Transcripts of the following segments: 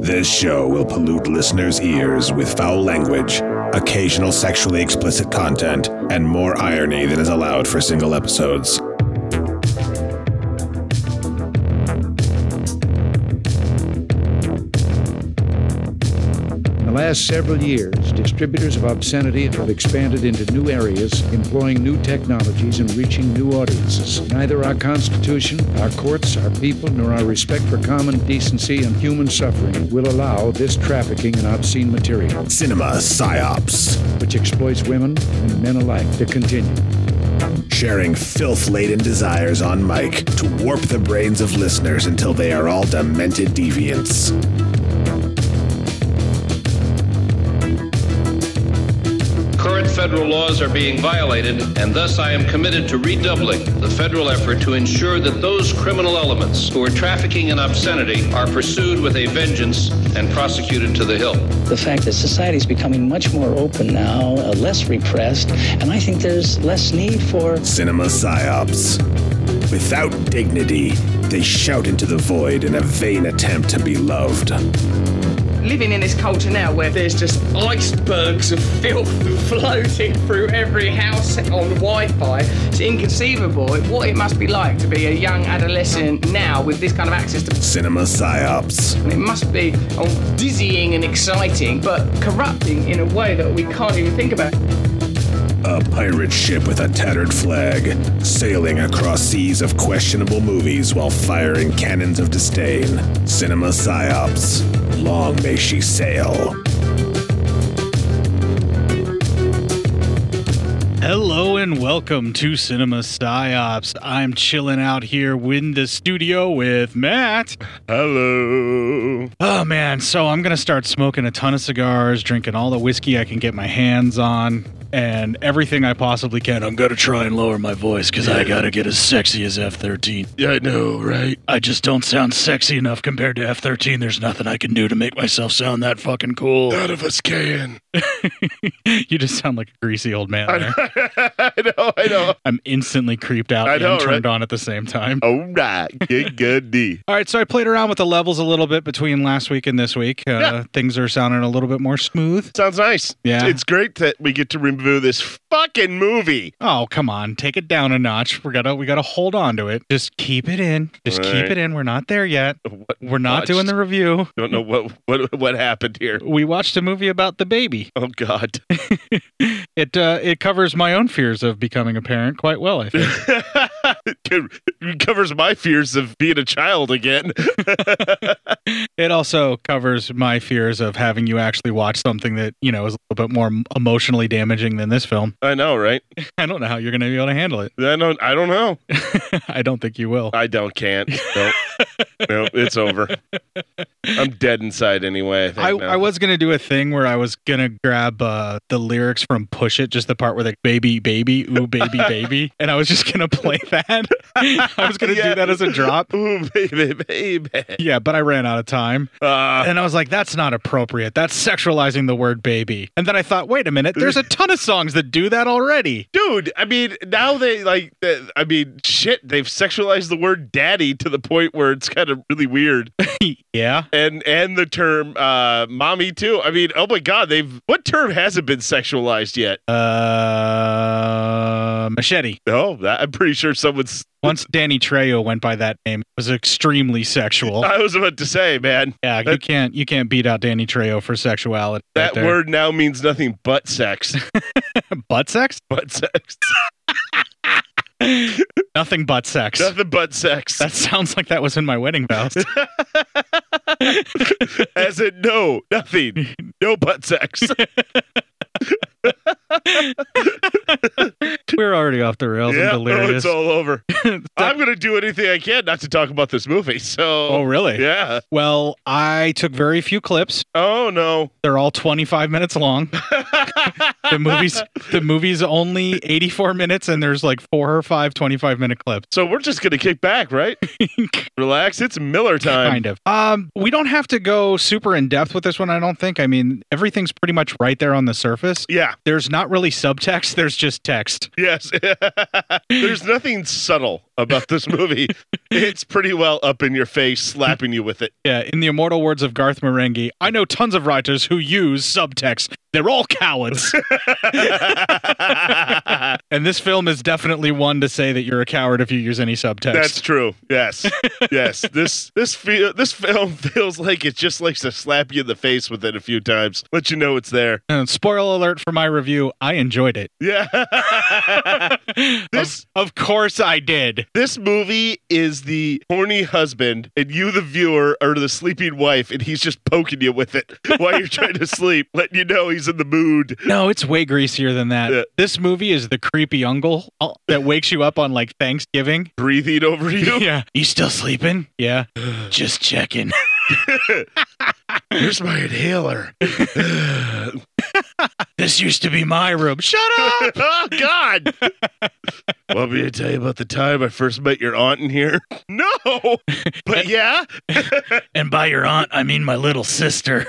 This show will pollute listeners' ears with foul language, occasional sexually explicit content, and more irony than is allowed for single episodes. In the last several years, distributors of obscenity have expanded into new areas, employing new technologies and reaching new audiences. Neither our Constitution, our courts, our people, nor our respect for common decency and human suffering will allow this trafficking in obscene material, Cinema psyops, which exploits women and men alike, to continue. sharing filth laden desires on mic to warp the brains of listeners until they are all demented deviants. Current federal laws are being violated, and thus I am committed to redoubling the federal effort to ensure that those criminal elements who are trafficking in obscenity are pursued with a vengeance and prosecuted to the hilt. the fact that society is becoming much more open now, uh, less repressed, and I think there's less need for Cinema psyops. Without dignity, they shout into the void in a vain attempt to be loved. living in this culture now where there's just icebergs of filth floating through every house on Wi-Fi, it's inconceivable what it must be like to be a young adolescent now with this kind of access to. Cinema psyops. It must be oh, dizzying and exciting, but corrupting in a way that we can't even think about. A pirate ship with a tattered flag, sailing across seas of questionable movies while firing cannons of disdain. Cinema psyops. Long may she sail. Hello and welcome to Cinema Psyops. I'm chilling out here in the studio with Matt. Hello. Oh man, so I'm gonna start smoking a ton of cigars, drinking all the whiskey I can get my hands on, and everything I possibly can. I'm gonna try and lower my voice because I gotta get as sexy as F13. Yeah, I know, right? I just don't sound sexy enough compared to F13. There's nothing I can do to make myself sound that fucking cool. None of us can. you just sound like a greasy old man. There. I know, I know. I'm instantly creeped out I and know, right? Oh. turned on at the same time. All right. Good, good D. All right, so I played around with the levels a little bit between last week and this week. Uh, Yeah. Things are sounding a little bit more smooth. Sounds nice. Yeah. It's great that we get to review this fucking movie. Oh, come on, take it down a notch. We gotta, we gotta hold on to it. Just keep it in. Just keep Right. it in. We're not there yet. What We're not doing the watched? review. Don't know what what what happened here. We watched a movie about the baby. Oh God. It uh, it covers my own fears of becoming a parent quite well. I think. it covers my fears of being a child again. it also covers my fears of having you actually watch something that you know is a little bit more emotionally damaging than this film. I know, right? I don't know how you're gonna be able to handle it. I don't. I don't know. I don't think you will. I don't. Can't. Nope. nope. It's over. I'm dead inside anyway. I, think, I, now. I was gonna do a thing where I was gonna grab uh, the lyrics from Push It, just the part where like baby baby ooh baby baby, and I was just gonna play that. I was gonna Yeah. do that as a drop. Ooh, baby, baby. Yeah, but I ran out of time, Uh, and I was like, "That's not appropriate. That's sexualizing the word baby." And then I thought, "Wait a minute, there's a ton of songs that do that already." dude i mean now they like th- i mean shit they've sexualized the word daddy to the point where it's kind of really weird yeah, and and the term uh mommy too i mean oh my god they've what term hasn't been sexualized yet uh, machete. oh that, i'm pretty sure someone's Once Danny Trejo went by that name, it was extremely sexual. i was about to say man Yeah, you That- can't you can't beat out Danny Trejo for sexuality. right that there. word now means nothing but sex butt sex? but sex Nothing but sex. nothing but sex That sounds like that was in my wedding vows. as in no nothing no butt sex We're already off the rails. yeah I'm oh, delirious. it's all over i'm gonna do anything i can not to talk about this movie so oh, really? yeah Well, I took very few clips. Oh no. They're all 25 minutes long. the movie's the movie's only 84 minutes, and there's like four or five 25 minute clips. So we're just gonna kick back, right? Relax. It's Miller time. kind of. Um, we don't have to go super in depth with this one. I don't think. I mean, everything's pretty much right there on the surface. Yeah. There's not really subtext. There's just text. Yes. There's nothing subtle about this movie. it's pretty well up in your face, slapping you with it. Yeah, in the immortal words of Garth Marenghi, I know tons of writers who use subtext. They're all cowards. and this film is definitely one to say that you're a coward if you use any subtext. That's true. Yes. Yes. this this feel this film feels like it just likes to slap you in the face with it a few times. Let you know it's there. And spoil alert for my review, I enjoyed it. Yeah. This, of, course I did. This movie is the horny husband, and you, the viewer, are the sleeping wife, and he's just poking you with it while you're trying to sleep, letting you know he's in the mood. No, it's way greasier than that. Yeah. This movie is the creepy uncle that wakes you up on like Thanksgiving. Breathing over you. Yeah. You still sleeping? Yeah. Just checking. Here's my inhaler. this used to be my room. Shut up. oh God! Want me to tell you about the time I first met your aunt in here? No, but yeah, And by your aunt, I mean my little sister.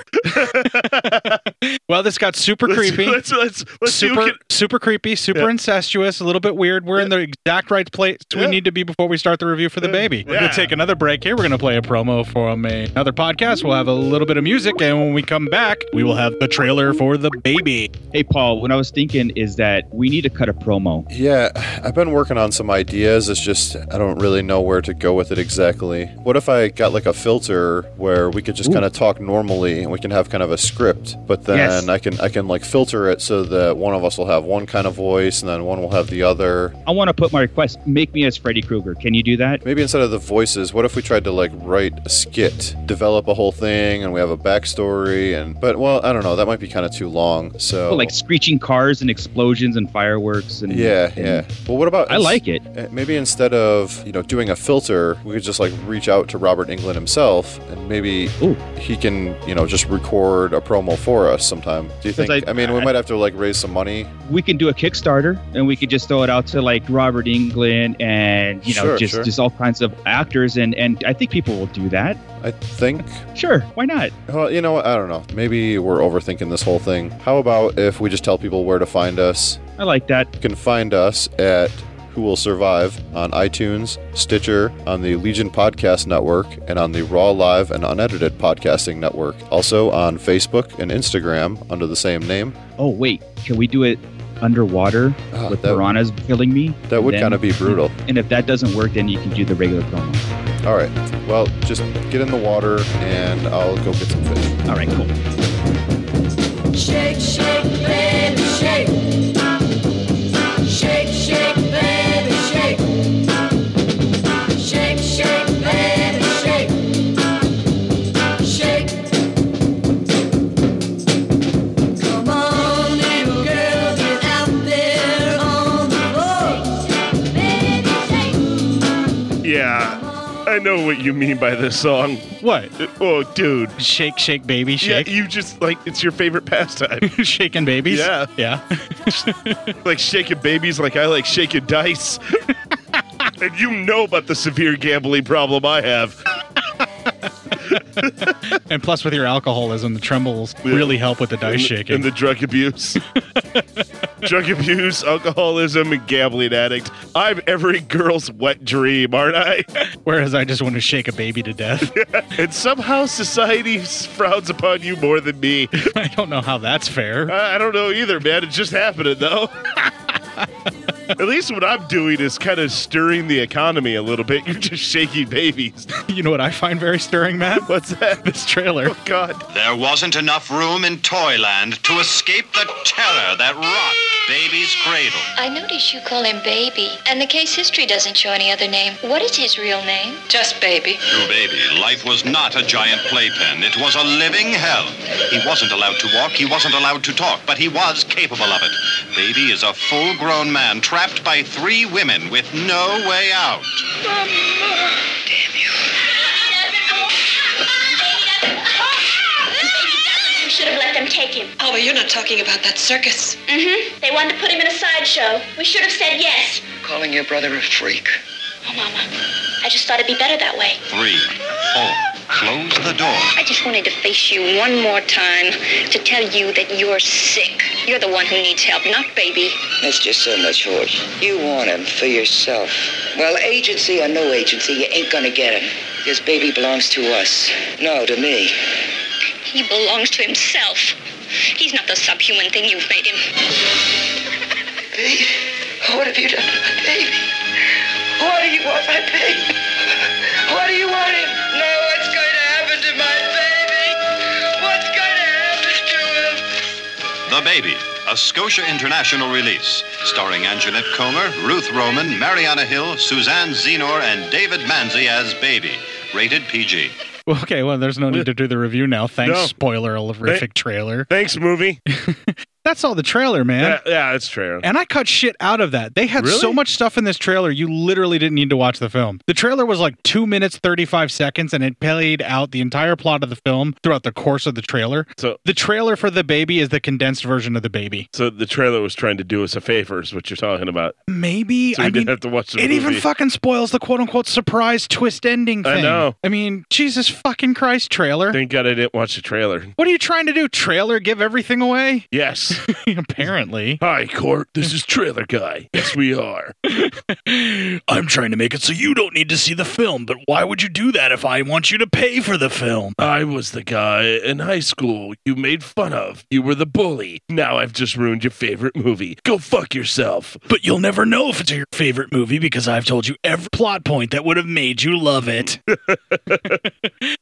well, this got super creepy. Let's let's let's see super who can- super creepy, super incestuous, a little bit weird. We're in the exact right place we Yeah. need to be before we start the review for the baby. We're Yeah. gonna take another break here. We're gonna play a promo from a- another podcast. We'll have a little bit of music, and when we come back, we will have the trailer for the baby. Hey, Paul, what I was thinking is that we need to cut a promo. Yeah, I've been working on some ideas. It's just I don't really know where to go with it exactly. What if I got like a filter where we could just kind of talk normally and we can have kind of a script, but then Yes. I can I can like filter it so that one of us will have one kind of voice and then one will have the other. I want to put my request make me as Freddy Krueger. Can you do that? Maybe instead of the voices, what if we tried to like write a skit, develop a whole thing, and we have a backstory and but well, I don't know, that might be kind of too long. So Well, like screeching cars and explosions and fireworks and Oh. yeah, and- yeah. Well, what about I like it. Uh, Maybe instead of you know doing a filter, we could just like reach out to Robert England himself, and maybe Ooh. he can you know just record a promo for us sometime. Do you think? Because I, I- mean, we I- might have to like raise some money. We can do a Kickstarter and we could just throw it out to like Robert England and you know Sure, just sure. just all kinds of actors and and I think people will do that. I think. Sure, why not? Well, you know, what? I don't know. Maybe we're overthinking this whole thing. How about if we just tell people where to find us? I like that. You can find us at Who Will Survive on iTunes, Stitcher, on the Legion Podcast Network, and on the Raw Live and Unedited Podcasting Network. Also on Facebook and Instagram under the same name. Oh wait, can we do it underwater Ah, with that- piranhas killing me? That would Then- kind of be brutal. And if that doesn't work, then you can do the regular promo. All right. Well, just get in the water and I'll go get some fish. All right, cool. Shake, shake, baby, shake. Shake, shake, baby, shake. Shake, shake, baby, shake. Shake. Come on, little girl, get out there on the floor. Baby, shake. yeah. I know what you mean by this song. What? Uh, Oh, dude. Shake, shake, baby, shake, Yeah, you just like it's your favorite pastime. shaking babies. Yeah. yeah. like shaking babies like I like shaking dice. and you know about the severe gambling problem I have. And plus, with your alcoholism, the trembles really help with the dice and, shaking. and the drug abuse. drug abuse, alcoholism, and gambling addict. I'm every girl's wet dream, aren't I? Whereas I just want to shake a baby to death. and somehow society s- frowns upon you more than me. I don't know how that's fair. I, I don't know either, man. It's just happening, though. At least what I'm doing is kind of stirring the economy a little bit. You're just shaking babies. You know what I find very stirring, Matt? What's that? This trailer. Oh, God. There wasn't enough room in Toyland to escape the terror that rocked Baby's cradle. I notice you call him baby, and the case history doesn't show any other name. What is his real name? Just baby. To Baby, life was not a giant playpen. It was a living hell. He wasn't allowed to walk. He wasn't allowed to talk, but he was capable of it. Baby is a full grown man trapped by three women with no way out. You should have let them take him. Oh, but you're not talking about that circus. Mm-hmm. They wanted to put him in a sideshow. We should have said yes. Calling your brother a freak. Oh, Mama. I just thought it'd be better that way. Three, four, closed the door. I just wanted to face you one more time to tell you that you're sick. You're the one who needs help, not baby. That's just so much horse. You want him for yourself. Well, agency or no agency, you ain't gonna get him. Because baby belongs to us. No, to me. He belongs to himself. He's not the subhuman thing you've made him. Baby, what have you done to my baby? What do you want, my baby? What do you want him? No, what's going to happen to my baby? What's going to happen to him? The Baby, a Scotia International release, starring Anjanette Comer, Ruth Roman, Mariana Hill, Suzanne Zenor, and David Manzi as Baby. Rated PG. Well, okay, well, there's no need to do the review now. Thanks, No. spoiler horrific trailer. Thanks, movie. That's all the trailer, man. Yeah, yeah, it's trailer. And I cut shit out of that. They had Really? so much stuff in this trailer, you literally didn't need to watch the film. The trailer was like two minutes, 35 seconds, and it played out the entire plot of the film throughout the course of the trailer. So The trailer for The Baby is the condensed version of The Baby. So the trailer was trying to do us a favor, is what you're talking about. Maybe. So we I didn't mean, have to watch the it movie. even fucking spoils the quote unquote surprise twist ending I thing. know. I mean, Jesus fucking Christ, trailer. Thank God I didn't watch the trailer. What are you trying to do? Trailer give everything away? Yes. Apparently. Hi, Court. This is Trailer Guy. Yes, we are. I'm trying to make it so you don't need to see the film, but why would you do that if I want you to pay for the film? I was the guy in high school you made fun of. You were the bully. Now I've just ruined your favorite movie. Go fuck yourself. But you'll never know if it's your favorite movie because I've told you every plot point that would have made you love it.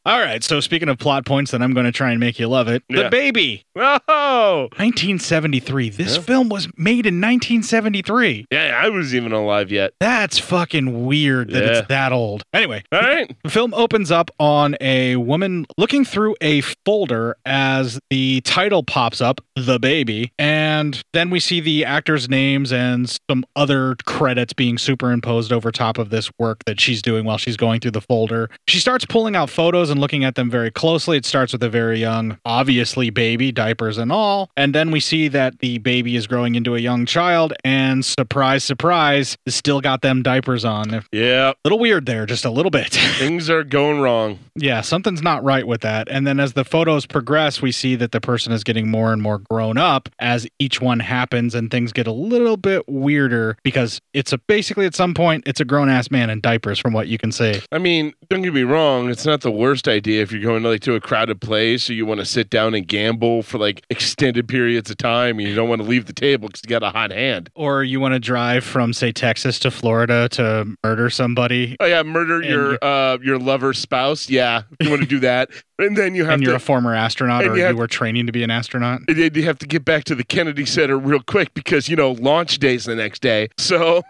All right, so speaking of plot points, then I'm going to try and make you love it. Yeah. The Baby. Oh! 1973. This Yeah. film was made in 1973. Yeah, I wasn't even alive yet. That's fucking weird that Yeah. it's that old. Anyway, all right. The film opens up on a woman looking through a folder as the title pops up, The Baby, and then we see the actors' names and some other credits being superimposed over top of this work that she's doing while she's going through the folder. She starts pulling out photos and looking at them very closely. It starts with a very young, obviously baby, diapers and all, and then we see that the baby is growing into a young child and surprise surprise, still got them diapers on. Yeah. Little weird there, just a little bit. Things are going wrong. Yeah, something's not right with that. And then as the photos progress, we see that the person is getting more and more grown up as each one happens and things get a little bit weirder because it's a basically at some point it's a grown ass man in diapers from what you can see. I mean, don't get me wrong, it's not the worst idea if you're going like to a crowded place or you want to sit down and gamble for like extended periods of time and you don't want to leave the table cuz you got a hot hand. Or you want to drive from say Texas to Florida to murder somebody Oh yeah, murder your uh your lover's spouse. Yeah, if you want to do that. And then you have and to you're a former astronaut and or you you, have- were training to be an astronaut. And then you have to get back to the Kennedy Center real quick because you know launch day's the next day. So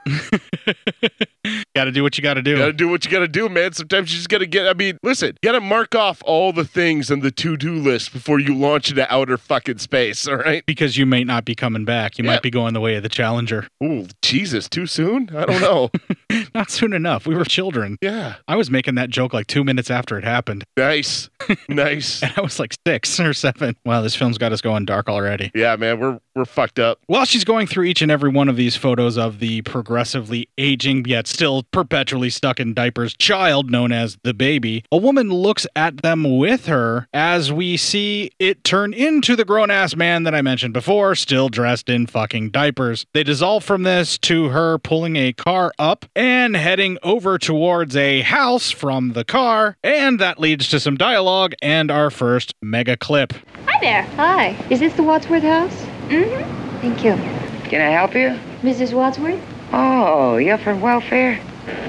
got to do what you got to do. Got to do what you got to do, man. Sometimes you just got to get. I mean, listen, you got to mark off all the things on the to-do list before you launch into outer fucking space. All right. Because you may not be coming back. You Yeah. might be going the way of the Challenger. Ooh, Jesus, too soon? I don't know. not soon enough. We were children. Yeah. I was making that joke like two minutes after it happened. Nice. Nice. and I was like six or seven. Wow, this film's got us going dark already. Yeah, man, we're we're fucked up. While she's going through each and every one of these photos of the progressively aging yet still perpetually stuck in diapers child known as the baby, a woman looks at them with her as we see it turn into the grown ass man that I mentioned before, still dressed in fucking diapers. They dissolve from this to her pulling a car up and heading over towards a house from the car, and that leads to some dialogue and our first mega clip. Hi there. Hi. Is this the Wadsworth house? Mm-hmm. Thank you. Can I help you? Mrs. Wadsworth? Oh, you're from welfare?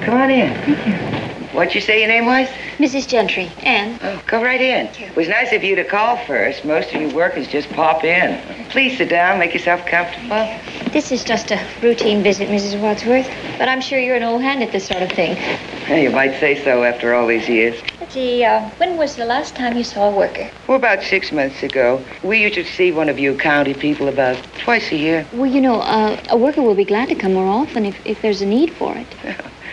Come on in. Thank you. What'd you say your name was? Mrs. Gentry. Anne. Oh, go right in. It was nice of you to call first. Most of you workers just pop in. Please sit down, make yourself comfortable. This is just a routine visit, Mrs. Wadsworth. But I'm sure you're an old hand at this sort of thing. Hey, you might say so after all these years. Let's see, uh, when was the last time you saw a worker? Well, about six months ago, we used to see one of you county people about twice a year. Well, you know, uh, a worker will be glad to come more often if, if there's a need for it.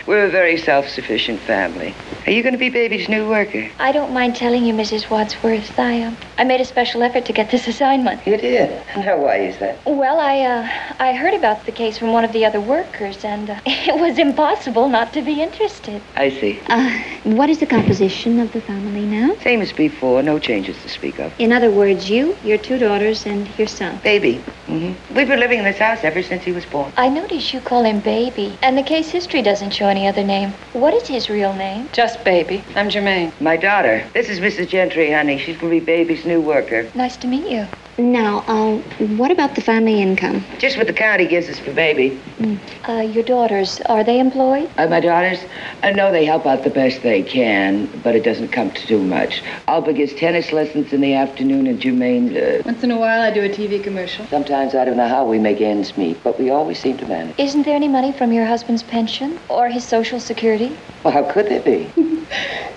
We're a very self sufficient family. Are you going to be baby's new worker? I don't mind telling you, Mrs. Wadsworth, I, um, I made a special effort to get this assignment. You did? Now, why is that? Well, I, uh, I heard about the case from one of the other workers, and uh, it was impossible not to be interested. I see. Uh, what is the composition of the family now? Same as before, no changes to speak of. In other words, you, your two daughters, and your son. Baby. hmm We've been living in this house ever since he was born. I notice you call him Baby, and the case history doesn't show any other name. What is his real name? Just Baby. I'm Germaine. My daughter. This is Mrs. Gentry, honey. She's going to be baby's new worker. Nice to meet you. Now, um, what about the family income? Just what the county gives us for baby. Mm. Uh, your daughters, are they employed? Uh, my daughters, I know they help out the best they can, but it doesn't come to too much. Alba gives tennis lessons in the afternoon, and Jermaine, uh, Once in a while, I do a TV commercial. sometimes I don't know how we make ends meet, but we always seem to manage. Isn't there any money from your husband's pension or his social security? Well, how could there be?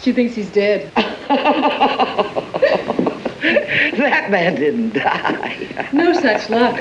She thinks he's dead. that man didn't die. no such luck.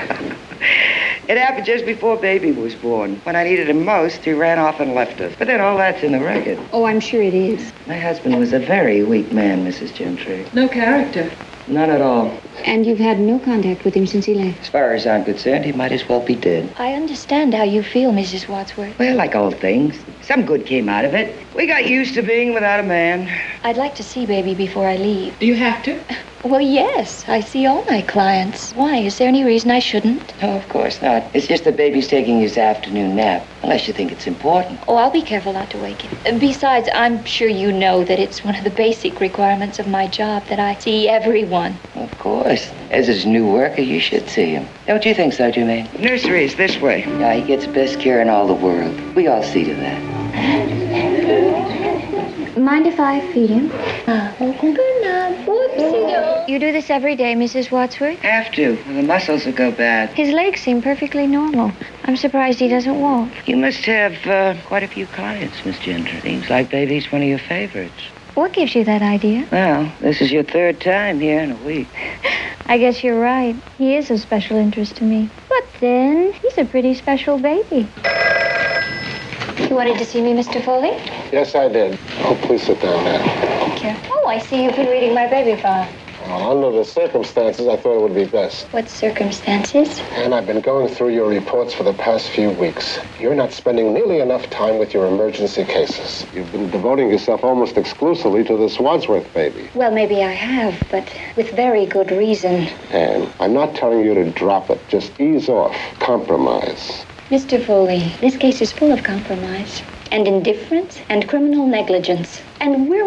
It happened just before baby was born. When I needed him most, he ran off and left us. But then all that's in the record. Oh, I'm sure it is. My husband was a very weak man, Mrs. Gentry. No character. None at all. And you've had no contact with him since he left. As far as I'm concerned, he might as well be dead. I understand how you feel, Mrs. Wadsworth. Well, like all things, some good came out of it. We got used to being without a man. I'd like to see baby before I leave. Do you have to? Well, yes. I see all my clients. Why? Is there any reason I shouldn't? No, Oh, of course not. It's just the baby's taking his afternoon nap, unless you think it's important. Oh, I'll be careful not to wake him. Uh, Besides, I'm sure you know that it's one of the basic requirements of my job that I see everyone. Of course. As his new worker, you should see him. Don't you think so, Jermaine? Nursery is this way. Yeah, he gets best care in all the world. We all see to that. Mind if I feed him? Ah, oh, Good enough. uh, Whoopsie You do this every day, Mrs. Wadsworth? Have to. or The muscles will go bad. His legs seem perfectly normal. I'm surprised he doesn't walk. You must have uh, quite a few clients, Miss Ginger. Seems like baby's one of your favorites. What gives you that idea? Well, this is your third time here in a week. I guess you're right. He is of special interest to me. But then, he's a pretty special baby. You wanted to see me, Mr. Foley? Yes, I did. Oh, please sit down now. Thank you. Oh, I see you've been reading my baby file. Well, Uh, under the circumstances, I thought it would be best. What circumstances? And I've been going through your reports for the past few weeks. You're not spending nearly enough time with your emergency cases. You've been devoting yourself almost exclusively to this Wadsworth baby. Well, maybe I have, but with very good reason. And I'm not telling you to drop it. Just ease off. Compromise. Mr. Foley, this case is full of compromise and indifference and criminal negligence. And we're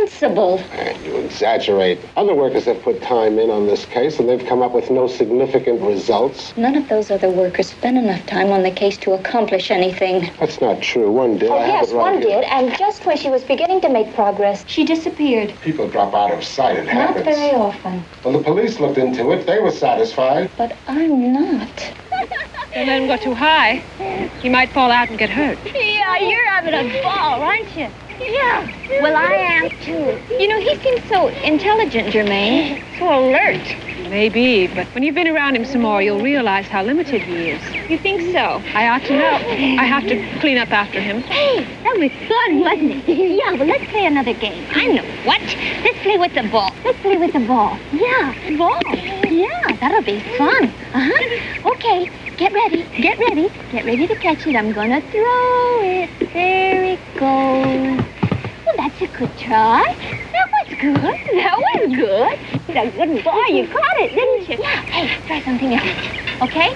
responsible. And you exaggerate. Other workers have put time in on this case, and they've come up with no significant results. None of those other workers spent enough time on the case to accomplish anything. That's not true. One did. Oh, I have yes, it right one here. did, and just when she was beginning to make progress, she disappeared. People drop out of sight. It Not happens. very often, Well, the police looked into it. They were satisfied. but I'm not. The man got too high. You might fall out and get hurt. Yeah, you're having a ball, aren't you? Yeah. Well, I am too. You know, he seems so intelligent, Germaine. So alert. Maybe, but when you've been around him some more, you'll realize how limited he is. You think so? I ought to know. I have to clean up after him. Hey, that was fun, wasn't it? Yeah, well, let's play another game. I know. What? Let's play with the ball. Let's play with the ball. Yeah, ball. Yeah, that'll be fun. Uh-huh. Okay, get ready. Get ready. Get ready to catch it. I'm gonna throw it. There it goes. Well, that's a good try. That was good. That was good. That's a good ball. You caught it, didn't you? Yeah. Hey, try something else. Okay?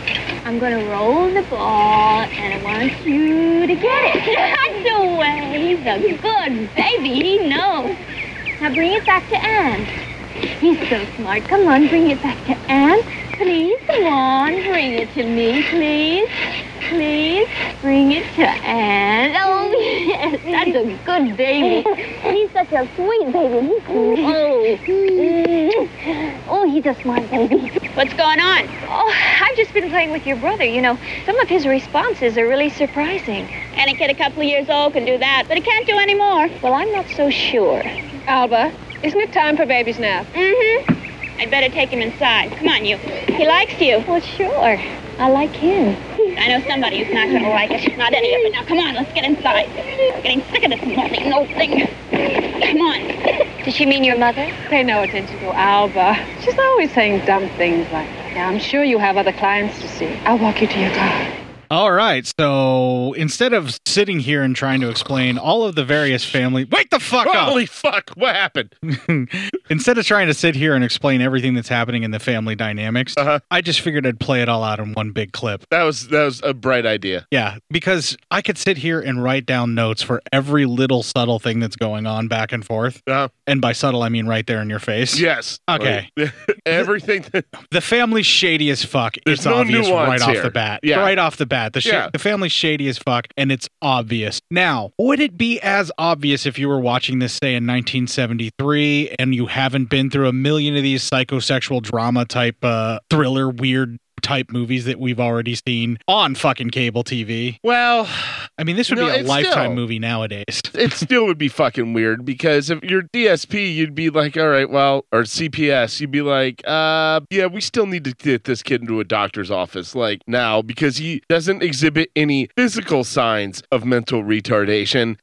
I'm going to roll the ball, and I want you to get it. That's the way. He's a good baby. He knows. Now bring it back to Anne. He's so smart. Come on, bring it back to Anne. Please, come on. Bring it to me, please. Please bring it to Anne. Oh, yes, that's a good baby. He's such a sweet baby. He's Oh, oh, he's a smart baby. What's going on? Oh, I've just been playing with your brother. You know, some of his responses are really surprising. And a kid a couple of years old can do that, but it can't do any more. Well, I'm not so sure. Alba, isn't it time for baby's nap? Mm-hmm. I'd better take him inside. Come on, you. He likes you. Well, sure. I like him. I know somebody who's not gonna like it. Not any of it. Now come on, let's get inside. I'm getting sick of this morning old thing. Come on. Does she mean your mother? Pay no attention to Alba. She's always saying dumb things like that. Now, I'm sure you have other clients to see. I'll walk you to your car. All right, so instead of sitting here and trying to explain all of the various family, wake the fuck up! Holy fuck! What happened? Instead of trying to sit here and explain everything that's happening in the family dynamics, Uh-huh. I just figured I'd play it all out in one big clip. That was that was a bright idea. Yeah, because I could sit here and write down notes for every little subtle thing that's going on back and forth. And by subtle, I mean right there in your face. Uh-huh. Yes. Okay. Right. Everything. the family's shady as fuck. There's it's no obvious nuance right here. off the bat. Yeah. Right off the bat. The, sh- Yeah. the family's shady as fuck, and it's obvious. Now, would it be as obvious if you were watching this, say, in 1973 and you haven't been through a million of these psychosexual drama type, uh, thriller, weird type movies that we've already seen on fucking cable TV? Well, I mean, this would no, be a it's lifetime still- movie nowadays. it still would be fucking weird because if you're DSP, you'd be like, all right, well, or CPS, you'd be like, uh, yeah, we still need to get this kid into a doctor's office like now because he doesn't exhibit any physical signs of mental retardation.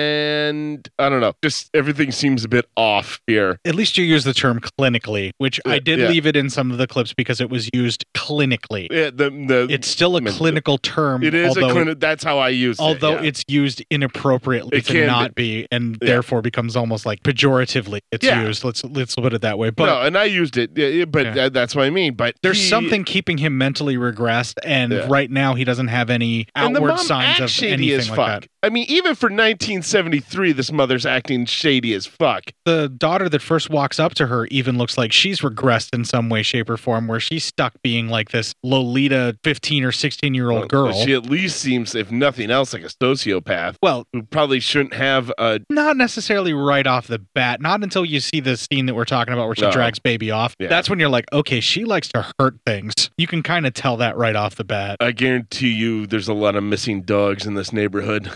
And I don't know, just everything seems a bit off here. At least you use the term clinically, which I Yeah, did yeah. leave it in some of the clips because it was used clinically. Yeah, the, the, it's still a clinical term. It is although- a clinic. That's how I use it. although yeah. it's used inappropriately It to can not be, and Yeah. therefore becomes almost like pejoratively it's Yeah. used let's let's put it that way but no, and I used it, yeah, yeah, but Yeah. uh, that's what I mean. But there's he- something keeping him mentally regressed and Yeah. right now he doesn't have any And the outward mom signs acts of shady anything as like fuck. that I mean, even for 1973, this mother's acting shady as fuck. the daughter that first walks up to her even looks like she's regressed in some way shape or form where she's stuck being like this lolita 15 or 16 year old girl Oh, She at least seems, if nothing else, like a sociopath. Well, who probably shouldn't have a. not necessarily right off the bat. Not until you see the scene that we're talking about where she No. drags baby off. That's when you're like, okay, she likes to hurt things. You can kind of tell that right off the bat. I guarantee you, there's a lot of missing dogs in this neighborhood.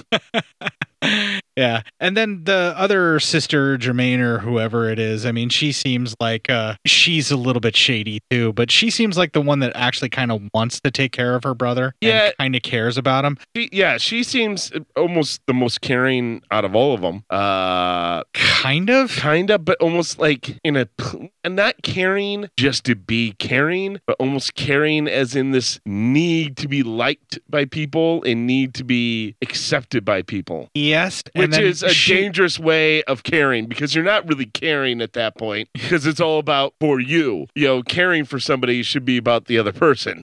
Yeah. And then the other sister, Jermaine or whoever it is, I mean, she seems like uh she's a little bit shady too, but she seems like the one that actually kind of wants to take care of her brother Yeah. and kind of cares about him. She, yeah, she seems uh, almost the most caring out of all of them. Uh, kind of, kind of, but almost like in a pl- and not caring just to be caring, but almost caring as in this need to be liked by people and need to be accepted by people. Yes, and Which then is a she- dangerous way of caring because you're not really caring at that point because it's all about for you. You know, caring for somebody should be about the other person.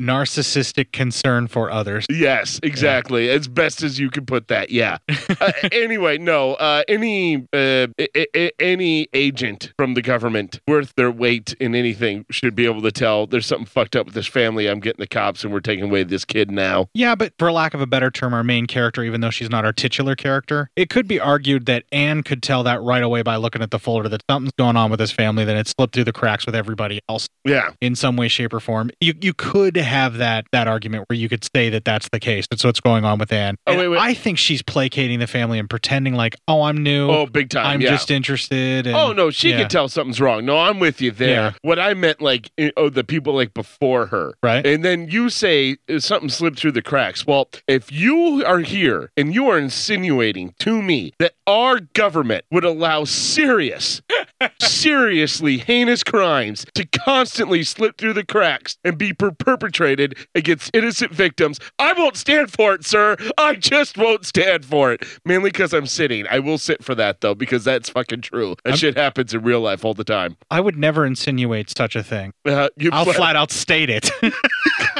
narcissistic concern for others. Yes, exactly. As best as you can put that. Yeah. uh, anyway, no. Uh, any uh, a- a- any agent from the government worth their weight in anything should be able to tell there's something fucked up with this family. I'm getting the cops, and we're taking away this kid now. Yeah, but for lack of a better term, our main character, even though she's not our titular character, it could be argued that Anne could tell that right away by looking at the folder that something's going on with this family, that it slipped through the cracks with everybody else. Yeah. In some way, shape, or form. You you could have that that argument where you could say that that's the case. That's what's going on with Anne. Oh, wait, wait. I think she's placating the family and pretending like, oh, I'm new. Oh, big time, I'm yeah. just interested. and- oh no, she yeah. could tell something's wrong. No, I'm with you there. Yeah. What I meant, like, i- oh, the people like before her, right? And then you say uh, something slipped through the cracks. Well, if you are here and you are insinuating to me that our government would allow serious, seriously heinous crimes to constantly slip through the cracks and be per- perpetrated against innocent victims, I won't stand for it, sir. I just won't stand for it. Mainly because I'm sitting. I will sit for that though, because that's fucking true. That shit happens in real life all the time. I would never insinuate such a thing. Uh, you I'll flat out state it.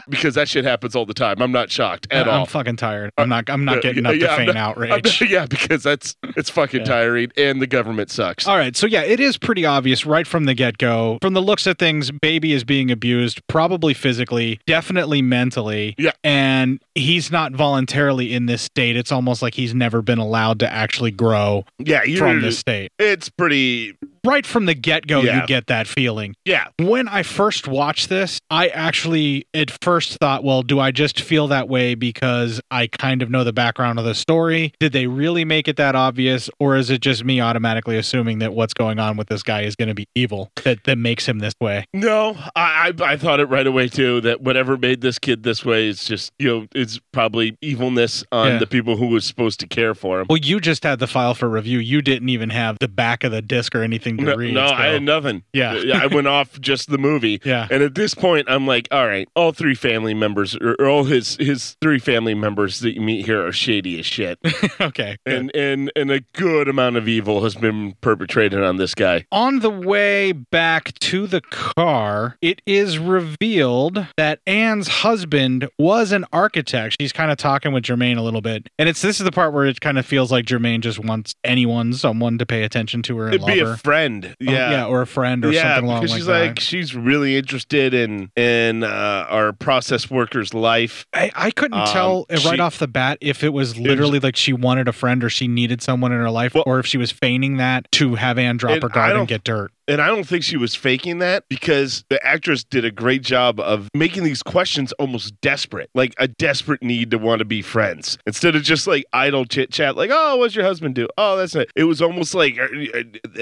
because that shit happens all the time. I'm not shocked at I'm all. fucking tired. I'm not. I'm not Uh, getting up yeah, to I'm feign not- outrage. I'm not- yeah, because that's it's fucking tiring, and the government sucks. All right, so yeah, it is pretty obvious right from the get go. From the looks of things, baby is being abused, probably physically, definitely mentally. Yeah. And he's not voluntarily in this state. It's almost like he's never been allowed to actually grow Yeah, you're from this state. It's pretty right from the get go, Yeah. you get that feeling. Yeah. When I first watched this, I actually at first thought, well, do I just feel that way because I kind of know the background of the story? Did they really make it that obvious? Or is it just me automatically assuming that what's going on with this guy is going to be evil that, that makes him this way? No, I, I I thought it right away too that whatever made this kid this way is just you know it's probably evilness on Yeah. the people who was supposed to care for him. Well, you just had the file for review. You didn't even have the back of the disc or anything to No, read. no, I so- had nothing. Yeah. I went off just the movie. Yeah. And at this point, I'm like, all right, all three family members, or or all his his three family members that you meet here are shady as shit. okay. And and and a good amount of evil has been perpetrated on this guy. On the way back to the car, it is revealed that Anne's husband was an architect. She's kind of talking with Jermaine a little bit. And it's this is the part where it kind of feels like Jermaine just wants anyone, someone to pay attention to her and It'd love be her. a friend, yeah, Oh, yeah, or a friend or yeah, something along because like she's that. like she's really interested in in uh, our process worker's life. Um, I, I couldn't tell uh, right off the bat if it was literally like she wanted a friend or she needed someone in her life or if she was feigning that to have Anne drop And her I guard and don't- get dirt. And I don't think she was faking that because the actress did a great job of making these questions almost desperate, like a desperate need to want to be friends instead of just like idle chit chat, like, oh, what's your husband do? Oh, that's not. It was almost like uh,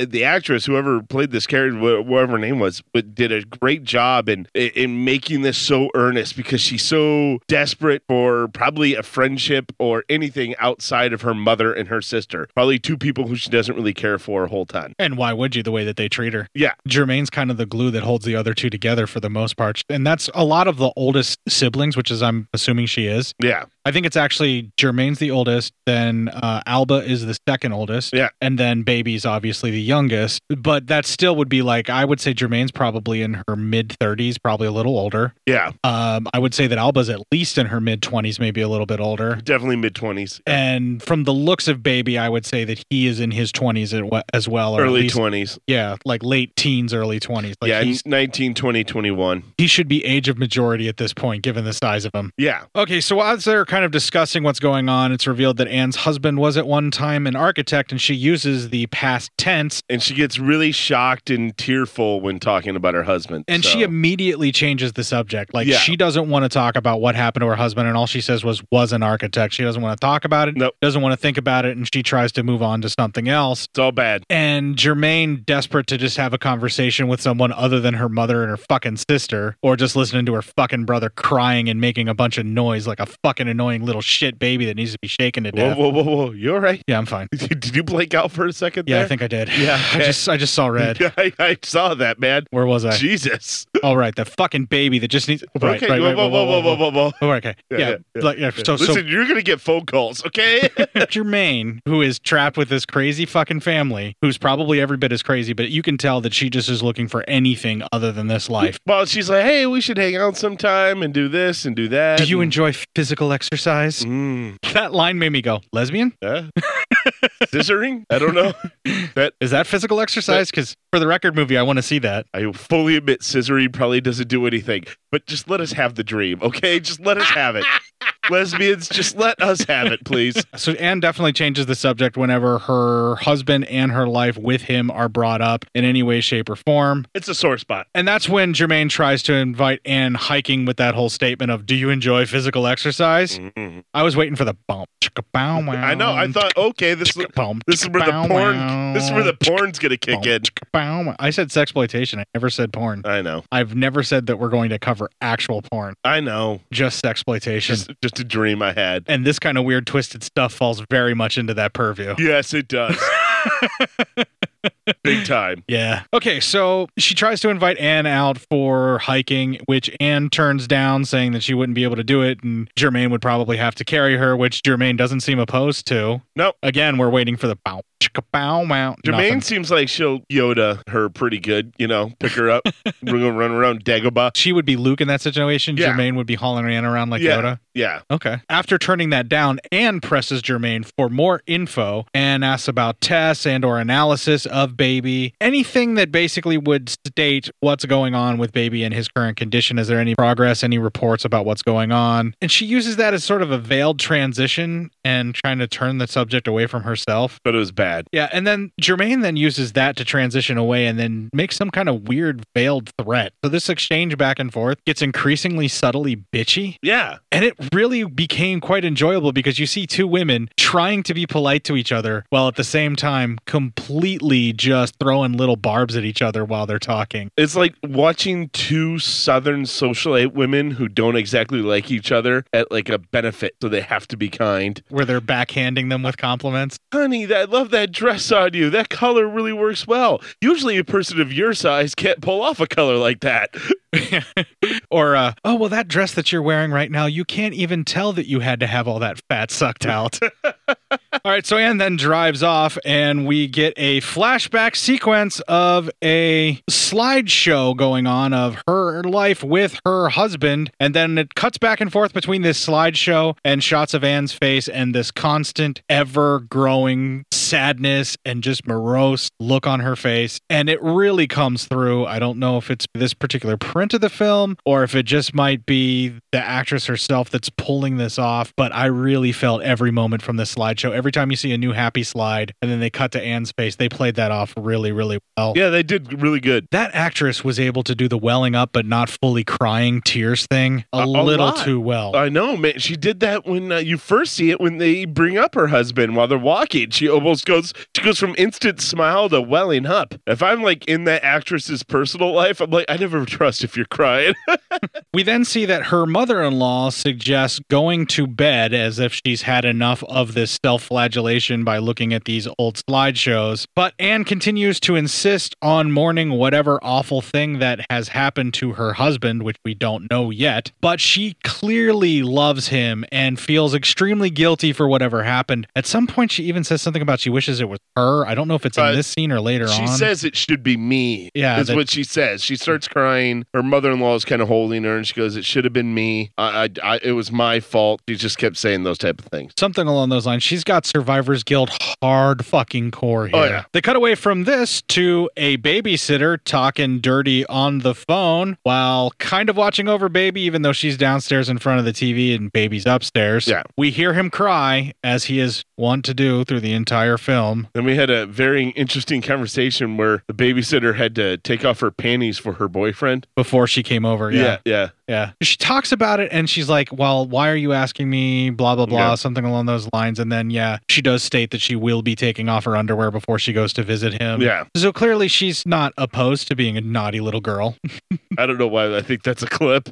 uh, the actress, whoever played this character, wh- whatever her name was, but did a great job in, in making this so earnest because she's so desperate for probably a friendship or anything outside of her mother and her sister. Probably two people who she doesn't really care for a whole ton. And why would you the way that they treat her? Yeah. Jermaine's kind of the glue that holds the other two together for the most part. And that's a lot of the oldest siblings, which is I'm assuming she is. Yeah. I think it's actually Jermaine's the oldest, then uh, Alba is the second oldest, yeah, and then Baby's obviously the youngest. But that still would be like I would say Jermaine's probably in her mid 30s, probably a little older. Yeah. Um, I would say that Alba's at least in her mid 20s, maybe a little bit older. Definitely mid 20s. And from the looks of Baby, I would say that he is in his 20s at- as well. or at Early least- 20s. Yeah, like late teens, early 20s. Like yeah, he's, he's 19, 20, 21. he should be age of majority at this point, given the size of him. Yeah. Okay, so as they're kind of discussing what's going on, it's revealed that Anne's husband was at one time an architect, and she uses the past tense. And she gets really shocked and tearful when talking about her husband. And so- she immediately changes the subject. Like Yeah. she doesn't want to talk about what happened to her husband, and all she says was was an architect. She doesn't want to talk about it. Doesn't want to think about it, and she tries to move on to something else. It's all bad. And Jermaine, desperate to just have a conversation with someone other than her mother and her fucking sister, or just listening to her fucking brother crying and making a bunch of noise like a fucking annoying little shit baby that needs to be shaken to Whoa, death. whoa, whoa, whoa. You all right? Yeah, I'm fine. Did you blink out for a second Yeah, I there? think I did. Yeah. I just I just saw red. I, I saw that, man. Where was I? Jesus. All Oh, right, the fucking baby that just needs. Right, okay, right, whoa, right, whoa, whoa, whoa, whoa, whoa, whoa. Oh, okay. Yeah, like, yeah, so- so- Listen, you're going to get phone calls, okay? Jermaine, who is trapped with this crazy fucking family, who's probably every bit as crazy, but you can tell that she just is looking for anything other than this life. well, she's like, hey, we should hang out sometime and do this and do that. Do you and- enjoy physical exercise? That line made me go, lesbian? Mm. Yeah. Scissoring? I don't know. That is that physical exercise? Because for the record movie, I want to see that. I fully admit scissoring probably doesn't do anything, but just let us have the dream, okay? Just let us have it. Lesbians, just let us have it, please. So Anne definitely changes the subject whenever her husband and her life with him are brought up in any way, shape, or form. It's a sore spot. And that's when Jermaine tries to invite Anne hiking with that whole statement of "Do you enjoy physical exercise?" I was waiting for the bump. Mm-hmm. I know. I thought, okay, this is this is where the porn this is where the porn's gonna kick in. I said sexploitation. I never said porn. I know. I've never said that we're going to cover actual porn. I know. Just sexploitation. Just just a dream I had. and this kind of weird twisted stuff falls very much into that purview. Yes, it does. Big time. Yeah. Okay, so she tries to invite Anne out for hiking, which Anne turns down, saying that she wouldn't be able to do it, and Jermaine would probably have to carry her, which Jermaine doesn't seem opposed to. No. Again, we're waiting for the bow chicka bow mount. Jermaine seems like she'll Yoda her pretty good, you know, pick her up, run run around Dagobah. She would be Luke in that situation. Yeah. Jermaine would be hauling Anne around like yeah, Yoda. Yeah. Okay. After turning that down, Anne presses Jermaine for more info and asks about tests and or analysis of baby. Anything that basically would state what's going on with baby and his current condition. Is there any progress, any reports about what's going on? And she uses that as sort of a veiled transition and trying to turn the subject away from herself. But it was bad. Yeah, and then Jermaine then uses that to transition away and then makes some kind of weird veiled threat. So this exchange back and forth gets increasingly subtly bitchy. Yeah. And it really became quite enjoyable because you see two women trying to be polite to each other while at the same time completely just throwing little barbs at each other while they're talking. It's like watching two Southern socialite women who don't exactly like each other at like a benefit, so they have to be kind. Where they're backhanding them with compliments. Honey, I love that dress on you. That color really works well. Usually, a person of your size can't pull off a color like that. Or, uh, oh, well, that dress that you're wearing right now, you can't even tell that you had to have all that fat sucked out. all right, so Anne then drives off, and we get a flashback sequence of a slideshow going on of her life with her husband. And then it cuts back and forth between this slideshow and shots of Anne's face and this constant, ever growing sadness and just morose look on her face. And it really comes through. I don't know if it's this particular print of the film or if it just might be the actress herself that's pulling this off. But I really felt every moment from this slideshow. Every time you see a new happy slide and then they cut to Anne's face, they played that off really, really well. Yeah, they did really good. Oh. That actress was able to do the welling up but not fully crying tears thing a, a little lot. too well. I know, man. She did that when uh, you first see it when they bring up her husband while they're walking. She almost goes. She goes from instant smile to welling up. If I'm like in that actress's personal life, I'm like, I never trust if you're crying. We then see that her mother in law suggests going to bed as if she's had enough of this self flagellation by looking at these old slideshows. But Anne continues to insist on mourning whatever awful thing that has happened to her husband, which we don't know yet. But she clearly loves him and feels extremely guilty for whatever happened. At some point, she even says something about she wishes it was her. I don't know if it's Uh, in this scene or later she on. says it should be me. Yeah, is that- what she says. She starts crying. Her mother-in-law is kind of holding her, and she goes, "It should have been me. I, I, I, it was my fault." She just kept saying those type of things. Something along those lines. She's got Survivor's Guild hard fucking core here. Oh, yeah. They cut away from this to a babysitter talking dirty on the phone while kind of watching over baby, even though she's downstairs in front of the TV and baby's upstairs. Yeah. We hear him cry as he is wont to do through the entire film. Then we had a very interesting conversation where the babysitter had to take off her panties for her boyfriend. Before she came over, Yeah, yeah. yeah. Yeah. She talks about it and she's like, Well, why are you asking me? Blah, blah, blah, Yeah. something along those lines. And then, yeah, she does state that she will be taking off her underwear before she goes to visit him. Yeah. So clearly she's not opposed to being a naughty little girl. I don't know why I think that's a clip.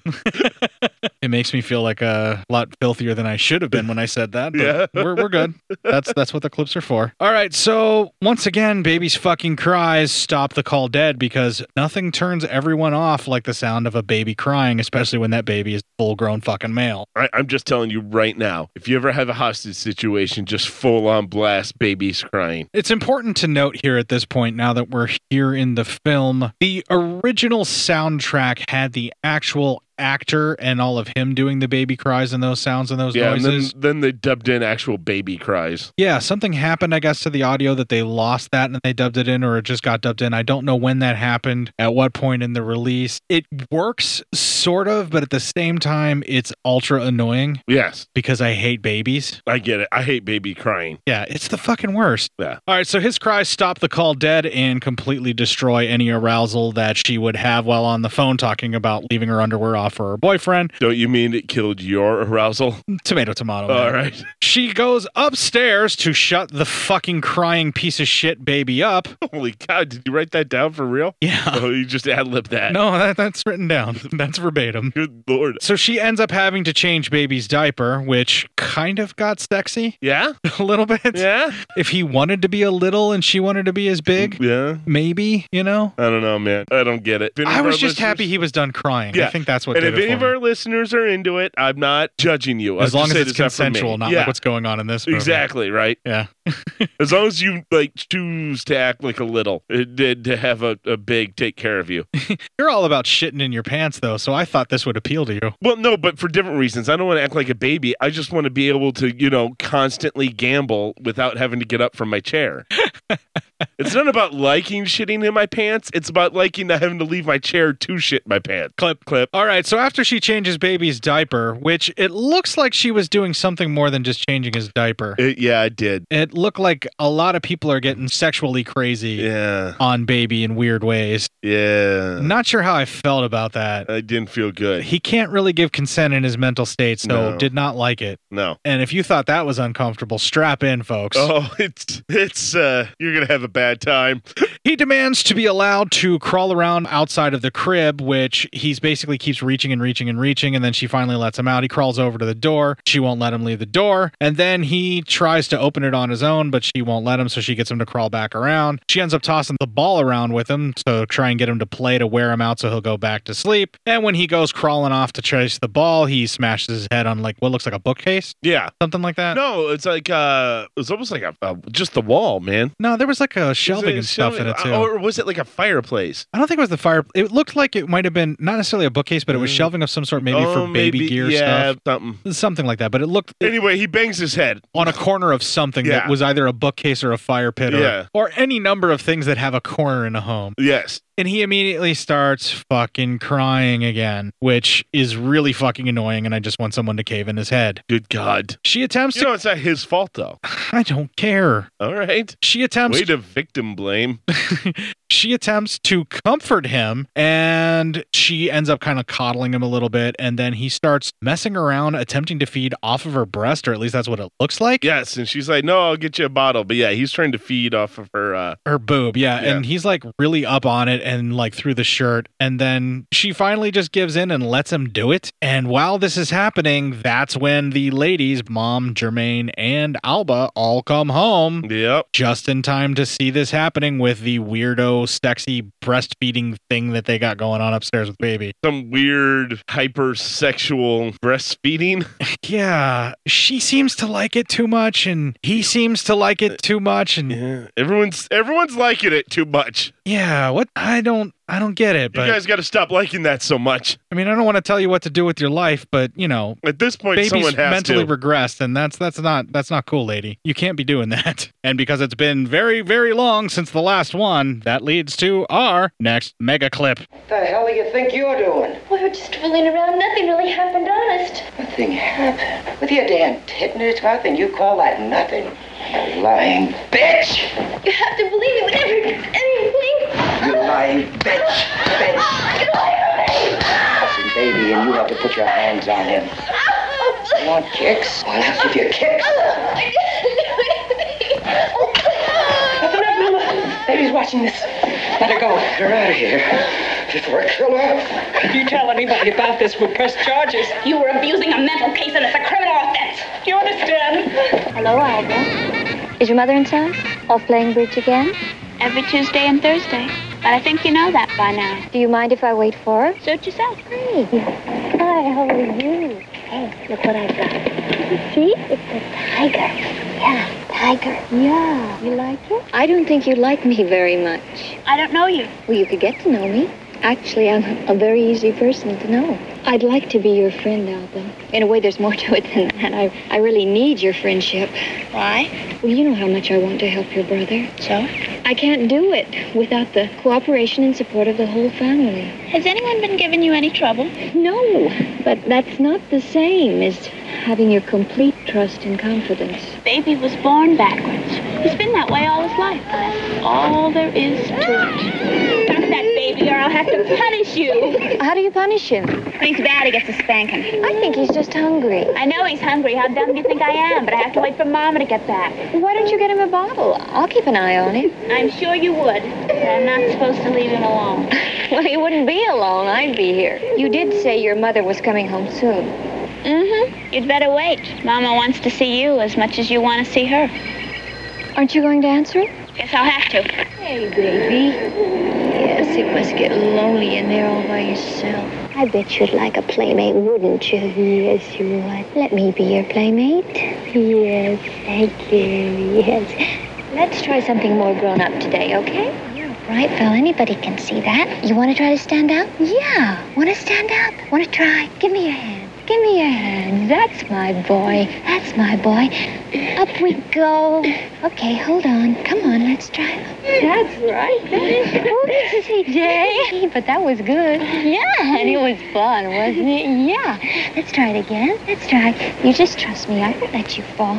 it makes me feel like a lot filthier than I should have been when I said that. but Yeah. We're, we're good. That's, that's what the clips are for. All right. So once again, baby's fucking cries stop the call dead because nothing turns everyone off like the sound of a baby crying, especially when that baby is full grown fucking male. I, I'm just telling you right now, if you ever have a hostage situation, just full on blast babies crying. It's important to note here at this point, now that we're here in the film, the original soundtrack had the actual actor and all of him doing the baby cries and those sounds and those Yeah, and noises. then, then they dubbed in actual baby cries. yeah, something happened, I guess, to the audio that they lost that and they dubbed it in, or it just got dubbed in. I don't know when that happened, at what point in the release. It works sort of, but at the same time, it's ultra annoying. Yes. Because I hate babies. I get it. I hate baby crying. Yeah, it's the fucking worst. Yeah. All right, so his cries stop the call dead and completely destroy any arousal that she would have while on the phone talking about leaving her underwear off for her boyfriend. Don't you mean it killed your arousal? Tomato, tomato. All man. right. She goes upstairs to shut the fucking crying piece of shit baby up. Holy God, did you write that down for real? Yeah. Oh, you just ad lib that. No, that, that's written down. That's verbatim. Good lord. So she ends up having to change baby's diaper, which kind of got sexy. Yeah? A little bit. Yeah. If he wanted to be a little and she wanted to be as big, Yeah. maybe, you know? I don't know, man. I don't get it. If any I of our was just listeners- happy he was done crying. I think that's what And did if it any for of me. our listeners are into it, I'm not judging you. As I'll long just as say it's this out for me. consensual, not Yeah. like what's going on in this movie. Exactly, right? Yeah. as long as you like choose to act like a little, it did to have a, a big take care of you. You're all about shitting in your pants, though, so I thought this would appeal to you. Well, no, but for different reasons. I don't want to act like a baby. I just want to be able to, you know, constantly gamble without having to get up from my chair. it's not about liking shitting in my pants. It's about liking not having to leave my chair to shit my pants. Clip, clip. All right, so after she changes baby's diaper, which it looks like she was doing something more than just changing his diaper. It, yeah, I did. looked like a lot of people are getting sexually crazy on baby in weird ways. Yeah. Not sure how I felt about that. I didn't feel good. He can't really give consent in his mental state, so No. did not like it. No. And if you thought that was uncomfortable, strap in, folks. Oh, it's it's uh you're going to have a bad time. He demands to be allowed to crawl around outside of the crib, which he's basically keeps reaching and reaching and reaching. And then she finally lets him out. He crawls over to the door. She won't let him leave the door. And then he tries to open it on his own, but she won't let him. So she gets him to crawl back around. She ends up tossing the ball around with him to try and get him to play to wear him out so he'll go back to sleep. And when he goes crawling off to chase the ball, he smashes his head on like what looks like a bookcase. Yeah. Something like that. No, it's like uh it's almost like a, a just the wall, man. No, there was like a shelving Is it and stuff in shelving? it too. Or was it like a fireplace? I don't think it was the fire. It looked like it might have been not necessarily a bookcase, but it was shelving of some sort, maybe Mm. Oh, for baby maybe- gear yeah, stuff, something, something like that. But it looked Anyway, he bangs his head on a corner of something Yeah. that was either a bookcase or a fire pit, or, Yeah. or any number of things that have a corner in a home. Yes. And he immediately starts fucking crying again, which is really fucking annoying. And I just want someone to cave in his head. Good God. She attempts You to. know, it's not his fault though. I don't care. All right. She attempts. Way to victim blame. she attempts to comfort him and she ends up kind of coddling him a little bit and then he starts messing around attempting to feed off of her breast or at least that's what it looks like yes, and she's like, "No, I'll get you a bottle." But yeah, he's trying to feed off of her. uh her boob yeah, Yeah. and he's like really up on it and like through the shirt and then she finally just gives in and lets him do it and while this is happening that's when the ladies mom germaine and alba all come home yep just in time to see this happening with the weirdo sexy breastfeeding thing that they got going on upstairs with baby Some weird hypersexual breastfeeding. Yeah, she seems to like it too much, and he seems to like it too much, and Everyone's everyone's liking it too much. yeah, what I don't, I don't get it. But you guys got to stop liking that so much. I mean, I don't want to tell you what to do with your life, but you know, At this point, baby's someone has mentally to. regressed, and that's that's not that's not cool, lady. You can't be doing that. And because it's been very very long since the last one, that leads to our next mega clip. What the hell do you think you're doing? We were just fooling around. Nothing really happened, honest. Nothing happened. With your damn tit in his mouth, and you call that nothing? You lying bitch! You have to believe me. Whatever. Anything. You lying bitch! Bitch! Get away from me. Fussy baby, and you have to put your hands on him. You want kicks? Well, I'll give you kicks. I Nothing happened, Mama. Baby's watching this. Let her go. Get her out of here. Before I kill her. If you tell anybody about this, we'll press charges. You were abusing a mental case, and it's a criminal offense. Do you understand? Hello, Alba. Is your mother and son off playing bridge again? Every Tuesday and Thursday. But I think you know that by now. Do you mind if I wait for her? Suit yourself. Hey. Hi, how are you? Hey, look what I got. See? It's a tiger. Yeah, tiger. Yeah. You like it? I don't think you like me very much. I don't know you. Well, you could get to know me. Actually, I'm a very easy person to know. I'd like to be your friend, Alvin. In a way, there's more to it than that. I, I really need your friendship. Why? Well, you know how much I want to help your brother. So? I can't do it without the cooperation and support of the whole family. Has anyone been giving you any trouble? No, but that's not the same as having your complete trust and confidence. Baby was born backwards. He's been that way all his life. That's all there is to it. Stop that baby, or I'll have to punish you. How do you punish him? He's bad. He gets a spanking. I think he's just hungry. I know he's hungry. How dumb do you think I am? But I have to wait for Mama to get back. Why don't you get him a bottle? I'll keep an eye on him. I'm sure you would. But I'm not supposed to leave him alone. Well, he wouldn't be alone. I'd be here. You did say your mother was coming home soon. Mm-hmm. You'd better wait. Mama wants to see you as much as you want to see her. Aren't you going to answer it? Guess I'll have to. Hey, baby. Yes, You must get lonely in there all by yourself. I bet you'd like a playmate, wouldn't you? Yes, you would. Let me be your playmate. Yes, thank you. Yes. Let's try something more grown up today, okay? Right, Phil, anybody can see that. You want to try to stand up? Yeah. Want to stand up? Want to try? Give me your hand. Give me your hand. That's my boy. That's my boy. Up we go. Okay, hold on. Come on, let's try. That's right. Jay. But that was good. Yeah, and it was fun, wasn't it? Yeah. Let's try it again. Let's try. You just trust me. I won't let you fall.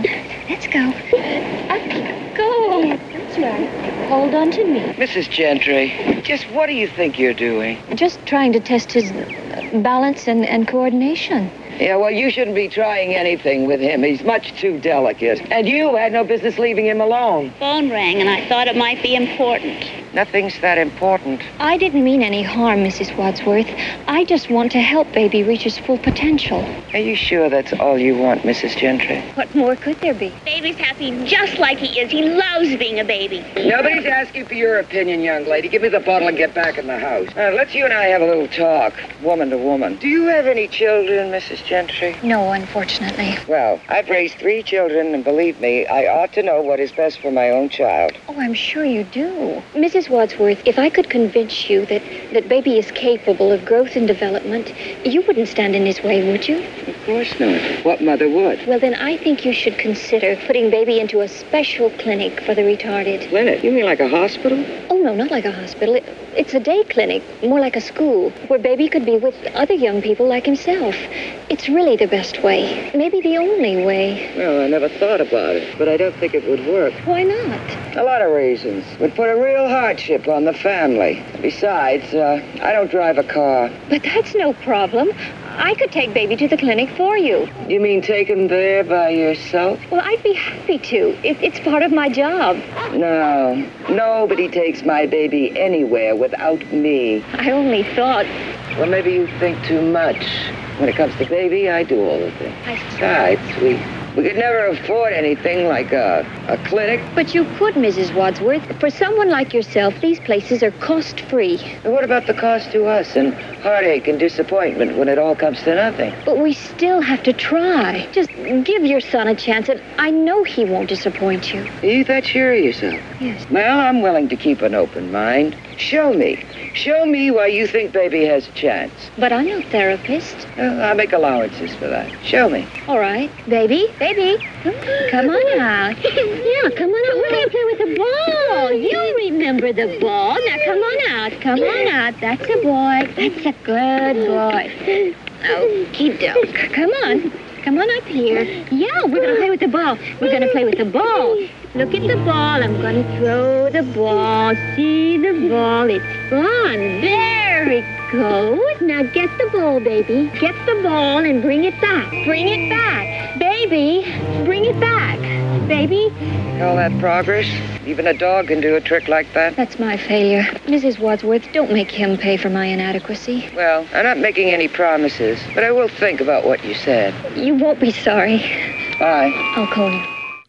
Let's go. Up you go. That's right. Hold on to me. Mrs. Gentry, just what do you think you're doing? Just trying to test his uh, balance and, and coordination. Yeah, well, you shouldn't be trying anything with him. He's much too delicate. And you had no business leaving him alone. Phone rang and I thought it might be important. Nothing's that important. I didn't mean any harm, Mrs. Wadsworth. I just want to help baby reach his full potential. Are you sure that's all you want, Mrs. Gentry? What more could there be? Baby's happy just like he is. He loves being a baby. Nobody's asking for your opinion, young lady. Give me the bottle and get back in the house. Uh, let's you and I have a little talk, woman to woman. Do you have any children, Mrs. Gentry? No, unfortunately. Well, I've raised three children, and believe me, I ought to know what is best for my own child. Oh, I'm sure you do. Mrs. Wadsworth, if I could convince you that, that baby is capable of growth and development, you wouldn't stand in his way, would you? Of course not. What mother would? Well, then I think you should consider putting baby into a special clinic for the retarded. Clinic? You mean like a hospital? Oh, no, not like a hospital. It, it's a day clinic, more like a school, where baby could be with other young people like himself. It's really the best way, maybe the only way. Well, I never thought about it, but I don't think it would work. Why not? A lot of reasons. Would put a real hardship on the family. Besides, uh, I don't drive a car. But that's no problem. I could take baby to the clinic for you. You mean take him there by yourself? Well, I'd be happy to. It, it's part of my job. No. Nobody takes my baby anywhere without me. I only thought. Well, maybe you think too much. When it comes to baby, I do all the things. Besides, we, we could never afford anything like a, a clinic. But you could, Mrs. Wadsworth. For someone like yourself, these places are cost free. And what about the cost to us and heartache and disappointment when it all comes to nothing? But we still have to try. Just give your son a chance, and I know he won't disappoint you. Are you that sure of yourself? Yes. Well, I'm willing to keep an open mind. Show me. Show me why you think baby has a chance. But I'm no therapist. Well, I make allowances for that. Show me. All right. Baby, baby, come on out. Yeah, come on out. We're going to play with the ball. You remember the ball. Now come on out. Come on out. That's a boy. That's a good boy. Okey doke. Come on. Come on up here. Yeah, we're going to play with the ball. We're going to play with the ball. Look at the ball. I'm going to throw the ball. See the ball. It's fun. There it goes. Now get the ball, baby. Get the ball and bring it back. Bring it back. Baby, bring it back. Baby, Call that progress? Even a dog can do a trick like that. that's my failure. Mrs. Wadsworth, don't make him pay for my inadequacy. Well, I'm not making any promises, but I will think about what you said. You won't be sorry. Bye. I'll call you.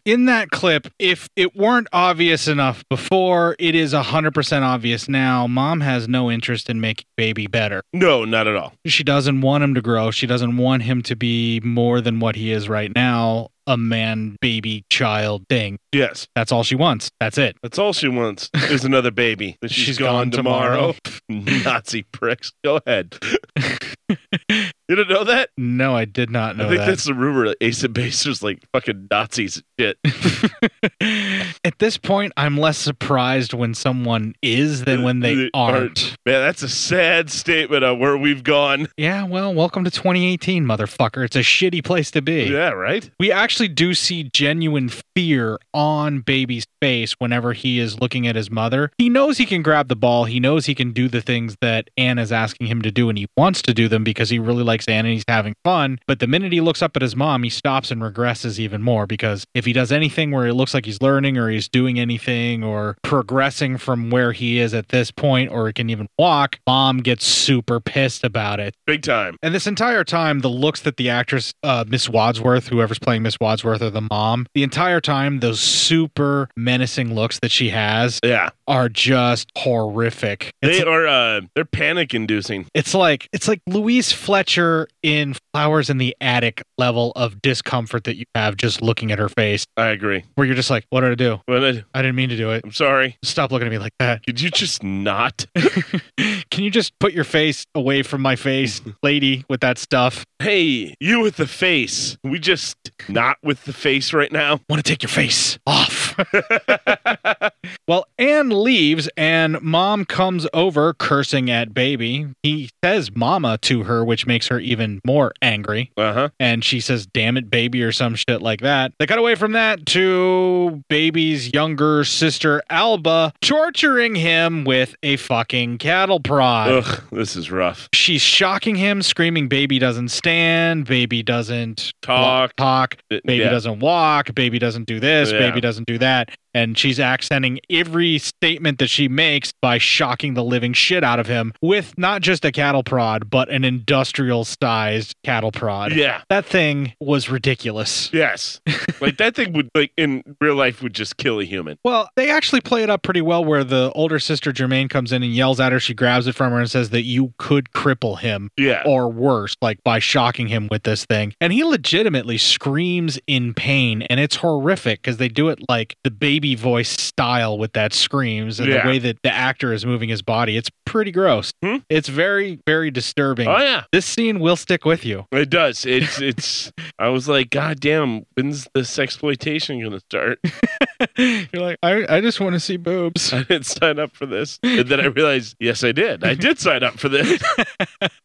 in that clip, if it weren't obvious enough before, it is 100% obvious now. Mom has no interest in making baby better. No, not at all. She doesn't want him to grow. She doesn't want him to be more than what he is right now a man, baby, child thing. Yes. That's all she wants. That's it. That's all she wants is another baby. That She's she's gone, gone tomorrow. tomorrow. Nazi pricks. Go ahead. you didn't know that? No, I did not I know think that. that's the rumor. that Ace of Base was like fucking Nazis and shit. At this point, I'm less surprised when someone is than when they aren't. Man, that's a sad statement on where we've gone. Yeah, well, welcome to 2018, motherfucker. It's a shitty place to be. Yeah, right? We actually do see genuine fear on baby's face whenever he is looking at his mother. He knows he can grab the ball. He knows he can do the things that Anne is asking him to do, and he wants to do them because he really likes Anne and he's having fun. But the minute he looks up at his mom, he stops and regresses even more because if he does anything where it looks like he's learning or he's doing anything or progressing from where he is at this point or he can even walk, mom gets super pissed about it. Big time. And this entire time, the looks that the actress, uh, Miss Wadsworth, whoever's playing Miss Wadsworth or the mom, the entire time, those super menacing looks that she has. Yeah. are just horrific. They are uh, they're panic inducing. It's like it's like Louise Fletcher in Flowers in the Attic level of discomfort that you have just looking at her face. I agree. Where you're just like, what did I do? What did I didn't mean to do it. I'm sorry. Stop looking at me like that. Could you just not? Can you just put your face away from my face, lady, with that stuff? Hey, you with the face. We just not with the face right now. Want to take your face off? Well, Anne leaves and mom comes over cursing at baby. He says mama to her, which makes her even more angry. Uh huh. And she says, damn it, baby, or some shit like that. They cut away from that to baby's younger sister, Alba, torturing him with a fucking cattle prod. Ugh, this is rough. She's shocking him, screaming, Baby doesn't stand, baby doesn't Talk. talk, Th- baby yeah. doesn't walk, baby doesn't do this, Yeah. baby doesn't do that. And she's accenting every statement that she makes by shocking the living shit out of him with not just a cattle prod, but an industrial sized cattle prod. Yeah. That thing was ridiculous. Yes. like that thing would like in real life would just kill a human. Well, they actually play it up pretty well where the older sister Jermaine comes in and yells at her. She grabs it from her and says that you could cripple him. Yeah. Or worse, like by shocking him with this thing. And he legitimately screams in pain. And it's horrific because they do it like the baby voice style with that screams and Yeah. Hmm? the way that the actor is moving his body. It's pretty gross. It's very, very disturbing. Oh, yeah. This scene will stick with you. It does. It's it's I was like, God damn, when's this exploitation gonna start? You're like, I, I just want to see boobs. I didn't sign up for this. And then I realized, yes I did. I did sign up for this.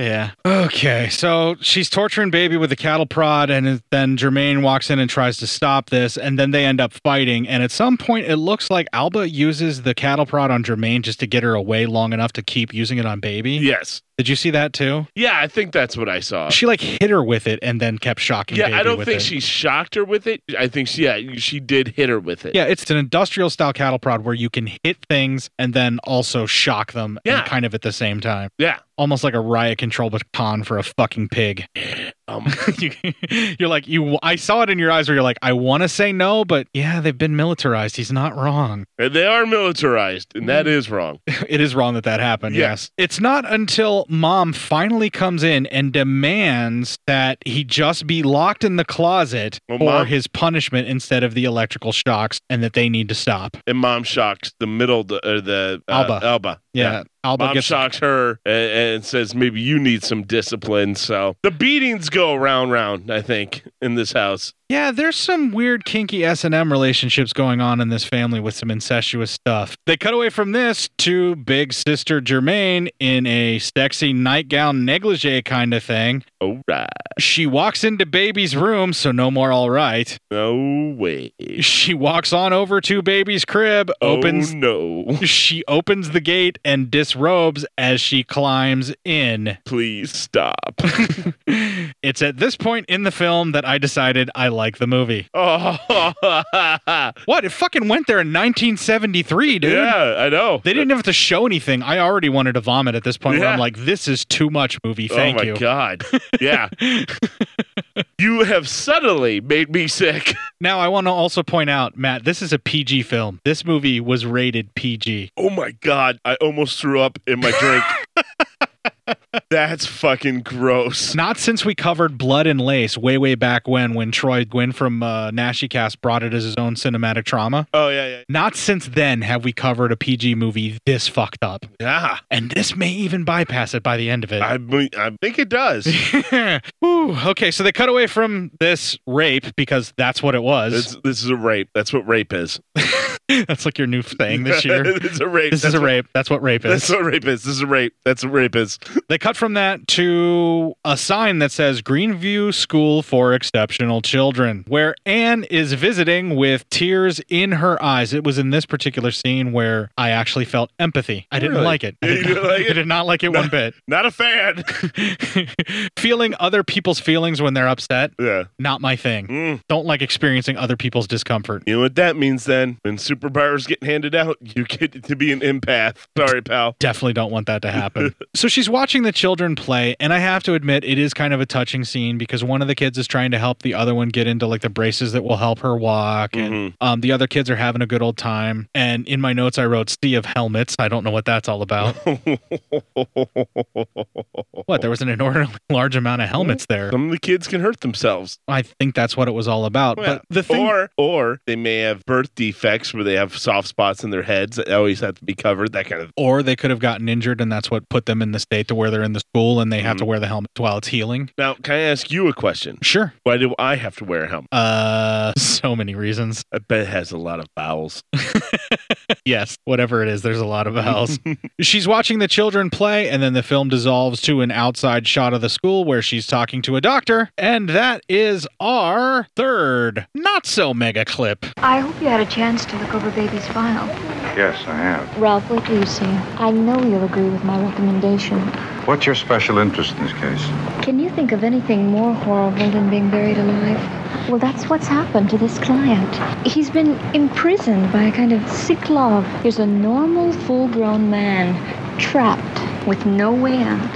Yeah. Okay. So she's torturing baby with a cattle prod, and then Jermaine walks in and tries to stop this, and then they end up fighting. And at some point, it looks like Alba uses the cattle prod on Jermaine just to get her away long enough to keep using it on baby. Yes. Did you see that too? Yeah, I think that's what I saw. She like hit her with it and then kept shocking. yeah, baby I don't with think it. she shocked her with it. I think she, yeah, she did hit her with it. Yeah, it's an industrial style cattle prod where you can hit things and then also shock them yeah. kind of at the same time. Yeah. Almost like a riot control baton for a fucking pig. Um. you, you're like you I saw it in your eyes where you're like I want to say no but yeah they've been militarized he's not wrong. And they are militarized, and that is wrong. Mm. It is wrong that that happened. Yes. It's not until mom finally comes in and demands that he just be locked in the closet Well, for Mom- his punishment instead of the electrical shocks and that they need to stop. And mom shocks the middle, the, uh, the uh, Alba. Alba. Yeah, Alba mom gets- shocks her and, and says, maybe you need some discipline. So the beatings go round, round, I think, in this house. Yeah, there's some weird kinky S and M relationships going on in this family with some incestuous stuff. They cut away from this to big sister Germaine in a sexy nightgown negligee kind of thing. All right. She walks into baby's room, so no more all right. No way. She walks on over to baby's crib, Oh, opens no. She opens the gate and disrobes as she climbs in. Please stop. it's at this point in the film that I decided I like the movie. Oh, What? It fucking went there in 1973, dude. Yeah, I know. They didn't have to show anything. I already wanted to vomit at this point where Yeah. I'm like, this is too much movie. Thank oh my you. god. Yeah. you have suddenly made me sick. Now, I want to also point out, Matt, this is a PG film. This movie was rated PG. Oh my god, I almost threw up in my drink. That's fucking gross. Not since we covered Blood and Lace way, way back when, when Troy Gwynn from uh, NashiCast brought it as his own cinematic trauma. Oh yeah, yeah. Not since then have we covered a PG movie this fucked up. Yeah. And this may even bypass it by the end of it. I mean, I think it does. Whew. Okay, so they cut away from this rape because that's what it was. This, this is a rape. That's what rape is. that's like your new thing this year. It's a rape. This That's is a what- rape. that's what rape is. That's what rape is. This is a rape. That's what rape is. They cut from that to a sign that says Greenview School for Exceptional Children, where Anne is visiting with tears in her eyes. It was in this particular scene where I actually felt empathy. I didn't Really? like it. I You did, didn't not, like it? I did not like it one bit. Not a fan. Feeling other people's feelings when they're upset, yeah. Mm. not my thing. Don't like experiencing other people's discomfort. You know what that means then? When superpowers get handed out, you get to be an empath. Sorry, pal. Definitely don't want that to happen. so she's watching the children. children play, and I have to admit it is kind of a touching scene because one of the kids is trying to help the other one get into like the braces that will help her walk, Mm-hmm. and um, the other kids are having a good old time. And in my notes, I wrote "Sea of Helmets." I don't know what that's all about. what? There was an inordinately large amount of helmets there. Some of the kids can hurt themselves. I think that's what it was all about. Well, but the thing, or or they may have birth defects where they have soft spots in their heads that always have to be covered. That kind of or they could have gotten injured, and that's what put them in the state to where they're in the school, and they have Mm-hmm. to wear the helmets while it's healing. Now, can I ask you a question? Sure. Why do I have to wear a helmet? Uh, so many reasons. I bet it has a lot of vowels. yes, whatever it is, there's a lot of uh, vowels. she's watching the children play, and then the film dissolves to an outside shot of the school where she's talking to a doctor, and that is our third not so mega clip. I hope you had a chance to look over Baby's file. Yes, I have. Ralph, wait till you see him. I know you'll agree with my recommendation. What's your special interest in this case? Can you think of anything more horrible than being buried alive? Well, that's what's happened to this client. He's been imprisoned by a kind of sick love. Here's a normal, full grown man, trapped with no way out.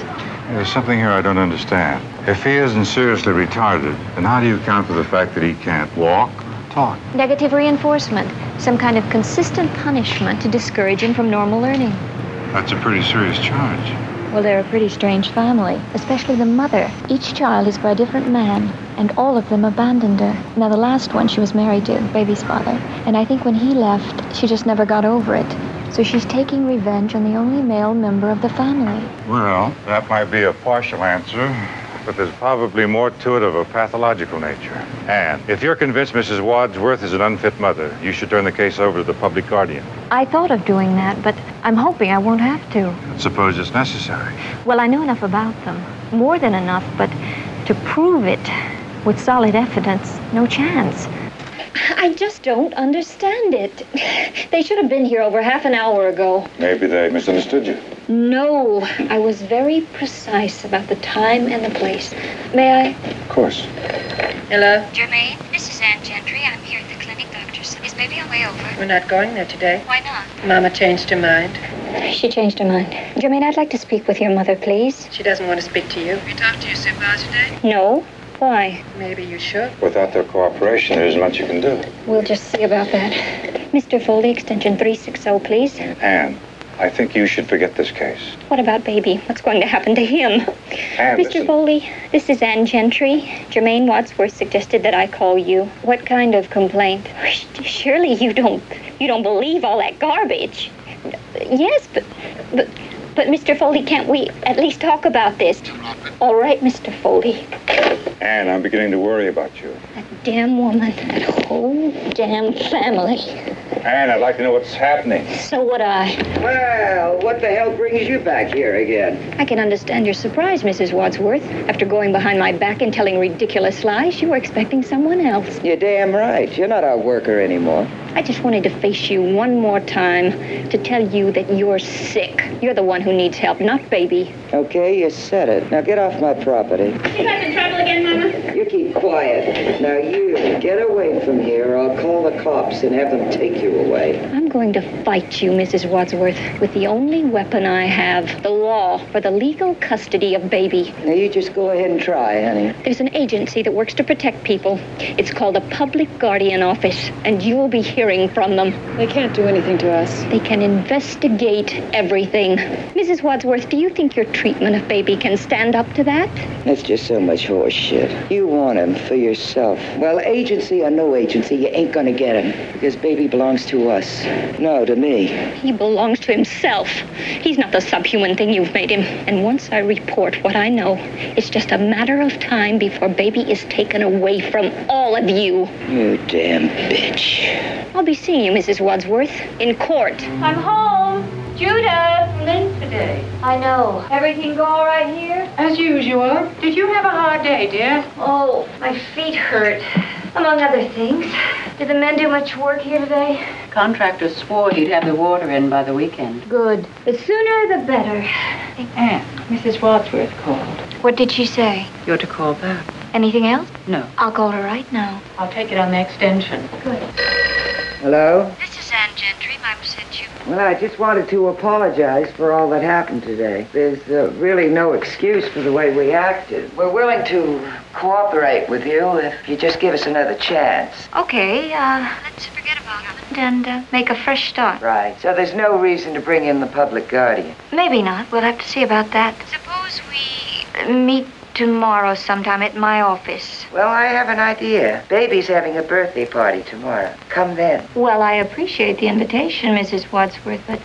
There's something here I don't understand. If he isn't seriously retarded, then how do you account for the fact that he can't walk, talk? Negative reinforcement, some kind of consistent punishment to discourage him from normal learning. That's a pretty serious charge. Well, they're a pretty strange family, especially the mother. Each child is by a different man, and all of them abandoned her. Now, the last one she was married to, baby's father, and I think when he left, she just never got over it. So she's taking revenge on the only male member of the family. Well, that might be a partial answer, but there's probably more to it of a pathological nature. And if you're convinced Mrs. Wadsworth is an unfit mother, you should turn the case over to the public guardian. I thought of doing that, but I'm hoping I won't have to. Suppose it's necessary. Well, I know enough about them, more than enough, but to prove it with solid evidence, no chance. I just don't understand it. They should have been here over half an hour ago. Maybe they misunderstood you. No, I was very precise about the time and the place. May I? Of course. Hello? Jermaine, this is Ann Gentry. I'm here at the clinic, Doctor. Is baby on way over? We're not going there today. Why not? Mama changed her mind. She changed her mind. Jermaine, I'd like to speak with your mother, please. She doesn't want to speak to you. You talked to your supervisor today? No? Why? Maybe you should. Without their cooperation, there isn't much you can do. We'll just see about that. Mr. Foley, extension 360, please. Anne, I think you should forget this case. What about baby? What's going to happen to him? Anne, Mr. listen. Foley, this is Anne Gentry. Jermaine Wadsworth suggested that I call you. What kind of complaint? Surely you don't you don't believe all that garbage. Yes, but but but Mr. Foley, can't we at least talk about this? All right, Mr. Foley. Anne, I'm beginning to worry about you. Damn woman. That whole damn family. Anne, I'd like to know what's happening. So would I. Well, what the hell brings you back here again? I can understand your surprise, Mrs. Wadsworth. After going behind my back and telling ridiculous lies, you were expecting someone else. You're damn right. You're not our worker anymore. I just wanted to face you one more time to tell you that you're sick. You're the one who needs help, not baby. Okay, you said it. Now get off my property. You guys in trouble again, Mama? You keep quiet. Now you get away from here, or I'll call the cops and have them take you away. I'm going to fight you, Mrs. Wadsworth, with the only weapon I have the law for the legal custody of baby. Now you just go ahead and try, honey. There's an agency that works to protect people. It's called the Public Guardian Office, and you will be hearing from them. They can't do anything to us. They can investigate everything. Mrs. Wadsworth, do you think your treatment of baby can stand up to that? That's just so much horse shit. You want him for yourself. Well, agency or no agency, you ain't gonna get him. Because baby belongs to us. No, to me. He belongs to himself. He's not the subhuman thing you've made him. And once I report what I know, it's just a matter of time before baby is taken away from all of you. You damn bitch. I'll be seeing you, Mrs. Wadsworth, in court. I'm home. Judah. I'm late today. I know. Everything go all right here? As usual. Did you have a hard day, dear? Oh, my feet hurt, among other things. Did the men do much work here today? Contractor swore he'd have the water in by the weekend. Good. The sooner the better. Anne, Mrs. Wadsworth called. What did she say? You're to call back. Anything else? No. I'll call her right now. I'll take it on the extension. Good. Hello? This is Ann Gentry. Mama sent you. Well, I just wanted to apologize for all that happened today. There's uh, really no excuse for the way we acted. We're willing to cooperate with you if you just give us another chance. Okay, uh, let's forget about it and uh, make a fresh start. Right. So there's no reason to bring in the public guardian. Maybe not. We'll have to see about that. Suppose we meet tomorrow sometime at my office. Well, I have an idea. Baby's having a birthday party tomorrow. Come then. Well, I appreciate the invitation, Mrs. Wadsworth, but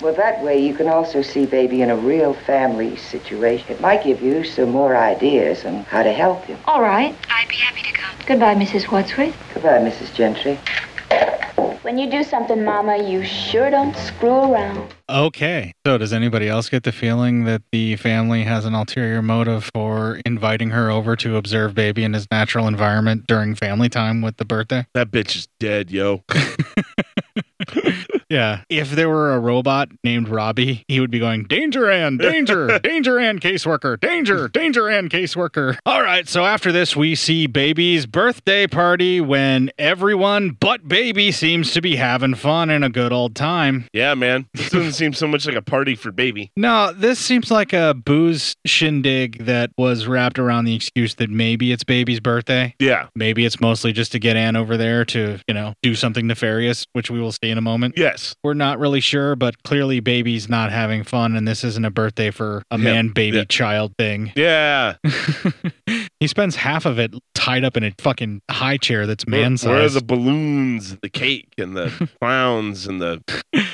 Well, that way you can also see baby in a real family situation. It might give you some more ideas on how to help him. all right. I'd be happy to come. Goodbye, Mrs. Wadsworth. Goodbye, Mrs. Gentry. When you do something, Mama, you sure don't screw around. Okay. So, does anybody else get the feeling that the family has an ulterior motive for inviting her over to observe baby in his natural environment during family time with the birthday? That bitch is dead, yo. Yeah. If there were a robot named Robbie, he would be going, Danger and danger, danger and caseworker, danger, danger and caseworker. All right. So after this, we see Baby's birthday party when everyone but Baby seems to be having fun and a good old time. Yeah, man. This doesn't seem so much like a party for baby. No, this seems like a booze shindig that was wrapped around the excuse that maybe it's baby's birthday. Yeah. Maybe it's mostly just to get Ann over there to, you know, do something nefarious, which we will see in a moment. Yes. We're not really sure, but clearly baby's not having fun and this isn't a birthday for a Yeah. man baby Yeah. child thing. Yeah. He spends half of it tied up in a fucking high chair that's man Where are the sized. balloons, the cake, and the clowns, and the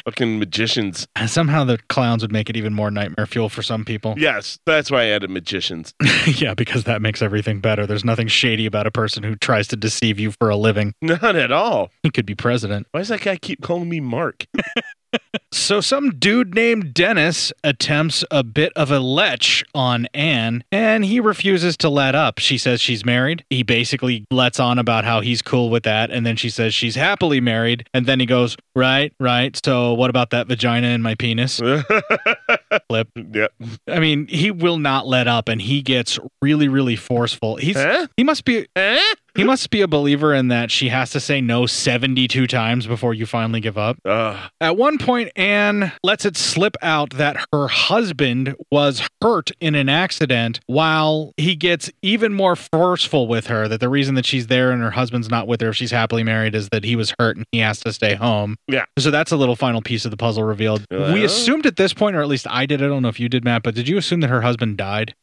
fucking magicians? Somehow the clowns would make it even more nightmare fuel for some people. Yes, that's why I added magicians. yeah, because that makes everything better. There's nothing shady about a person who tries to deceive you for a living. Not at all. He could be president. Why does that guy keep calling me Mark? So some dude named Dennis attempts a bit of a lech on Anne, and he refuses to let up. She says she's married. He basically lets on about how he's cool with that, and then she says she's happily married, and then he goes, "Right, right. So what about that vagina and my penis?" Flip. Yep. I mean, he will not let up, and he gets really, really forceful. He's he must be he must be a believer in that she has to say no seventy two times before you finally give up. At one point, Anne lets it slip out that her husband was hurt in an accident, while he gets even more forceful with her. That the reason that she's there and her husband's not with her, if she's happily married, is that he was hurt and he has to stay home. Yeah. So that's a little final piece of the puzzle revealed. like, we "Oh." assumed at this point, or at least I did. I don't know if you did, Matt, but did you assume that her husband died?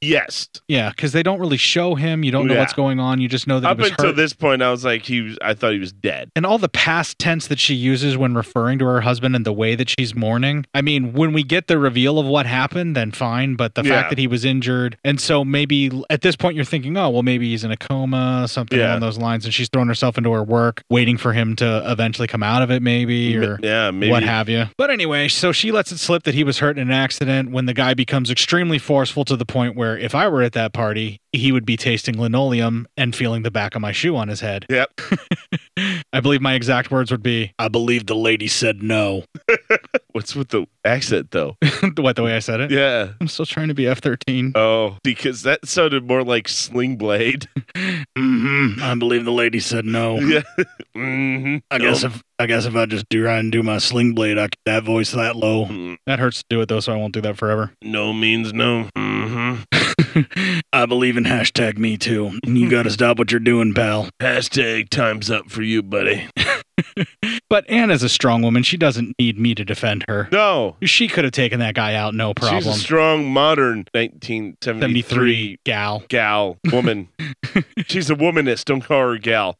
yes. Yeah, because they don't really show him. You don't know Yeah. what's going on. You just know that Up he was until hurt. this point, I was like, he was. I thought he was dead. and all the past tense that she uses when referring to her husband and the way that she's mourning. I mean, when we get the reveal of what happened, then fine. But the Yeah. fact that he was injured, and so maybe l- at this point you're thinking, oh, well, maybe he's in a coma, something Yeah. along those lines, and she's thrown herself into her work, waiting for him to eventually come out of it, maybe, or yeah, maybe. what have you. But anyway, so she lets it slip that he was hurt in an accident when the guy becomes extremely forceful to the point where if I were at that party, he would be tasting linoleum and feeling the back of my shoe on his head. Yep. I believe my exact words would be I believe the lady said no. What's with the accent though? what the way I said it? Yeah. I'm still trying to be F thirteen. Oh, because that sounded more like Sling Blade. Mm-hmm. I believe the lady said no. Yeah. mm-hmm. I guess if I guess if I just do try and do my sling blade, I get that voice that low. Mm. That hurts to do it though, so I won't do that forever. no means no. Mm-hmm. I believe in hashtag me too. You gotta stop what you're doing, pal. Hashtag time's up for you, buddy. But Anne is a strong woman. She doesn't need me to defend her. No. She could have taken that guy out, no problem. She's a strong, modern 1973 gal. Gal. Woman. She's a womanist. Don't call her a gal.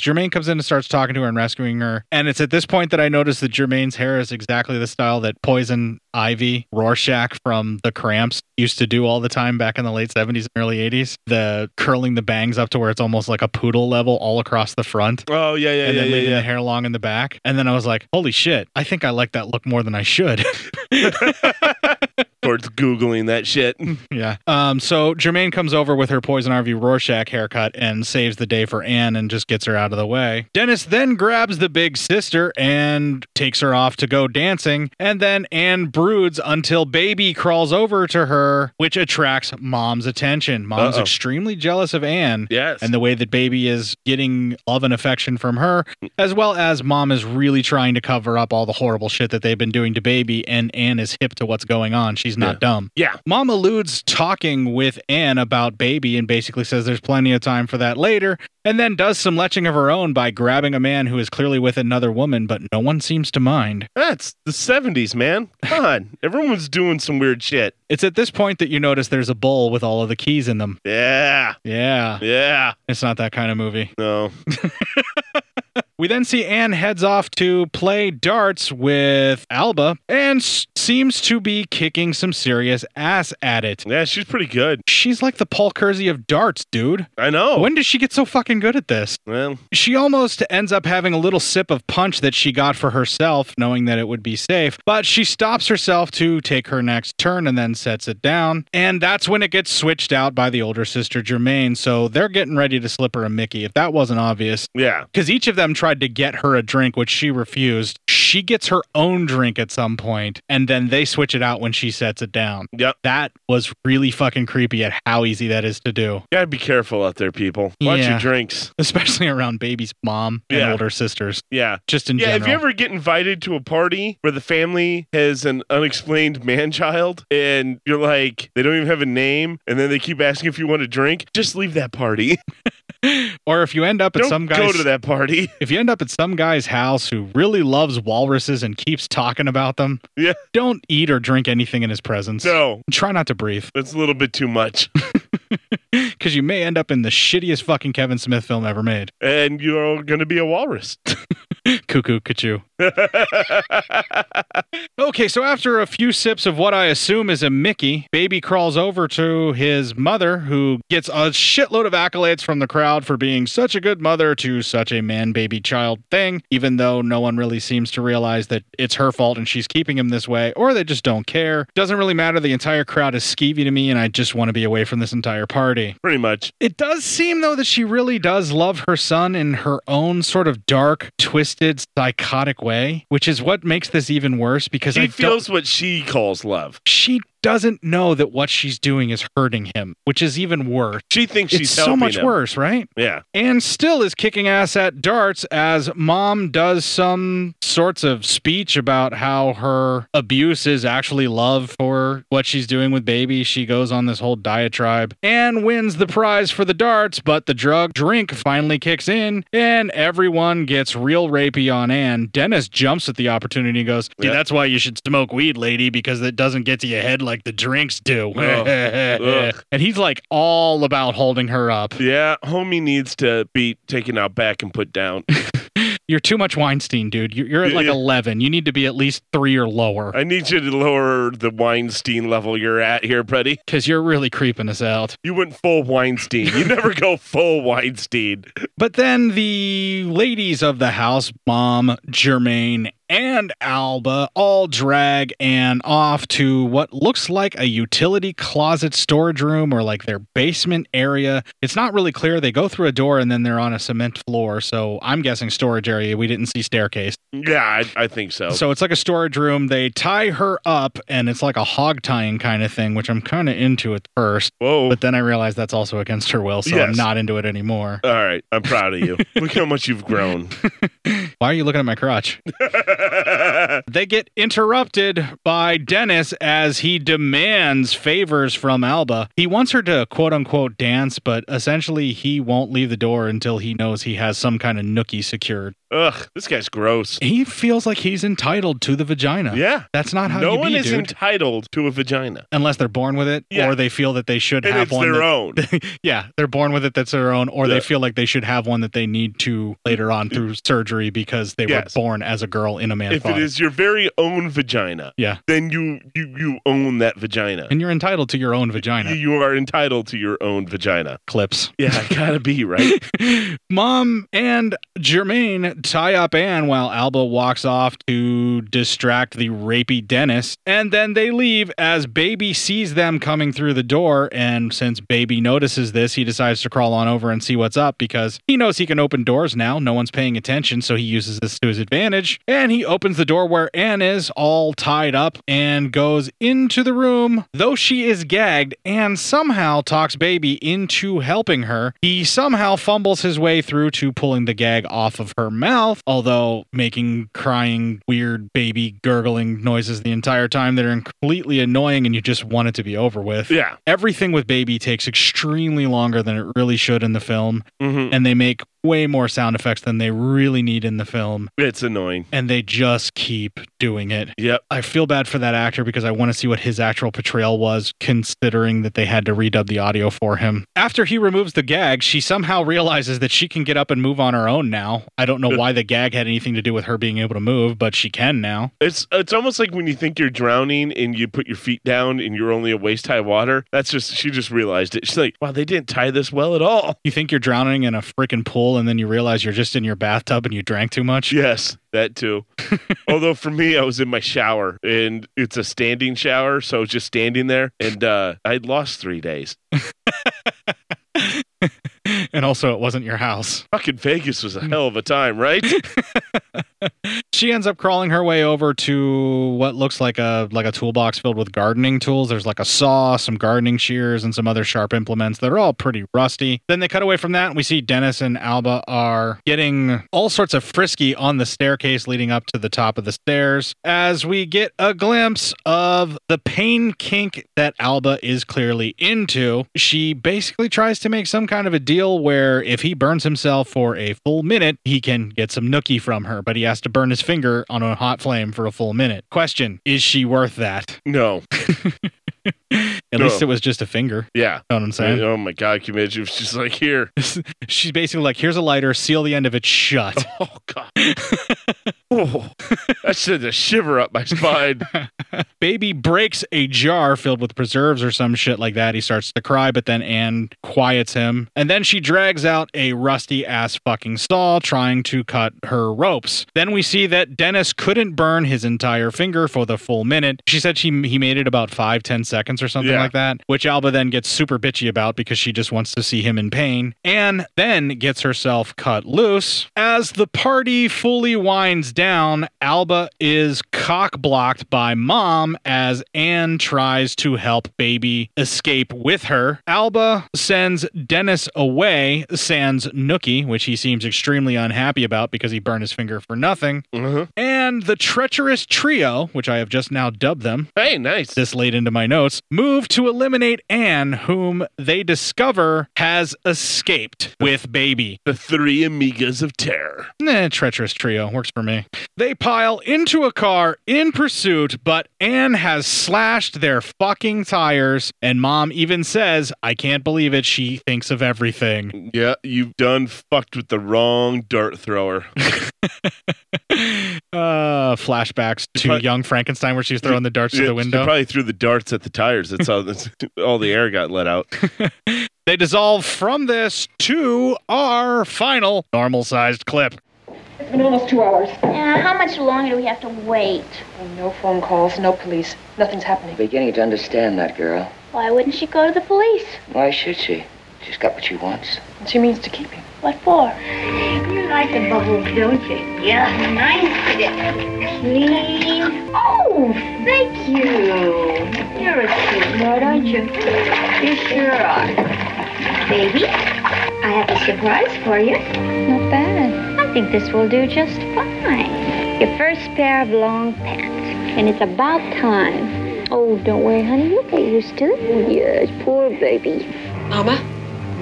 Jermaine comes in and starts talking to her and rescuing her. And it's at this point that I notice that Jermaine's hair is exactly the style that Poison Ivy Rorschach from The Cramps used to do all the time back in the late 70s and early 80s. The curling the bangs up to where it's almost like a poodle level all across the front. Oh, yeah, yeah, and yeah, then yeah, leaving yeah. the hair long in the back. And then I was like, holy shit, I think I like that look more than I should. Of Howard's Googling that shit. Yeah. Um, so Jermaine comes over with her poison RV Rorschach haircut and saves the day for Anne and just gets her out of the way. Dennis then grabs the big sister and takes her off to go dancing. And then Anne broods until baby crawls over to her, which attracts mom's attention. Mom's Uh-oh. extremely jealous of Anne. Yes. And the way that baby is getting love and affection from her, as well as mom is really trying to cover up all the horrible shit that they've been doing to baby. And Anne is hip to what's going on. She's not dumb. Yeah. Mom alludes talking with Anne about baby and basically says there's plenty of time for that later, and then does some leching of her own by grabbing a man who is clearly with another woman, but no one seems to mind. That's the 70s, man. Come on. Everyone's doing some weird shit. It's at this point that you notice there's a bowl with all of the keys in them. Yeah. Yeah. Yeah. It's not that kind of movie. No. We then see Anne heads off to play darts with Alba and s- seems to be kicking some serious ass at it. Yeah, she's pretty good. She's like the Paul Kersey of darts, dude. I know. When does she get so fucking good at this? Well, She almost ends up having a little sip of punch that she got for herself, knowing that it would be safe, but she stops herself to take her next turn and then sets it down. And that's when it gets switched out by the older sister, Germaine. So they're getting ready to slip her a Mickey, if that wasn't obvious. Yeah. Because each of them tried to get her a drink, which she refused. She gets her own drink at some point, and then they switch it out when she sets it down. Yep. That was really fucking creepy at how easy that is to do. gotta be careful out there, people. Watch Yeah. your drinks. Especially around baby's mom and Yeah. older sisters. Yeah. Just in yeah, general. if you ever get invited to a party where the family has an unexplained man child and you're like, they don't even have a name, and then they keep asking if you want a drink, just leave that party. or if you end up at Don't some go guy's to that party. If you end up at some guy's house who really loves walruses and keeps talking about them, yeah. don't eat or drink anything in his presence. No. Try not to breathe That's a little bit too much. because you may end up in the shittiest fucking Kevin Smith film ever made. and you're going to be a walrus. Cuckoo, cuckoo. Okay, so after a few sips of what I assume is a Mickey, Baby crawls over to his mother, who gets a shitload of accolades from the crowd for being such a good mother to such a man baby child thing, even though no one really seems to realize that it's her fault and she's keeping him this way, or they just don't care. Doesn't really matter. The entire crowd is skeevy to me, and I just want to be away from this entire party. Pretty much. It does seem, though, that she really does love her son in her own sort of dark, twisted, psychotic way, which is what makes this even worse because I She don't- feels what she calls love. she doesn't know that what she's doing is hurting him, which is even worse. She thinks it's she's so helping much him. worse, right? Yeah. And still is kicking ass at darts as mom does some sorts of speech about how her abuse is actually love for what she's doing with baby. She goes on this whole diatribe and wins the prize for the darts, but the drug drink finally kicks in and everyone gets real rapey on Anne. Dennis jumps at the opportunity and goes, "Dude, that's why you should smoke weed, lady, because it doesn't get to your head like the drinks do." Ugh. and he's like all about holding her up. Yeah, homie needs to be taken out back and put down. You're too much Weinstein, dude. You- You're at like 11. You need to be at least three or lower I need you to lower the Weinstein level you're at here, buddy. because you're really creeping us out. You went full Weinstein. You never go full Weinstein. But then the ladies of the house, Mom, Germaine, and Alba, all drag Anne off to what looks like a utility closet storage room or like their basement area. It's not really clear. They go through a door and then they're on a cement floor. So I'm guessing storage area. We didn't see staircase. Yeah, I, I think so. So it's like a storage room. They tie her up, and it's like a hog tying kind of thing, which I'm kind of into at first. Whoa! But then I realized that's also against her will, so I'm Yes. not into it anymore. all right, I'm proud of you. Look how much you've grown. Why are you looking at my crotch? they get interrupted by Dennis as he demands favors from Alba. He wants her to quote unquote dance, but essentially he won't leave the door until he knows he has some kind of nookie secured. Ugh, this guy's gross. He feels like he's entitled to the vagina. Yeah. That's not how no you one be, is dude. entitled to a vagina. unless they're born with it Yeah. or they feel that they should And have it's one their that- own. yeah they're born with it that's their own or Yeah. they feel like they should have one that they need to later on through surgery because they Yes. were born as a girl in a man's if body it is your very own vagina, Yeah. then you you you own that vagina. and you're entitled to your own vagina You are entitled to your own vagina. clips Yeah, gotta be right. Mom and Jermaine tie up Anne while Alba walks off to distract the rapey Dennis. And then they leave as Baby sees them coming through the door. And since Baby notices this, he decides to crawl on over and see what's up because he knows he can open doors now. No one's paying attention, so he uses this to his advantage. And he opens the door where Anne is, all tied up, and goes into the room. Though she is gagged, Anne somehow talks Baby into helping her. He somehow fumbles his way through to pulling the gag off of her mouth, although making crying, weird baby gurgling noises the entire time that are completely annoying and you just want it to be over with. Yeah. Everything with Baby takes extremely longer than it really should in the film, Mm-hmm. Mm. and they make way more sound effects than they really need in the film. It's annoying. And they just keep doing it. Yep. I feel bad for that actor because I want to see what his actual portrayal was, considering that they had to redub the audio for him. After he removes the gag, she somehow realizes that she can get up and move on her own now. I don't know why the gag had anything to do with her being able to move, but she can now. It's it's almost like when you think you're drowning and you put your feet down and you're only at waist high water. That's just she just realized it. She's like, wow, they didn't tie this well at all. You think you're drowning in a freaking pool and then you realize you're just in your bathtub and you drank too much? Yes, that too. Although for me, I was in my shower and it's a standing shower, so I was just standing there and uh, I'd lost three days. And also, it wasn't your house. Mm. Fucking Vegas was a hell of a time, right? She ends up crawling her way over to what looks like a like a toolbox filled with gardening tools. There's like a saw, some gardening shears, and some other sharp implements. They're all pretty rusty. Then they cut away from that, and we see Dennis and Alba are getting all sorts of frisky on the staircase leading up to the top of the stairs. As we get a glimpse of the pain kink that Alba is clearly into, she basically tries to make some kind of a deal where if he burns himself for a full minute, he can get some nookie from her, but he has to burn his finger on a hot flame for a full minute. Question Is she worth that? No. At No. least it was just a finger. Yeah. Know what I'm saying? Oh my God, can you imagine if she's like, here. She's basically like, here's a lighter, seal the end of it shut. Oh, That sent a shiver up my spine. Baby breaks a jar filled with preserves or some shit like that. He starts to cry, but then Anne quiets him. And then she drags out a rusty ass fucking saw trying to cut her ropes. Then we see that Dennis couldn't burn his entire finger for the full minute. She said she he made it about five, ten seconds or something Yeah. like that, which Alba then gets super bitchy about because she just wants to see him in pain. Anne then gets herself cut loose. As the party fully winds down, Alba is cock blocked by mom as Anne tries to help baby escape with her. Alba sends Dennis away, sans Nookie, which he seems extremely unhappy about because he burned his finger for nothing. Uh-huh. And the treacherous trio, which I have just now dubbed them. Hey, nice. This laid into my notes. Move to eliminate Anne, whom they discover has escaped with baby. The three amigas of terror. Nah, treacherous trio. Works for me. They pile into a car in pursuit, but Anne has slashed their fucking tires. And mom even says, I can't believe it. She thinks of everything. Yeah, you've done fucked with the wrong dart thrower. Uh, flashbacks to young Frankenstein where she's throwing the darts through Yeah, the window. They probably threw the darts at the tires. That's how that's, all the air got let out. They dissolve from this to our final normal sized clip. It's been almost two hours. Yeah, how much longer do we have to wait? No phone calls, no police. Nothing's happening. Beginning to understand that girl. Why wouldn't she go to the police? Why should she? She's got what she wants. She means to keep him. What for? You like the bubbles, don't you? Yeah, nice. Clean. Oh, thank you. You're a sweetheart, aren't you? You sure are. Baby, I have a surprise for you. Not bad. I think this will do just fine. Your first pair of long pants. And it's about time. Oh, don't worry, honey. You'll get used to it. Oh, Yes, poor baby. Mama?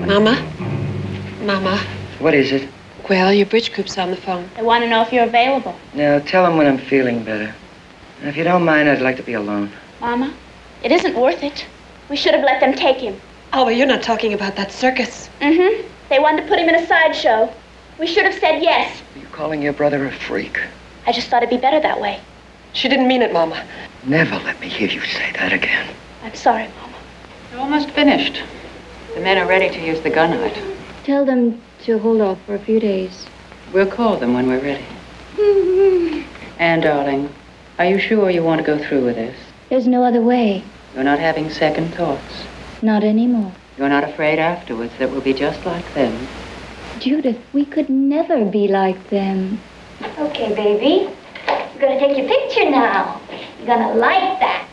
Mama? Mama? What is it? Well, your bridge group's on the phone. They want to know if you're available. Now tell him when I'm feeling better. And if you don't mind, I'd like to be alone. Mama, it isn't worth it. We should have let them take him. Alba, Oh, you're not talking about that circus. Mm-hmm. They wanted to put him in a sideshow. We should have said yes. You calling your brother a freak? I just thought it'd be better that way. She didn't mean it, Mama. Never let me hear you say that again. I'm sorry, Mom. You're almost finished. The men are ready to use the gunite. Tell them to hold off for a few days. We'll call them when we're ready. Anne, darling, are you sure you want to go through with this? There's no other way. You're not having second thoughts. Not anymore. You're not afraid afterwards that we'll be just like them. Judith, we could never be like them. Okay, baby. You're gonna take your picture now. You're gonna like that.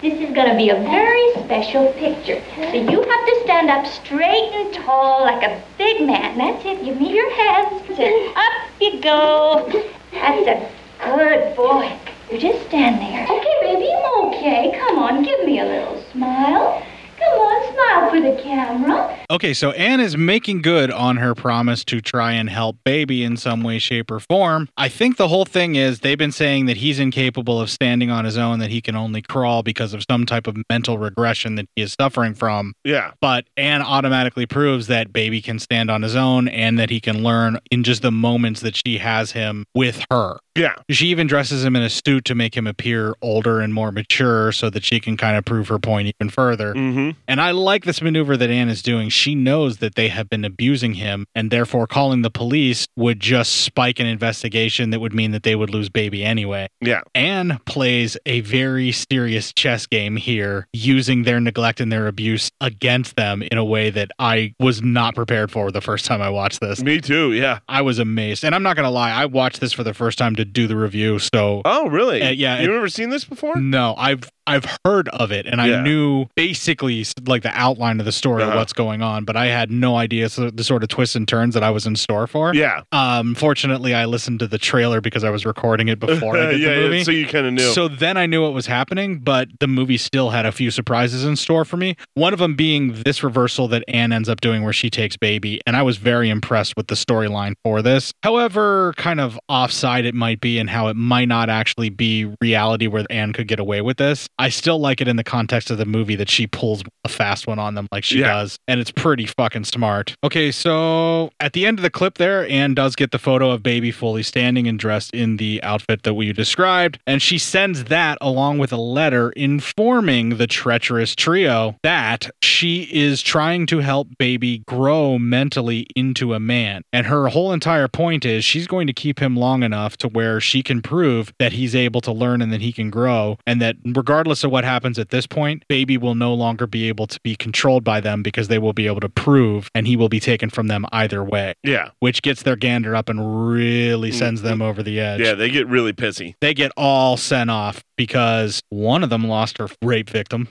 This is gonna be a very special picture. So you have to stand up straight and tall like a big man. That's it. You meet your heads. That's it. Up you go. That's a good boy. You just stand there. Okay, baby, I'm okay. Come on, give me a little smile. Come on, smile for the camera. Okay, so Anne is making good on her promise to try and help Baby in some way, shape, or form. I think the whole thing is they've been saying that he's incapable of standing on his own, that he can only crawl because of some type of mental regression that he is suffering from. Yeah. But Anne automatically proves that Baby can stand on his own and that he can learn in just the moments that she has him with her. Yeah. She even dresses him in a suit to make him appear older and more mature so that she can kind of prove her point even further. Mm-hmm. And I like this maneuver that Anne is doing. She knows that they have been abusing him, and therefore calling the police would just spike an investigation that would mean that they would lose baby anyway. Yeah. Anne plays a very serious chess game here, using their neglect and their abuse against them in a way that I was not prepared for the first time I watched this. Me too, yeah. I was amazed. And I'm not going to lie, I watched this for the first time to do the review, so. Oh, really? Uh, yeah. You've it- never seen this before? no, I've I've heard of it, and Yeah. I knew basically s- like the outline of the story of Uh-huh. what's going on, but I had no idea so the sort of twists and turns that I was in store for. Yeah. Um. Fortunately, I listened to the trailer because I was recording it before I did Yeah, the yeah, movie, so you kinda knew. So then I knew what was happening, but the movie still had a few surprises in store for me. One of them being this reversal that Anne ends up doing, where she takes baby, and I was very impressed with the storyline for this. However, kind of offside it might be, and how it might not actually be reality where Anne could get away with this. I still like it in the context of the movie that she pulls a fast one on them like she Yeah. does, and it's pretty fucking smart. Okay, so at the end of the clip there, Anne does get the photo of baby fully standing and dressed in the outfit that we described, and she sends that along with a letter informing the treacherous trio that she is trying to help baby grow mentally into a man. And her whole entire point is she's going to keep him long enough to where she can prove that he's able to learn and that he can grow, and that regardless of what happens at this point, baby will no longer be able to be controlled by them because they will be able to prove and he will be taken from them either way. Yeah. Which gets their gander up and really Mm. sends them over the edge. Yeah, they get really pissy. They get all sent off because one of them lost her rape victim,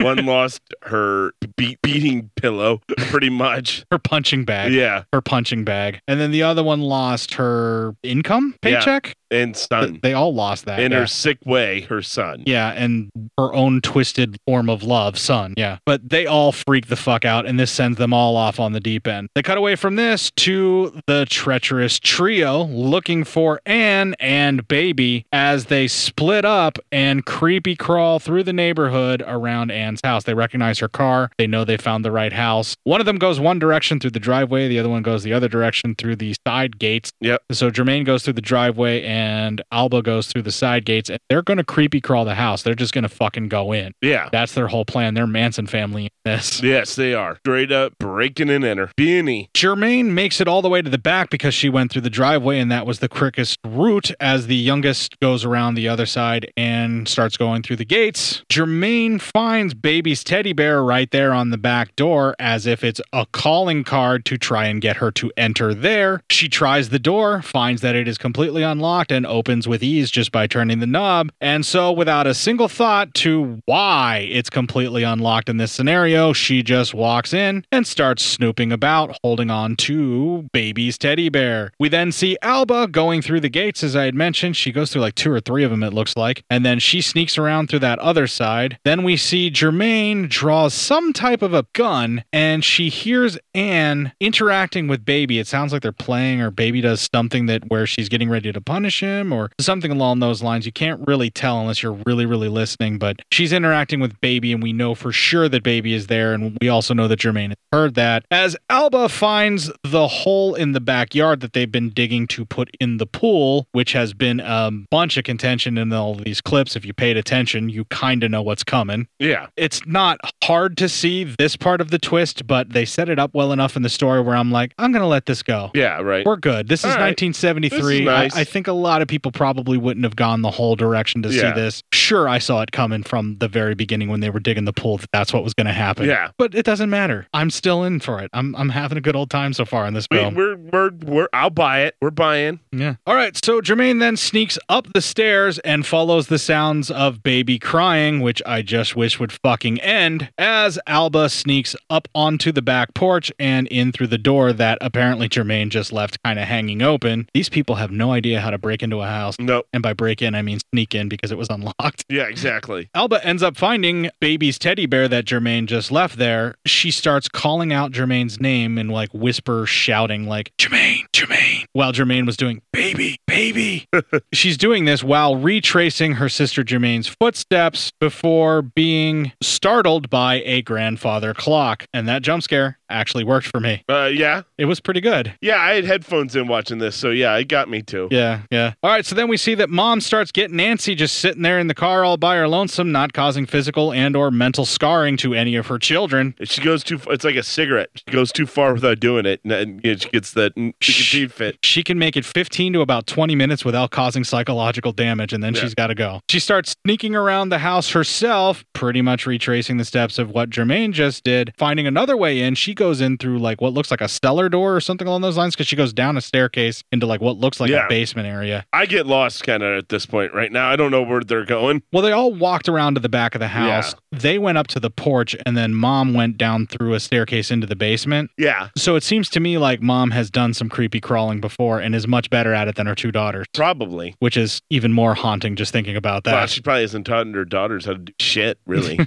One lost her beat beating pillow, pretty much. her punching bag. Yeah. Her punching bag. And then the other one lost her income Yeah. paycheck. And son. They all lost that. In yeah. her sick way, her son. Yeah, and her own twisted form of love, son. Yeah. But they all freak the fuck out, and this sends them all off on the deep end. They cut away from this to the treacherous trio looking for Anne and Baby as they split up and creepy crawl through the neighborhood around Anne's house. They recognize her car, they know they found the right house. One of them goes one direction through the driveway, the other one goes the other direction through the side gates. Yep. So Jermaine goes through the driveway and Alba goes through the side gates and they're going to creepy crawl the house. They're just going to fucking go in. Yeah. That's their whole plan. They're Manson family in this. Yes, they are. Straight up breaking and enter. Beanie. Jermaine makes it all the way to the back because she went through the driveway and that was the quickest route as the youngest goes around the other side and starts going through the gates. Jermaine finds baby's teddy bear right there on the back door as if it's a calling card to try and get her to enter there. She tries the door, finds that it is completely unlocked and opens with ease just by turning the knob. And so without a single thought to why it's completely unlocked in this scenario, she just walks in and starts snooping about, holding on to baby's teddy bear. We then see Alba going through the gates, as I had mentioned. She goes through like two or three of them, it looks like, and then she sneaks around through that other side. Then we see Germaine draws some type of a gun, and she hears Anne interacting with baby. It sounds like they're playing, or baby does something that where she's getting ready to punish punish him or something along those lines. You can't really tell unless you're really, really listening. But she's interacting with Baby, and we know for sure that Baby is there. And we also know that Jermaine has heard that. As Alba finds the hole in the backyard that they've been digging to put in the pool, which has been a bunch of contention in all these clips. If you paid attention, you kind of know what's coming. Yeah. It's not hard to see this part of the twist, but they set it up well enough in the story where I'm like, I'm going to let this go. Yeah, right. We're good. This is All right. 1973. This is nice. I, I think a lot of people probably wouldn't have gone the whole direction to Yeah. see this. Sure, I saw it coming from the very beginning when they were digging the pool that that's what was going to happen. Yeah. But it doesn't matter. I'm still in for it. I'm, I'm having a good old time so far in this We, film. we're, we're, we're, I'll buy it. We're buying. Yeah. All right. So Jermaine then sneaks up the stairs and follows the sounds of baby crying, which I just wish would fucking end, as Alba sneaks up onto the back porch and in through the door that apparently Jermaine just left kind of hanging open. These people have no idea how to break into a house. Nope. And by break in, I mean sneak in because it was unlocked. Yeah, exactly. Alba ends up finding baby's teddy bear that Jermaine just left there. She starts calling out Jermaine's name and like whisper shouting like Jermaine, Jermaine, while Jermaine was doing baby, baby. She's doing this while retracing her sister Jermaine's footsteps before being startled by a grandfather clock. And that jump scare actually worked for me. Uh, yeah. It was pretty good. Yeah, I had headphones in watching this, so yeah, it got me too. Yeah, yeah. All right, so then we see that mom starts getting Nancy just sitting there in the car all by her lonesome, not causing physical and or mental scarring to any of her children. She goes too. f- It's like a cigarette. She goes too far without doing it, and, and you know, she gets that nicotine fit. She can make it 15 to about 20 minutes without causing psychological damage, and then Yeah. she's got to go. She starts sneaking around the house herself, pretty much retracing the steps of what Jermaine just did. Finding another way in, she goes in through like what looks like a cellar door or something along those lines because she goes down a staircase into like what looks like Yeah. a basement area. I get lost kind of at this point right now. I don't know where they're going. Well, they all walked around to the back of the house. They went up to the porch, and then mom went down through a staircase into the basement. Yeah. So it seems to me like mom has done some creepy crawling before and is much better at it than her two daughters. Probably. Which is even more haunting just thinking about that. Wow, she probably hasn't taught her daughters how to do shit, really.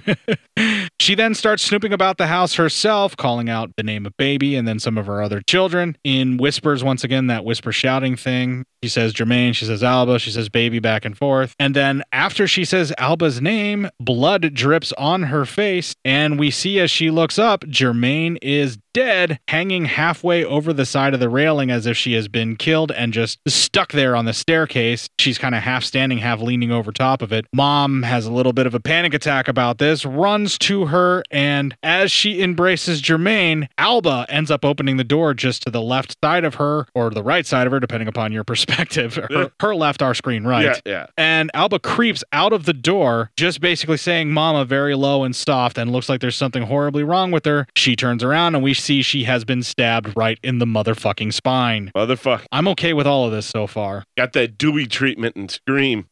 She then starts snooping about the house herself, calling out the name of baby and then some of her other children in whispers. Once again, that whisper shouting thing. She says Jermaine, she says Alba, she says baby back and forth. And then after she says Alba's name, blood drips on her face. And we see as she looks up, Jermaine is dead, hanging halfway over the side of the railing as if she has been killed and just stuck there on the staircase. She's kind of half standing, half leaning over top of it. Mom has a little bit of a panic attack about this, runs to her, and as she embraces Jermaine, Alba ends up opening the door just to the left side of her or the right side of her, depending upon your perspective. Her, her left, our screen right. Yeah, yeah. And Alba creeps out of the door, just basically saying mama very low and soft and looks like there's something horribly wrong with her. She turns around and we see she has been stabbed right in the motherfucking spine. Motherfuck. I'm okay with all of this so far. Got that Dewey treatment and scream.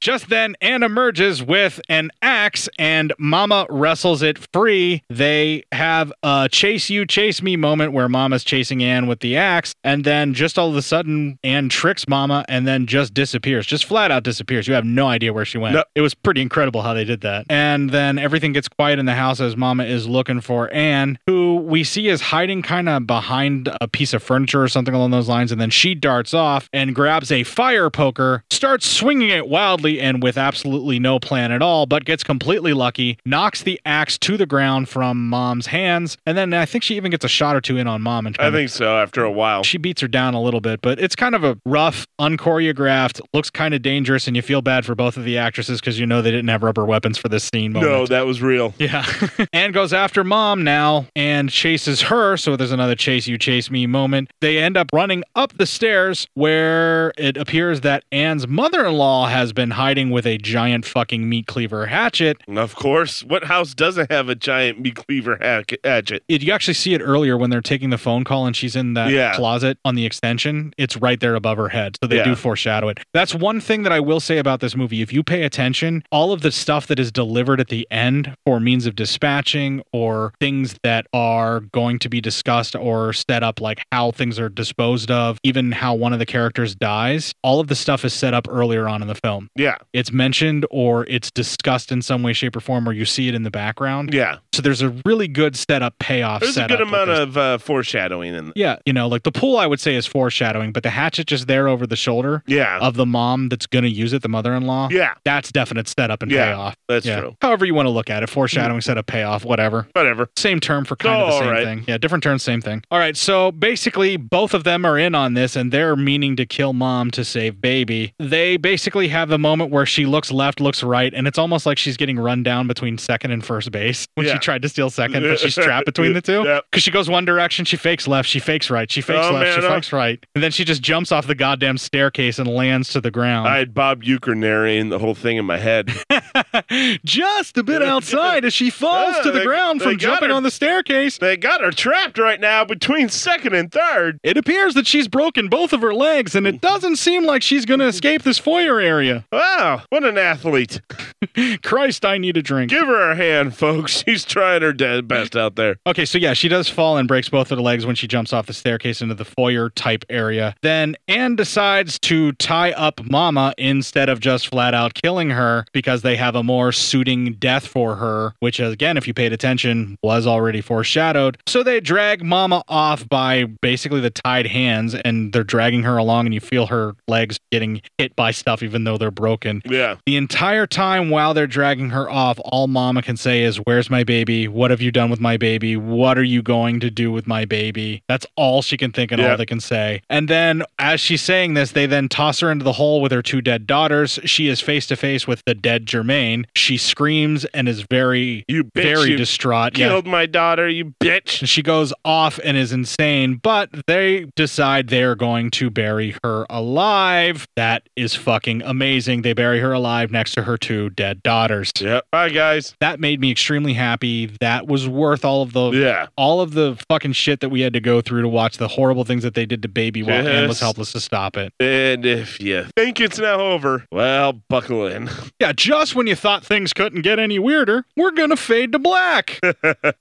Just then, Anne emerges with an axe and Mama wrestles it free. They have a chase you, chase me moment where Mama's chasing Anne with the axe. And then just all of a sudden, Anne tricks Mama and then just disappears, just flat out disappears. You have no idea where she went. No. It was pretty incredible how they did that. And then everything gets quiet in the house as Mama is looking for Anne, who we see is hiding kind of behind a piece of furniture or something along those lines. And then she darts off and grabs a fire poker, starts swinging it wildly and with absolutely no plan at all, but gets completely lucky, knocks the axe to the ground from Mom's hands. And then I think she even gets a shot or two in on Mom and I think so after a while. she beats her down a little bit, but it's kind of a rough, unchoreographed, looks kind of dangerous, and you feel bad for both of the actresses because you know they didn't have rubber weapons for this scene. Moment. No, that was real. Yeah. Anne goes after mom now and chases her. So there's another chase you chase me moment. They end up running up the stairs where it appears that Anne's mother in law has been hiding with a giant fucking meat cleaver hatchet. Of course. What house doesn't have a giant meat cleaver hack- hatchet? It, you actually see it earlier when they're taking the phone call and she's in that Yeah. closet on the extension. It's right there above her head. So they Yeah. do foreshadow it. That's one thing that I will say about this movie. If you pay attention, all of the stuff that is delivered at the end for means of dispatching or things that are going to be discussed or set up, like how things are disposed of, even how one of the characters dies, all of the stuff is set up earlier on in the film Yeah. it's mentioned or it's discussed in some way, shape, or form, or you see it it in the background. Yeah. So there's a really good setup payoff. There's a setup good amount of uh, foreshadowing in. yeah, you know, like the pool I would say is foreshadowing, but the hatchet just there over the shoulder. Yeah. Of the mom that's gonna use it, the mother in law. Yeah. That's definite setup and Yeah, payoff. that's Yeah. true. Mm-hmm. However you want to look at it. Foreshadowing, setup, payoff, whatever. Whatever. Same term for kind Oh, of the same alright. thing. Yeah, different terms, same thing. All right, so basically both of them are in on this and they're meaning to kill mom to save baby. They basically have the moment where she looks left, looks right, and it's almost like she's getting run down between second and first base when Yeah. she tried to steal second, but she's trapped between the two. Because she goes one direction, she fakes left, she fakes right, she fakes Oh, left, man, she I- fakes right. And then she just jumps off the goddamn staircase and lands to the ground. I had Bob Euchre narrating the whole thing in my head. just a bit outside as she falls Yeah, to the Ah, they- ground they from got jumping her- on the staircase. They got her trapped right now between second and third. It appears that she's broken both of her legs, and it doesn't seem like she's going to escape this foyer area. Wow, what an athlete. Christ, I need a drink. Give her a hand, folks. She's trying her de- best out there. Okay, so yeah, she does fall and breaks both of her legs when she jumps off the staircase into the foyer type area. Then Anne decides to tie up Mama instead of just flat out killing her because they have a more suiting death for her, which, again, if you paid attention, was already foreshadowed. So they drag Mama off by basically the tied hands and they're dragging her along, and you feel her legs getting hit by stuff even though they're broken. Yeah. The entire time while they're dragging her off, all Mama can say is, Where's my baby? What have you done with my baby? What are you going to do with my baby? That's all she can think and Yeah. all they can say. And then as she's saying this, they then toss her into the hole with her two dead daughters. She is face to face with the dead Germaine. She screams and is very, very you distraught. Yeah. Killed my daughter, you bitch. And she goes off and is insane, but they decide they're going to bury her alive. That is fucking amazing. They bury her alive next to her two dead daughters. Yep. Bye guys. That made me extremely happy. That was worth all of the yeah. all of the fucking shit that we had to go through to watch the horrible things that they did to baby while Anne was Yes. helpless to stop it. And if you think it's now over, well, buckle in. Yeah, just when you thought things couldn't get any weirder, we're going to fade to black.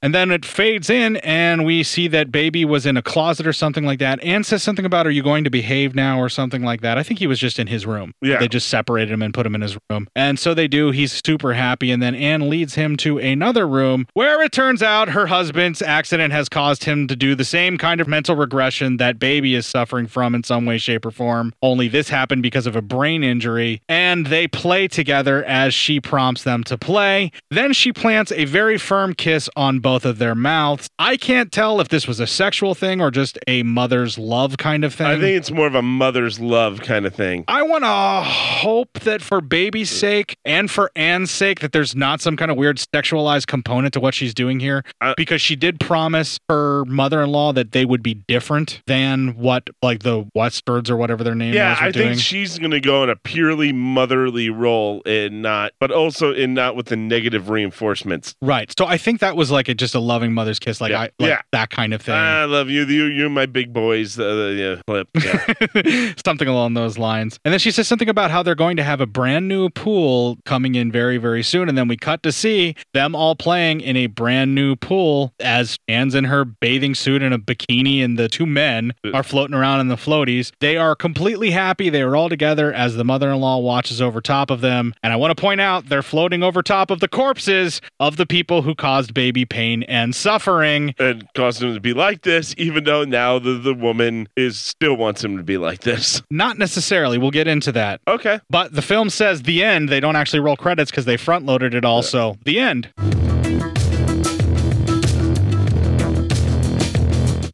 and then it fades in, and we see that baby was in a closet or something like that. Anne says something about, Are you going to behave now? or something like that. I think he was just in his room. Yeah. They just separated him and put him in his room. And so they do. He's super happy. And then Anne leads him to another room where it turns out her husband's accident has caused him to do the same kind of mental regression that baby is suffering from in some way, shape, or form. Only this happened because of a brain injury. And they play together as she prompts them to play. Then she plants a very firm kiss on both of their mouths. I can't tell if this was a sexual thing or just a mother's love kind of thing. I think it's more of a mother's love kind of thing. I want to hope that for baby's Mm. sake and for Anne's sake that there's not some kind of weird sexualized component to what she's doing here Uh, because she did promise her mother-in-law that they would be different than what like the Westwards or whatever their name Yeah, was were I doing. think she's going to go in a purely motherly role and not, but also in not with the negative reinforcements. right. So I think that was like a, just a loving mother's kiss like I like Yeah. that kind of thing. I love you. You, you're my big boys. Uh, yeah, clip. Yeah. something along those lines. And then she says something about how they're going to have a brand new pool coming in very, very soon. And then we cut to see them all playing in a brand new pool as Anne's in her bathing suit and a bikini, and the two men are floating around in the floaties. They are completely happy. They are all together as the mother in law watches over top of them. And I want to point out they're floating over top of the corpses of the people who caused baby pain and suffering. and caused him to be like this, even though now the, the woman is still wants him to be like this. Not necessarily. We'll get into that. Okay. But the film says the end. They don't actually roll credits because they front loaded it all. So the end.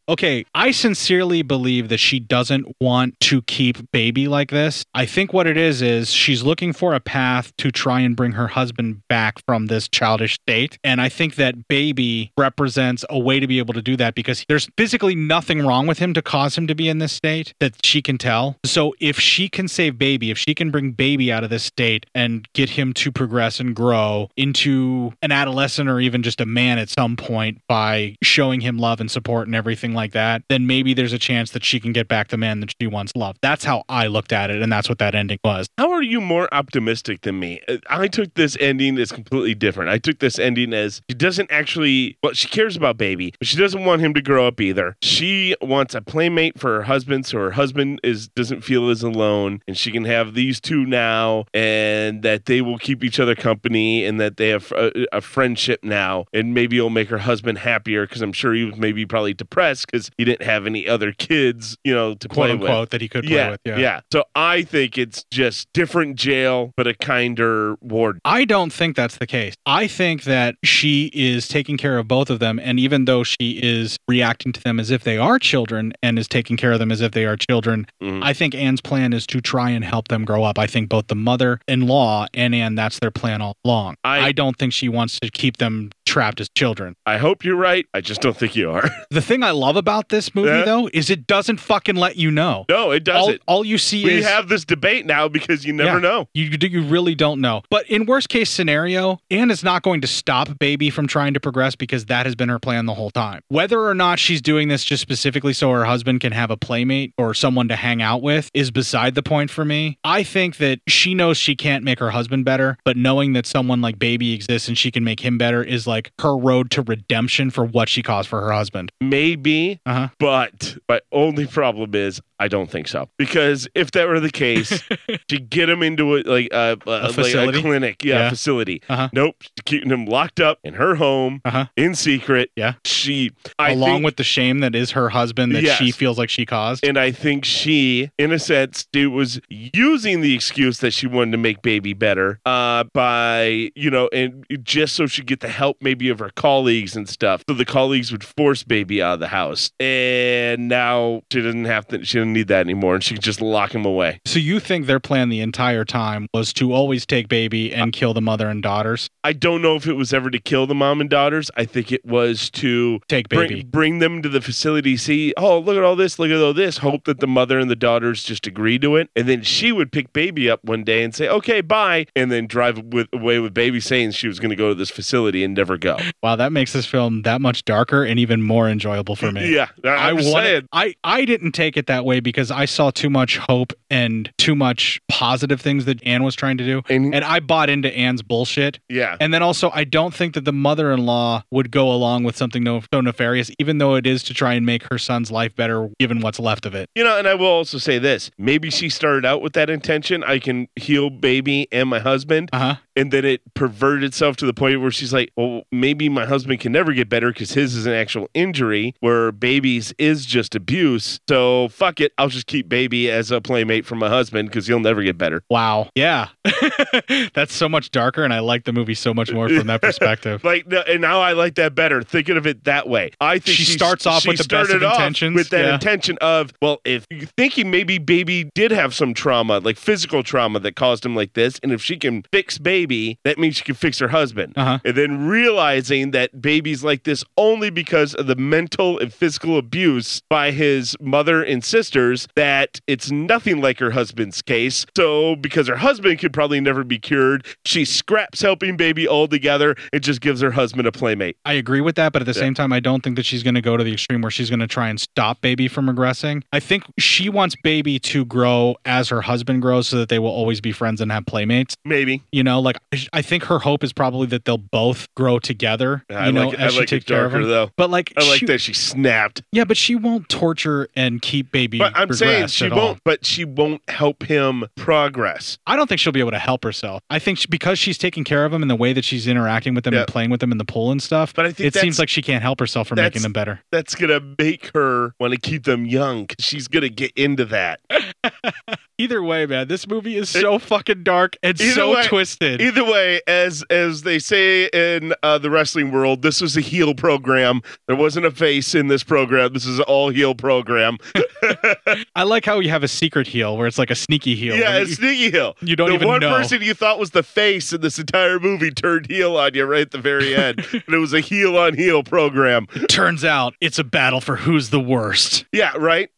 Okay, I sincerely believe that she doesn't want to keep baby like this. I think what it is is she's looking for a path to try and bring her husband back from this childish state. And I think that baby represents a way to be able to do that because there's physically nothing wrong with him to cause him to be in this state that she can tell. So if she can save baby, if she can bring baby out of this state and get him to progress and grow into an adolescent or even just a man at some point by showing him love and support and everything like like that, then maybe there's a chance that she can get back the man that she once loved. That's how I looked at it, and that's what that ending was. How are you more optimistic than me? Uh, I took this ending as completely different. I took this ending as she doesn't actually, well, she cares about baby, but she doesn't want him to grow up either. She wants a playmate for her husband, so her husband is doesn't feel as alone, and she can have these two now, and that they will keep each other company, and that they have a, a friendship now, and maybe it'll make her husband happier because I'm sure he was maybe probably depressed because he didn't have any other kids, you know, to Quote play unquote, with that he could play with, yeah. yeah. So I think it's just different jail, but a kinder ward. I don't think that's the case. I think that she is taking care of both of them. And even though she is reacting to them as if they are children and is taking care of them as if they are children, Mm-hmm. I think Anne's plan is to try and help them grow up. I think both the mother in law and Anne, that's their plan all along. I, don't think she wants to keep them trapped as children. I hope you're right. I just don't think you are. The thing I love about this movie, Yeah. though, is it doesn't fucking let you know. No, it doesn't. All, all you see we is have this debate now because you never Yeah. know. You you do- you really don't know. But in worst case scenario, Anne is not going to stop Baby from trying to progress because that has been her plan the whole time. Whether or not she's doing this just specifically so her husband can have a playmate or someone to hang out with is beside the point for me. I think that she knows she can't make her husband better, but knowing that someone like Baby exists and she can make him better is like her road to redemption for what she caused for her husband. Maybe, Uh-huh. but my only problem is I don't think so. Because if that were the case, to get him into a, like a, a, like a facility? clinic, yeah, Yeah. Uh-huh. facility. Nope, she's keeping him locked up in her home in secret. Yeah, she I Along think- with the shame that is her husband that she Yes. feels like she caused. And I think she, in a sense, it was using the excuse that she wanted to make baby better uh, by, you know, and just so she'd get the help maybe of her colleagues and stuff. So the colleagues would force baby out of the house. And now she doesn't have to, she doesn't need that anymore. And she can just lock him away. So you think their plan the entire time was to always take baby and kill the mother and daughters? I don't know if it was ever to kill the mom and daughters. I think it was to take baby. bring, bring them to the facility. See, oh look at all this, look at all this. Hope that the mother and the daughters just agree to it, and then she would pick baby up one day and say, "Okay, bye," and then drive with, away with baby, saying she was going to go to this facility and never go. Wow, that makes this film that much darker and even more enjoyable for me. Yeah, I- I'm just wanted- saying. I I didn't take it that way because I saw too much hope and too much positive things that Anne was trying to do, and, I bought into Anne's bullshit. Yeah. and then also I don't think that the mother-in-law would go along with something no, so nefarious, even though it is to try and make her son's life better, given what's left of it. You know, and I will also say this: maybe she started out with that intention. I can heal baby and my husband, uh-huh. and then it perverted itself to the point where she's like, "Well, maybe my husband can never get better because his is an actual injury, where baby's is just abuse. So fuck it, I'll just keep baby as a playmate for my husband because he'll never get better." Wow. Yeah. That's so much darker, and I like the movie so much more from that perspective. Like, no, and now I like that better. Thinking of it that way, I think She starts off with the best of started off intentions, With that yeah. intention of, well, if you thinking maybe baby did have some trauma, like physical trauma that caused him like this, and if she can fix baby, that means she can fix her husband. Uh-huh. And then realizing that baby's like this only because of the mental and physical abuse by his mother and sisters. That it's nothing like her husband's case. So because her husband could probably never be cured, she scraps helping baby altogether and just gives her husband a playmate. I agree with that, but at the Yeah. same time, I don't think that she's going to go to the extreme where she's going to try and stop baby from regressing. I think she wants baby to grow as her husband grows so that they will always be friends and have playmates. Maybe. You know, like I- I think her hope is probably that they'll both grow together. I you know, like it, as I she like takes it care of darker him. though. But like, I like she- that she snapped. Yeah, but she won't torture and keep baby. But I'm saying regressed she at all. won't. But she won't help him progress. I don't think she'll be able to help herself. I think she, because she's taking care of them and the way that she's interacting with them and playing with them in the pool and stuff, but I think it seems that's- like she can't help herself from that's- making them better. That's gonna make her want to keep them young. 'cause She's gonna get into that. Either way, man, this movie is so fucking dark and Either so way- twisted. Either way, as as they say in uh, the wrestling world, this was a heel program. There wasn't a face in this program. This is all heel program. I like how you have a secret heel where it's like a sneaky heel. yeah, Where it's you- sneaky heel. you don't the even one know. person you thought was the face in this entire movie turned heel on you right at the very end, and it was a heel on heel program. Turns out it's a battle for who's the worst. Yeah, right.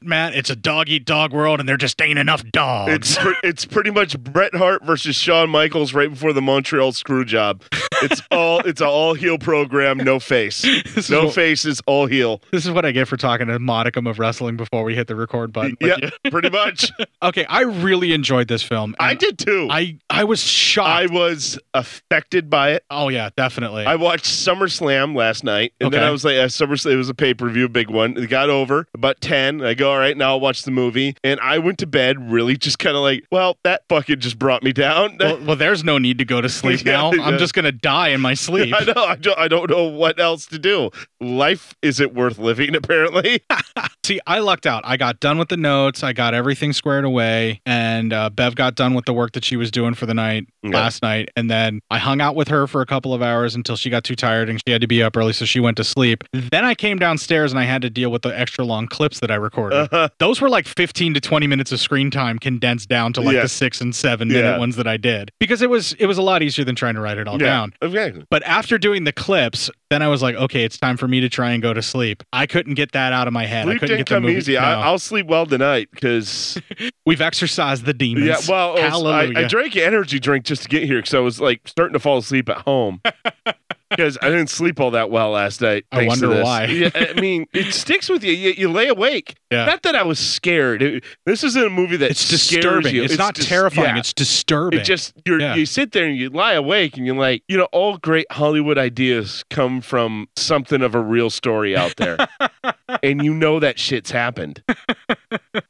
Matt, it's a dog doggy dog world, and there just ain't enough dogs. It's pre- it's pretty much Bret Hart versus Shawn Michaels right before the Montreal screw job. It's all it's an all heel program, no face. This is no what- faces, all heel. This is what I get for talking a modicum of wrestling before we hit the record button. Yeah, pretty much. okay, I really enjoyed this film. I did too. I I was shocked. I was affected by it. Oh yeah, definitely. I watched SummerSlam last night, and then Okay. I was like, uh, SummerSlam it was a pay per view, big one. It got over about ten. I go, all right, now I'll watch the movie, and I went to bed really just kind of like, well, that fucking just brought me down. well, well, there's no need to go to sleep Yeah, now. I'm yeah. just gonna die in my sleep. I know. I don't. I don't know what else to do. Life isn't worth living, apparently. See, I lucked out. I got done with the notes. I got everything squared away, and uh, Bev got done with the work that she was doing for the night last night. And then I hung out with her for a couple of hours until she got too tired and she had to be up early, so she went to sleep. Then I came downstairs and I had to deal with the extra long clips that I recorded. Uh-huh. Those were like 15 to 20 minutes of screen time condensed down to like Yeah. the six and seven Yeah. minute ones that I did because it was it was a lot easier than trying to write it all Yeah, down. Exactly. But after doing the clips, then I was like, okay, it's time for me to try and go to sleep. I couldn't get that out of my head. I Sleep couldn't didn't get the come movie. easy. I, I'll sleep well tonight because We've exercised the demons. yeah. Well, I, was- I- Hallelujah. I drank an energy drink just to get here because I was like starting to fall asleep at home because I didn't sleep all that well last night. I thanks to wonder this. why. Yeah, I mean, it sticks with you. You, you lay awake. Yeah. Not that I was scared. It- this isn't a movie that It's scares disturbing. you. It's, not dis- terrifying. yeah. It's disturbing. It just you're, Yeah. you sit there and you lie awake and you're like, you know, all great Hollywood ideas come from something of a real story out there, and you know that shit's happened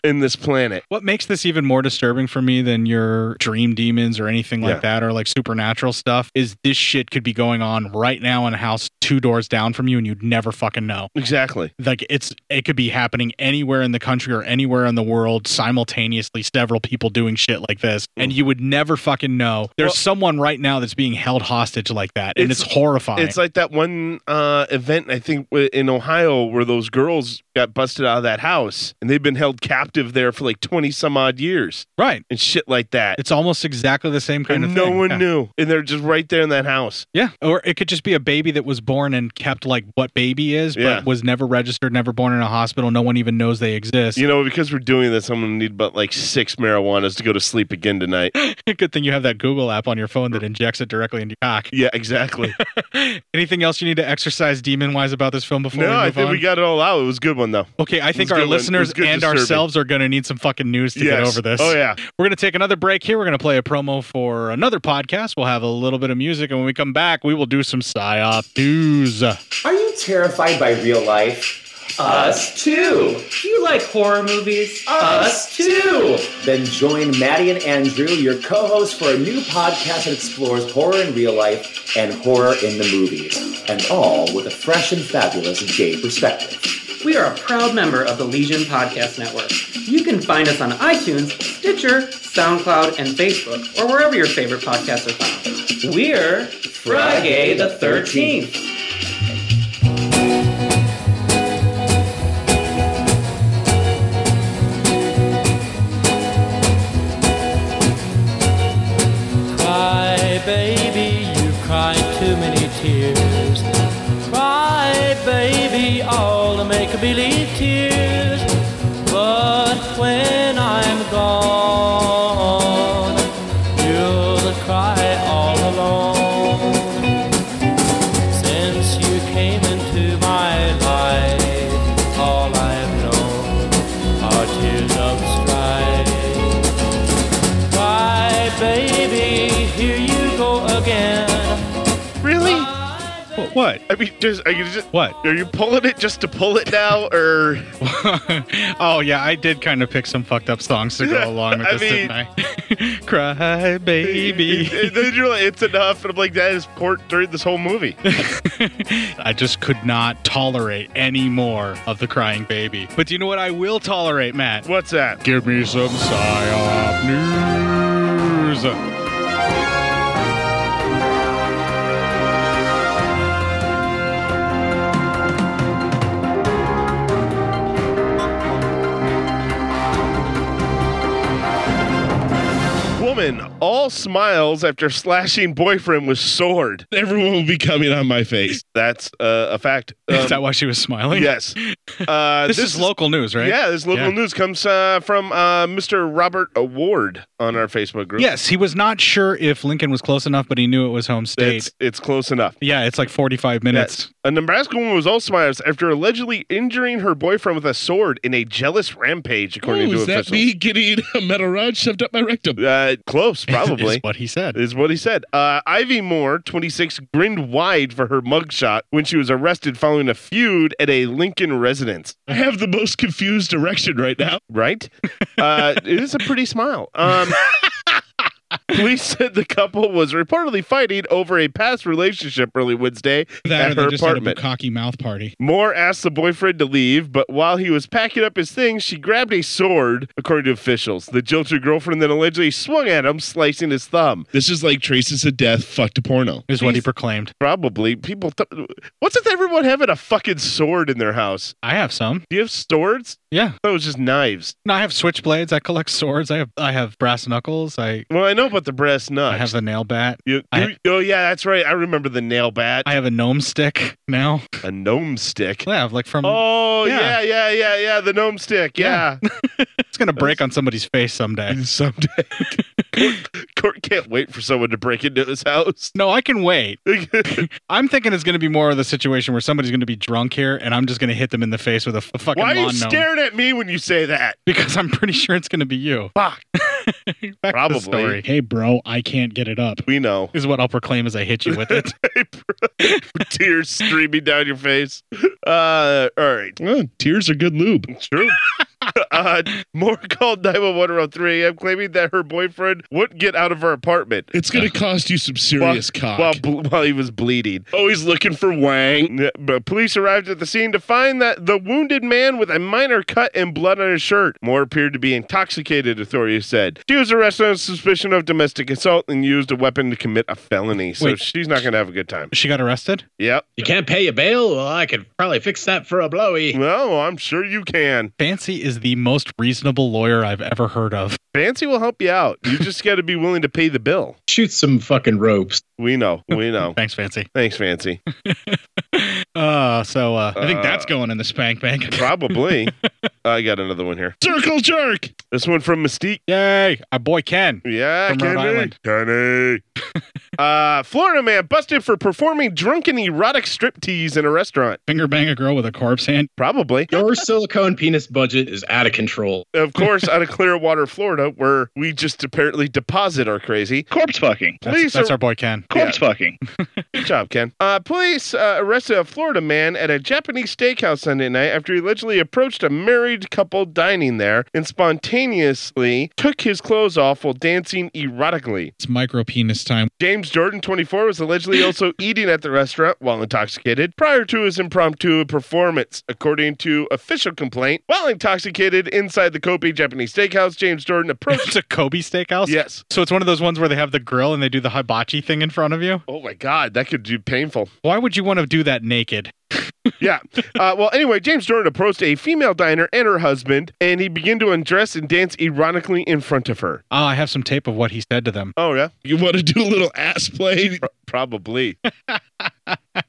in this planet. What makes this even more disturbing for me than your dream demons or anything like Yeah. that or like supernatural stuff is this shit could be going on right now in a house two doors down from you and you'd never fucking know. Exactly. Like it's it could be happening anywhere in the country or anywhere in the world simultaneously several people doing shit like this and you would never fucking know. Mm. There's Well- someone right now that's being held hostage like that and it's, horrifying. It's like that one uh, event I think w- in Ohio where those girls got busted out of that house and they've been held captive there for like twenty some odd years, right? And shit like that. It's almost exactly the same kind and of no thing. one Yeah. knew, and they're just right there in that house. Yeah, or it could just be a baby that was born and kept like what baby is, but Yeah. was never registered, never born in a hospital. No one even knows they exist. You know, because we're doing this, I'm gonna need about like six marijuanas to go to sleep again tonight. Good thing you have that Google app on your phone that injects it directly into your cock. Yeah, exactly. Anything else you need to exercise demon wise about this film before we no, move I think on? we got it all out. It was a good one though. Okay, I It was think a our good one. It listeners was good and disturbing. ourselves are going to need some fucking news to get Yes. over this. Oh, yeah. We're going to take another break here. We're going to play a promo for another podcast. We'll have a little bit of music, and when we come back, we will do some PSYOP news. Are you terrified by real life? Uh, Us too. Do you like horror movies? Us too. Then join Maddie and Andrew, your co-hosts, for a new podcast that explores horror in real life and horror in the movies, and all with a fresh and fabulous gay perspective. We are a proud member of the Legion Podcast Network. You can find us on iTunes, Stitcher, SoundCloud, and Facebook, or wherever your favorite podcasts are found. We're Friday the 13th. Cry, baby, you've cried too many tears. Cry, baby, all the make-believe tears. But when I'm gone, you'll cry all alone. Since you came into my life, all I've known are tears of strife. Why, baby, here you go again. Really? What? I mean, just are you just what? Are you pulling it just to pull it now, or oh yeah, I did kind of pick some fucked up songs to go along with I this, mean- didn't I? Cry, baby. And then you're like, it's enough, and I'm like, that is port during this whole movie. I just could not tolerate any more of the crying baby. But do you know what I will tolerate, Matt? What's that? Give me some psyop news. Um, Woman all all smiles after slashing boyfriend with sword. Everyone will be coming on my face. That's uh, a fact. is that why she was smiling? Yes. Uh, This is local news, right? Yeah, this local Yeah. news comes uh, from uh, Mr. Robert Award on our Facebook group. Yes, he was not sure if Lincoln was close enough, but he knew it was home state. It's, it's close enough. yeah, it's like 45 minutes. A Nebraska woman was also smiles after allegedly injuring her boyfriend with a sword in a jealous rampage, according Oh, to is that officials. me getting a metal rod shoved up my rectum? Uh, close, probably. Is what he said. Is what he said. Uh, Ivy Moore, 26, grinned wide for her mugshot when she was arrested following a feud at a Lincoln residence. I have the most confused erection right now. Right? Uh, it is a pretty smile. Um, police said the couple was reportedly fighting over a past relationship early Wednesday That or at they her just had apartment. a cocky mouth party. Moore asked the boyfriend to leave, but while he was packing up his things, she grabbed a sword, according to officials. The jilted girlfriend then allegedly swung at him, slicing his thumb. This is like traces of death fucked a porno. Is what he proclaimed. Probably. People. Th- What's with everyone having a fucking sword in their house? I have some. Do you have swords? Yeah. That was just knives. No, I have switchblades. I collect swords. I have I have brass knuckles. I Well, I know about the brass knucks. I have the nail bat. You, I- you- oh, yeah, that's right. I remember the nail bat. I have a gnome stick now. A gnome stick. Yeah, like from. Oh, yeah, yeah, yeah, yeah. the gnome stick. Yeah. it's gonna break on somebody's face someday. Someday. Court can't wait for someone to break into his house. No, I can wait. I'm thinking it's gonna be more of the situation where somebody's gonna be drunk here, and I'm just gonna hit them in the face with a, f- a fucking Why are lawn you gnome. staring at me when you say that? Because I'm pretty sure it's gonna be you. Fuck. Back to the Probably. story. Hey, bro, I can't get it up. We know. Is what I'll proclaim as I hit you with it. tears streaming down your face. Uh, all right. tears are good lube. True. uh, Moore called 911 am claiming that her boyfriend wouldn't get out of her apartment. Uh, It's going to cost you some serious cock. While, ble- while he was bleeding. Always Oh, looking for Wang. But police arrived at the scene to find that the wounded man with a minor cut and blood on his shirt. Moore appeared to be intoxicated, authorities said. She was arrested on suspicion of domestic assault and used a weapon to commit a felony. So Wait. she's not going to have a good time. She got arrested. Yep. You can't pay your bail? Well, I could probably fix that for a blowy. No, I'm sure you can. Fancy is the most reasonable lawyer I've ever heard of. Fancy will help you out. You just got to be willing to pay the bill. Shoot some fucking ropes. We know. We know. Thanks, Fancy. Thanks, Fancy. Uh, so uh, I think that's going in the spank bank. Probably. I got another one here. Circle jerk. This one from Mystique. Yay! Our boy Ken. Yeah, From Rhode Kenny. Island. Kenny. uh, Florida man busted for performing drunken erotic striptease in a restaurant. Finger bang a girl with a corpse hand? Probably. Your silicone penis budget is out of control. Of course, out of Clearwater, Florida, where we just apparently deposit our crazy. Corpse fucking. That's, that's our boy Ken. Corpse fucking. Good job, Ken. Uh, police uh, arrested a Florida man at a Japanese steakhouse Sunday night after he allegedly approached a married couple dining there and spontaneously took his clothes off while dancing erotically. It's micro penis time. James Jordan, 24, was allegedly also eating at the restaurant while intoxicated prior to his impromptu performance. According to official complaint, while intoxicated inside the Kobe Japanese steakhouse, James Jordan approached. It's a Kobe steakhouse? Yes. So it's one of those ones where they have the grill and they do the hibachi thing in front of you? oh my God, that could be painful. Why would you want to do that naked? yeah. Uh, well, anyway, James Jordan approached a female diner and her husband, and he began to undress and dance erotically in front of her. Oh, I have some tape of what he said to them. Oh, yeah. You want to do a little ass play? Probably.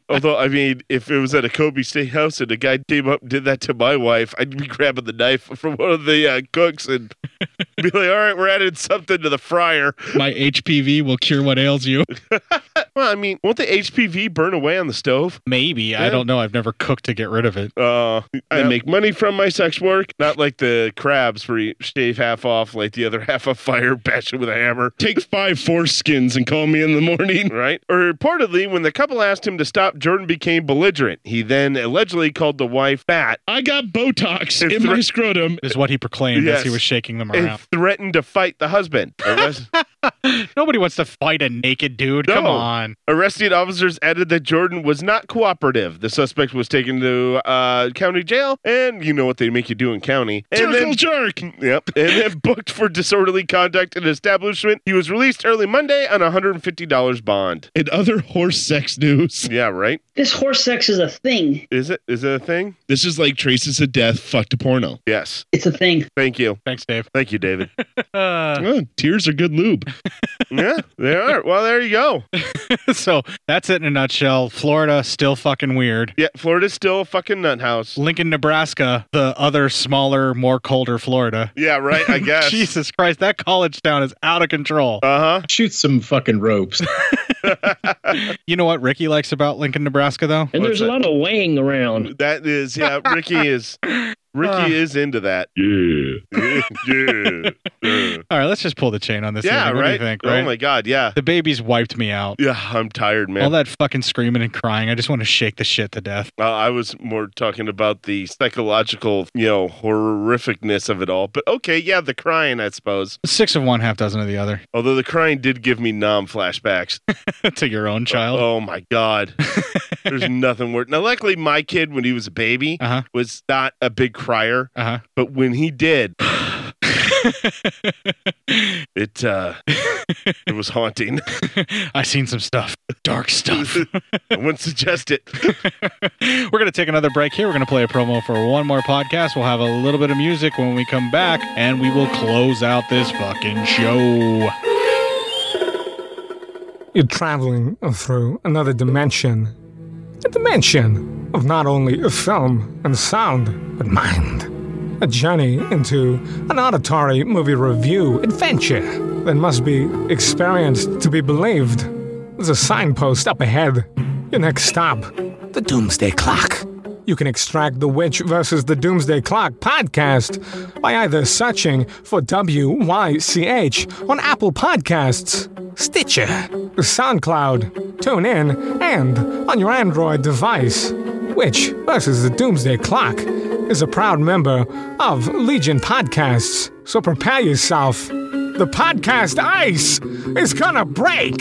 Although, I mean, if it was at a Kobe steakhouse and a guy came up and did that to my wife, I'd be grabbing the knife from one of the uh, cooks and be like, all right, we're adding something to the fryer. My HPV will cure what ails you. Well, I mean, won't the HPV burn away on the stove? Maybe. I Yeah. don't know. I've never cooked to get rid of it. Uh, I make money from my sex work, not like the crabs where you shave half off, like the other half of fire, bash it with a hammer. Take five foreskins and call me in the morning. Right? Or reportedly, when the couple asked him to stop, Jordan became belligerent. He then allegedly called the wife fat. I got Botox And in my thre- scrotum. Is what he proclaimed as Yes. he was shaking them and around. threatened to fight the husband. Arrest- Nobody wants to fight a naked dude. Come No. on. Arresting officers added that Jordan was not cooperative. The suspect was taken to uh, county jail, and you know what they make you do in county. And Circle then- jerk. Yep. And then booked for disorderly conduct in an establishment. He was released early Monday on a $150 bond. And other horse sex news. Yeah, right? This horse sex is a thing. Is it? Is it a thing? This is like traces of death fucked a porno. Yes. It's a thing. Thank you. Thanks, Dave. Thank you, David. Uh, Oh, tears are good lube. yeah, they are. Well, there you go. so that's it in a nutshell. Florida still fucking weird. Yeah, Florida's still a fucking nut house. Lincoln, Nebraska, the other smaller, more colder Florida. Yeah, right. I guess. Jesus Christ, that college town is out of control. Uh huh. Shoot some fucking ropes. You know what Ricky likes about Lincoln, Nebraska, though? And there's a lot of laying around. That is, yeah. Ricky is. Ricky Uh. is into that. Yeah. yeah. yeah. All right, let's just pull the chain on this. Yeah, thing. What do you right? think, Oh right? my God, yeah. The baby's wiped me out. Yeah, I'm tired, man. All that fucking screaming and crying. I just want to shake the shit to death. Uh, I was more talking about the psychological, you know, horrificness of it all. But okay, yeah, the crying, I suppose. Six of one, half dozen of the other. Although the crying did give me nom flashbacks to your own child. Oh, my god, there's nothing worse. Now, luckily, my kid when he was a baby Uh-huh. was not a big crier, Uh-huh. but when he did, it uh, it was haunting. I seen some stuff, dark stuff. I wouldn't suggest it. We're going to take another break here. We're going to play a promo for one more podcast. We'll have a little bit of music when we come back, and we will close out this fucking show. You're traveling through another dimension. A dimension of not only film and sound, but mind. A journey into an auditory movie review adventure that must be experienced to be believed. There's a signpost up ahead. Your next stop the Doomsday Clock. You can extract the Witch versus the Doomsday Clock podcast by either searching for WYCH on Apple Podcasts, Stitcher, SoundCloud, TuneIn, and on your Android device. Witch versus the Doomsday Clock is a proud member of Legion Podcasts, so prepare yourself. The podcast ice is gonna break!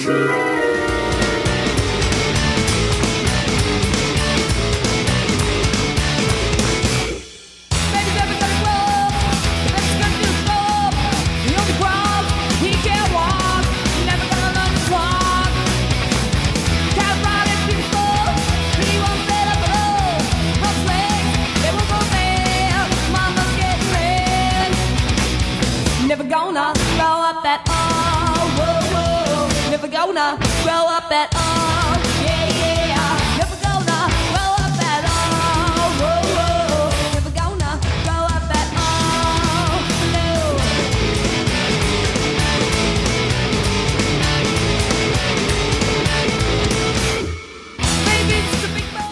Never gonna grow up at all. Whoa, whoa. Never gonna grow up at all. Yeah, yeah. Never gonna grow up at all. Whoa, whoa. Never gonna grow up at all. No.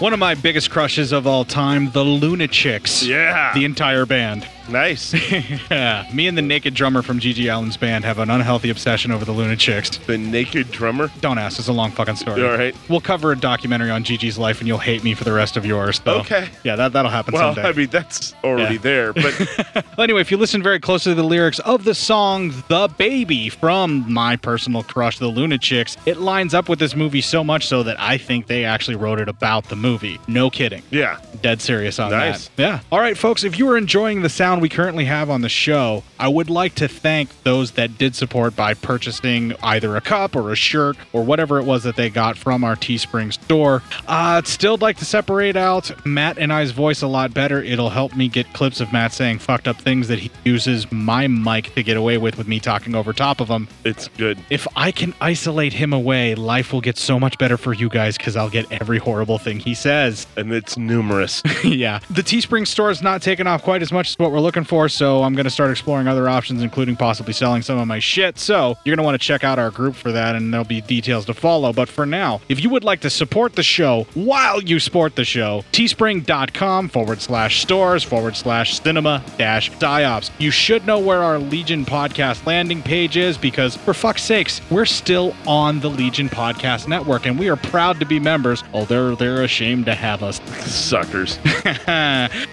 One of my biggest crushes of all time, the Lunachicks. Yeah. The entire band. Nice. yeah. Me and the naked drummer from Gigi Allen's band have an unhealthy obsession over the Lunachicks. The naked drummer? Don't ask. It's a long fucking story. You all right? We'll cover a documentary on Gigi's life and you'll hate me for the rest of yours. Though. Okay. Yeah, that, that'll happen Well, someday. I mean that's already Yeah. there, but Well, anyway, if you listen very closely to the lyrics of the song The Baby from my personal crush, The Lunachicks, it lines up with this movie so much so that I think they actually wrote it about the movie. No kidding. yeah, Dead serious on Nice. that. Yeah. All right, folks, if you are enjoying the sound we currently have on the show, I would like to thank those that did support by purchasing either a cup or a shirt or whatever it was that they got from our Teespring store. Uh, I'd still like to separate out Matt and I's voice a lot better. It'll help me get clips of Matt saying fucked up things that he uses my mic to get away with with me talking over top of him. It's good. If I can isolate him away, life will get so much better for you guys because I'll get every horrible thing he says. And it's numerous. yeah. The Teespring store is not taking off quite as much as what we're looking for, so I'm going to start exploring other options, including possibly selling some of my shit. So you're going to want to check out our group for that, and there'll be details to follow. But for now, if you would like to support the show while you support the show, teespring.com forward slash stores forward slash cinema dash diops. You should know where our Legion podcast landing page is because, for fuck's sakes, we're still on the Legion Podcast Network, and we are proud to be members, although they're ashamed to have us. Suckers.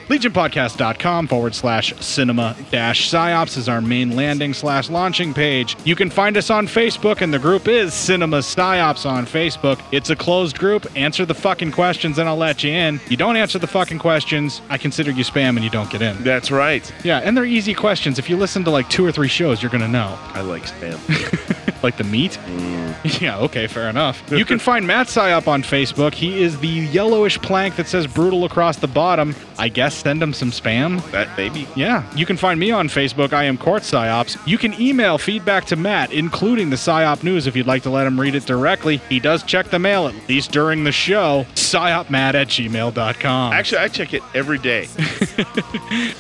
legionpodcast.com forward slash cinema dash psyops is our main landing slash launching page you can find us on facebook and the group is cinema psyops on facebook it's a closed group answer the fucking questions and i'll let you in you don't answer the fucking questions i consider you spam and you don't get in that's right yeah and they're easy questions if you listen to like two or three shows you're gonna know I like spam. Like the meat? Mm. Yeah, okay, fair enough. You can find Matt Psyop on Facebook. He is the yellowish plank that says brutal across the bottom. I guess send him some spam. That baby. Yeah. You can find me on Facebook. I am Court Psyops. You can email feedback to Matt, including the Psyop news, if you'd like to let him read it directly. He does check the mail, at least during the show. PsyopMatt at gmail.com. Actually, I check it every day.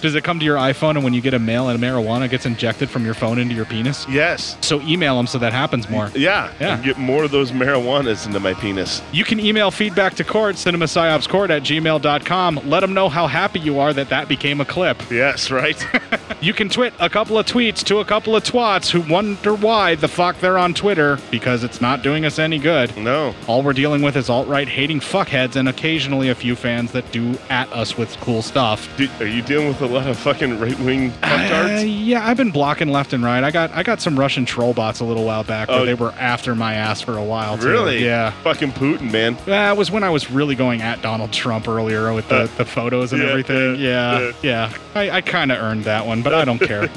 Does it come to your iPhone and when you get a mail and marijuana gets injected from your phone into your penis? Yes. So email them so that happens more. Yeah. Yeah. And get more of those marijuanas into my penis. You can email feedback to court, cinemasciopscourt at gmail.com. Let them know how happy you are that that became a clip. Yes, right? you can twit a couple of tweets to a couple of twats who wonder why the fuck they're on Twitter because it's not doing us any good. No. All we're dealing with is alt right hating fuckheads and occasionally a few fans that do at us with cool stuff. Dude, are you dealing with a lot of fucking right wing Uh, yeah, I've been blocking left and right. I got I got some Russian troll bots a little while back, where Oh. they were after my ass for a while. too. Really? Yeah. Fucking Putin, man. That was when I was really going at Donald Trump earlier with the, Uh, the photos and yeah, everything. yeah, Yeah, yeah. I, I kind of earned that one, but I don't care.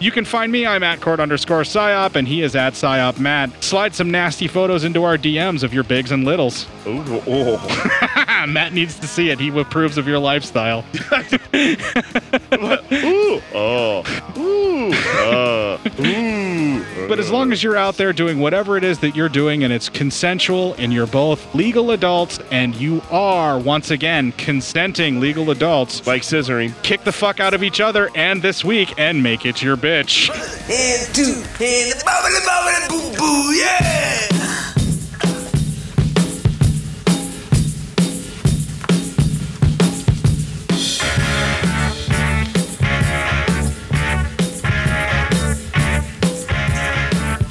you can find me. I'm at court underscore psyop, and he is at psyop Matt. Slide some nasty photos into our DMs of your bigs and littles. Oh, Matt needs to see it. He approves of your lifestyle. Ooh. Oh. Ooh. Uh, ooh. But as long as you're out there doing whatever it is that you're doing and it's consensual and you're both legal adults and you are, once again, consenting legal adults. Like scissoring. Kick the fuck out of each other and this week and make it your bitch. Hands two, hands bobbity bobbity boo boo, yeah!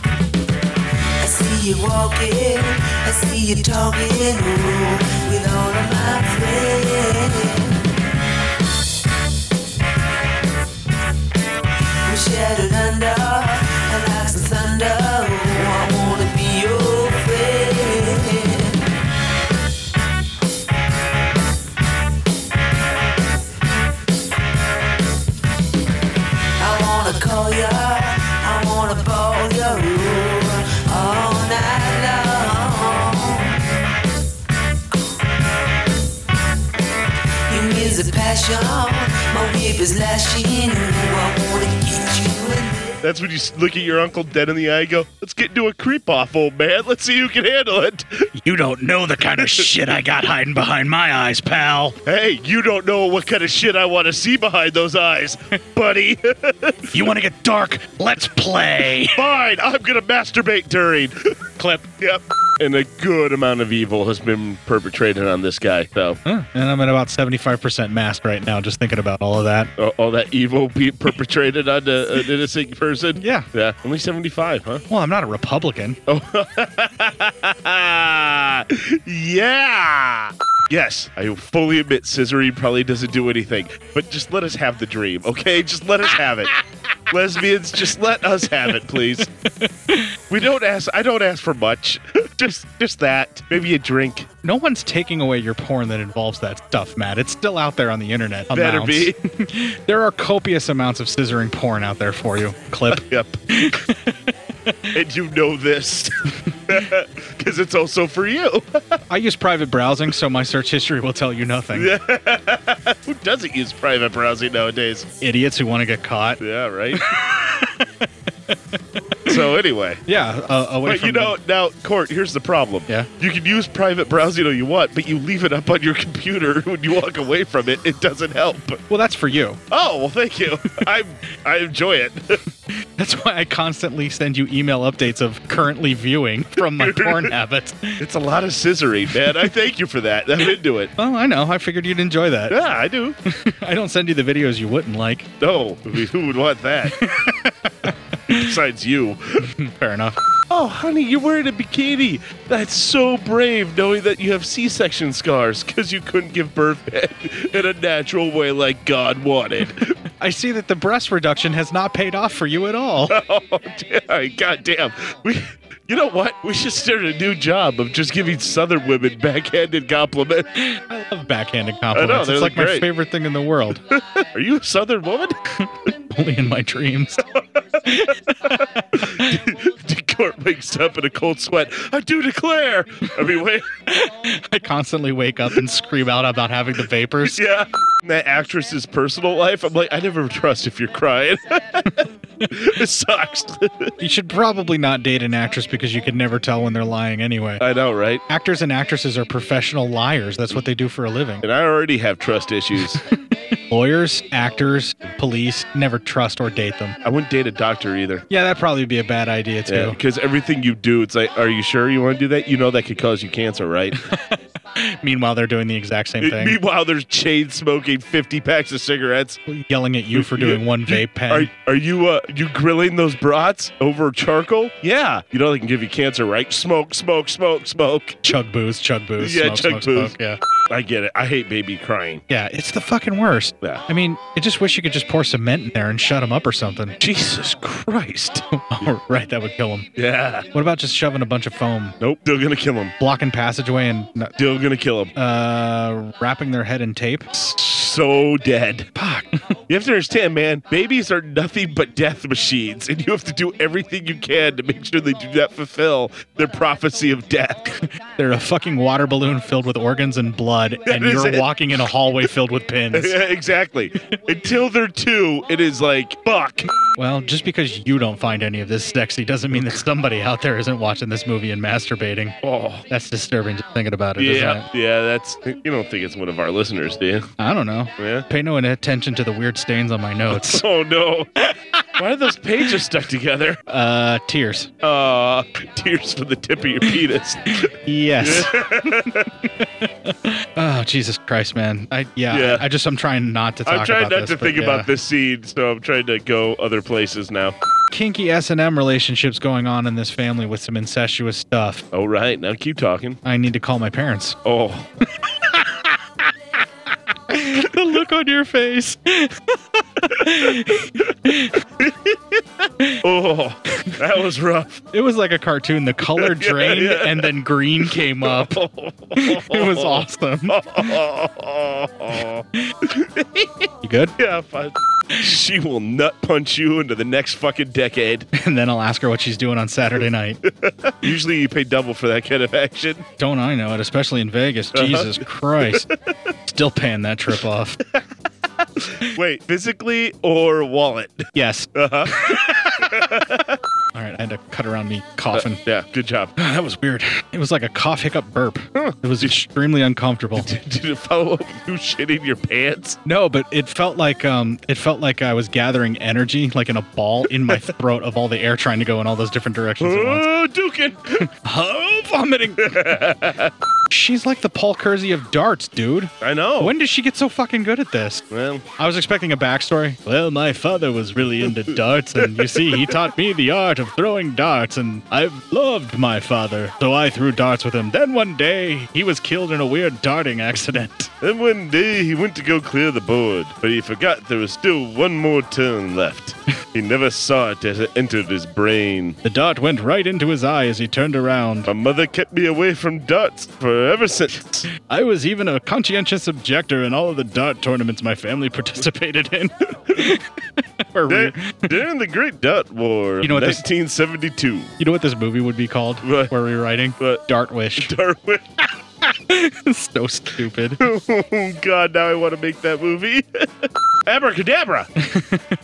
I see you walking, I see you talking ooh, with all of my friends. We're shattered under, and like the thunder, ooh, I wanna be your friend. I wanna call ya, I wanna ball ya, ooh, all night long. You is a passion, my whip is lashing, ooh, I wanna get you in That's when you s- look at your uncle dead in the eye and go, let's get into a creep off, old man. Let's see who can handle it. You don't know the kind of shit I got hiding behind my eyes, pal. Hey, you don't know what kind of shit I want to see behind those eyes, buddy. you want to get dark? Let's play. Fine, I'm going to masturbate during. Clip. Yep. And a good amount of evil has been perpetrated on this guy, though. And I'm at about 75% masked right now, just thinking about all of that. Uh, all that evil be perpetrated on a, an innocent person. Yeah. Yeah. Only 75, huh? Well, I'm not a Republican. yeah. Yes, I fully admit scissoring probably doesn't do anything, but just let us have the dream, okay? Just let us have it. Lesbians, just let us have it, please. We don't ask. I don't ask for much. just, just that. Maybe a drink. No one's taking away your porn that involves that stuff, Matt. It's still out there on the internet. Better be. there are copious amounts of scissoring porn out there for you. Clip. yep. and you know this because it's also for you. I use private browsing, so my search history will tell you nothing. Who doesn't use private browsing nowadays? Idiots who want to get caught. Yeah, right. so anyway, yeah. Uh, away but from you know, now court. Here's the problem. Yeah, you can use private browsing all you want, but you leave it up on your computer when you walk away from it. It doesn't help. Well, that's for you. Oh well, thank you. I I enjoy it. That's why I constantly send you email updates of currently viewing from my porn habits. It's a lot of scissoring, man. I thank you for that. I'm into it. Oh, I know. I figured you'd enjoy that. Yeah, I do. I don't send you the videos you wouldn't like. No, I mean, who would want that? Besides you. Fair enough. Oh, honey, you're wearing a bikini. That's so brave, knowing that you have C-section scars because you couldn't give birth in a natural way like God wanted. I see that the breast reduction has not paid off for you at all. oh, damn, God damn. We, you know what? We should start a new job of just giving Southern women backhanded compliments. I love backhanded I know, compliments. they it's look like my great. favorite thing in the world. Are you a Southern woman? Only in my dreams. Court wakes up in a cold sweat. I do declare. I mean, wait. I constantly wake up and scream out about having the vapors. Yeah. That actress's personal life. I'm like, I never trust if you're crying. it sucks. You should probably not date an actress because you can never tell when they're lying anyway. I know, right? Actors and actresses are professional liars. That's what they do for a living. And I already have trust issues. Lawyers, actors, police, never trust or date them. I wouldn't date a doctor either. Yeah, that'd probably be a bad idea too. Because everything you do, it's like, are you sure you want to do that? You know that could cause you cancer, right? Meanwhile, they're doing the exact same thing. Meanwhile, there's chain smoking 50 packs of cigarettes. Yelling at you for doing one vape pen. Are, are you uh, you grilling those brats over charcoal? Yeah. You know they can give you cancer, right? Smoke, smoke, smoke, smoke. Chug booze, chug booze. Yeah, smoke, chug smoke, booze. smoke, yeah. I get it. I hate baby crying. Yeah, it's the fucking worst. I mean, I just wish you could just pour cement in there and shut them up or something. Jesus Christ. oh, right, that would kill them. Yeah. What about just shoving a bunch of foam? Nope, still gonna kill them. Blocking passageway and still gonna kill them. Uh, wrapping their head in tape. So dead. Fuck. you have to understand, man. Babies are nothing but death machines, and you have to do everything you can to make sure they do not fulfill their prophecy of death. They're a fucking water balloon filled with organs and blood, and is you're it. walking in a hallway filled with pins. Yeah, exactly. Until they're two, it is like fuck. Well, just because you don't find any of this sexy doesn't mean that somebody out there isn't watching this movie and masturbating. Oh, that's disturbing just thinking about it, isn't it? Yeah, yeah. That's you don't think it's one of our listeners, do you? I don't know. Pay no attention to the weird stains on my notes. Oh no. Why are those pages stuck together? Uh, tears. Uh, tears for the tip of your penis. Yes. oh, Jesus Christ, man. I yeah. Yeah. I, I just I'm trying not to talk I'm trying about not this, to but think yeah. about this scene, so I'm trying to go other places now. kinky S&M relationships going on in this family with some incestuous stuff. Oh right, now keep talking. I need to call my parents. Oh. the look on your face. oh, that was rough. It was like a cartoon. The color drained and then green came up. it was awesome. You good? Yeah, fine. She will nut punch you into the next fucking decade. And then I'll ask her what she's doing on Saturday night. Usually you pay double for that kind of action. Don't I know it, especially in Vegas. Uh-huh. Jesus Christ. Still paying that trip off. Wait, physically or wallet? Yes. Uh-huh. All right, I had to cut around me coughing. Uh, yeah, good job. that was weird. It was like a cough, hiccup, burp. It was extremely uncomfortable. Did it follow up with you shitting your pants? No, but it felt like um, it felt like I was gathering energy, like in a ball in my throat of all the air trying to go in all those different directions at once. Oh, Dukin! oh, vomiting! Oh, She's like the Paul Kersey of darts, dude. I know. When did she get so fucking good at this? Well, I was expecting a backstory. Well, my father was really into darts, and you see, he taught me the art of throwing darts, and I've loved my father, so I threw darts with him. Then one day, he was killed in a weird darting accident. Then one day he went to go clear the board, but he forgot there was still one more turn left. he never saw it as it entered his brain. The dart went right into his eye as he turned around. My mother kept me away from darts forever since. I was even a conscientious objector in all of the dart tournaments my family participated in. Or Dur- During the Great Dart War, You know what they- 1972. You know what this movie would be called? What? Where we're writing? Dart Wish. Dart Wish. so stupid. oh God! Now I want to make that movie. Abracadabra.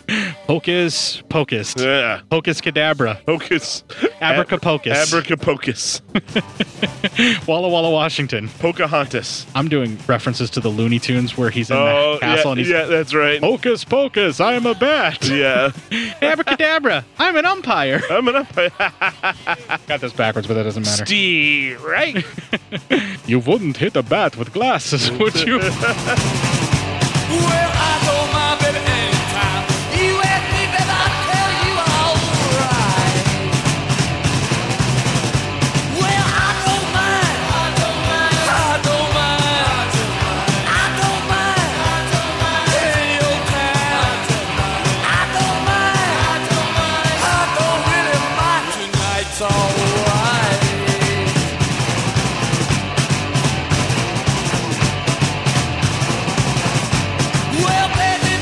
Hocus Pocus. Yeah. Hocus Cadabra. Hocus. Abracapocus. Abracapocus. Walla Walla, Washington. Pocahontas. I'm doing references to the Looney Tunes where he's in Oh, the castle and yeah, he's yeah, that's right. Hocus Pocus, I am a bat. Yeah. Abracadabra, I'm an umpire. I'm an umpire. Got this backwards, but that doesn't matter. Steve, right? You wouldn't hit a bat with glasses, would you? Well, I don't mind, baby, anytime. You ask me, baby, I'll tell you all right. Well, I don't mind. I don't mind. I don't mind. I don't mind. Any old time. I don't mind. I don't really mind. Tonight's all right. Well, baby,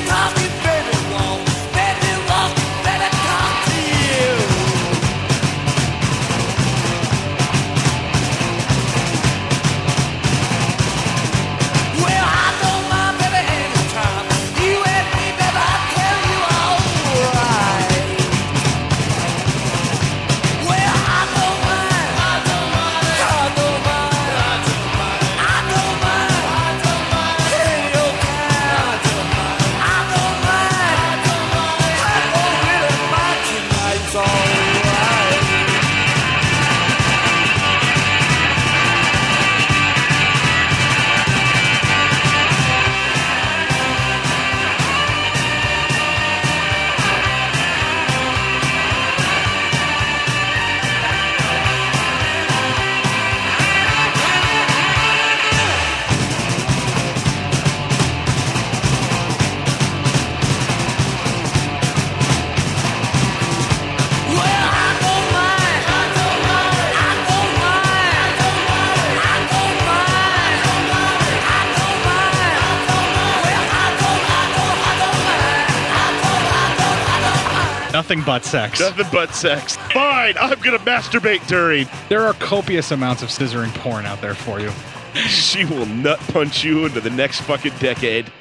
Nothing but sex. Nothing but sex. Fine, I'm gonna masturbate during. There are copious amounts of scissoring porn out there for you. She will nut punch you into the next fucking decade.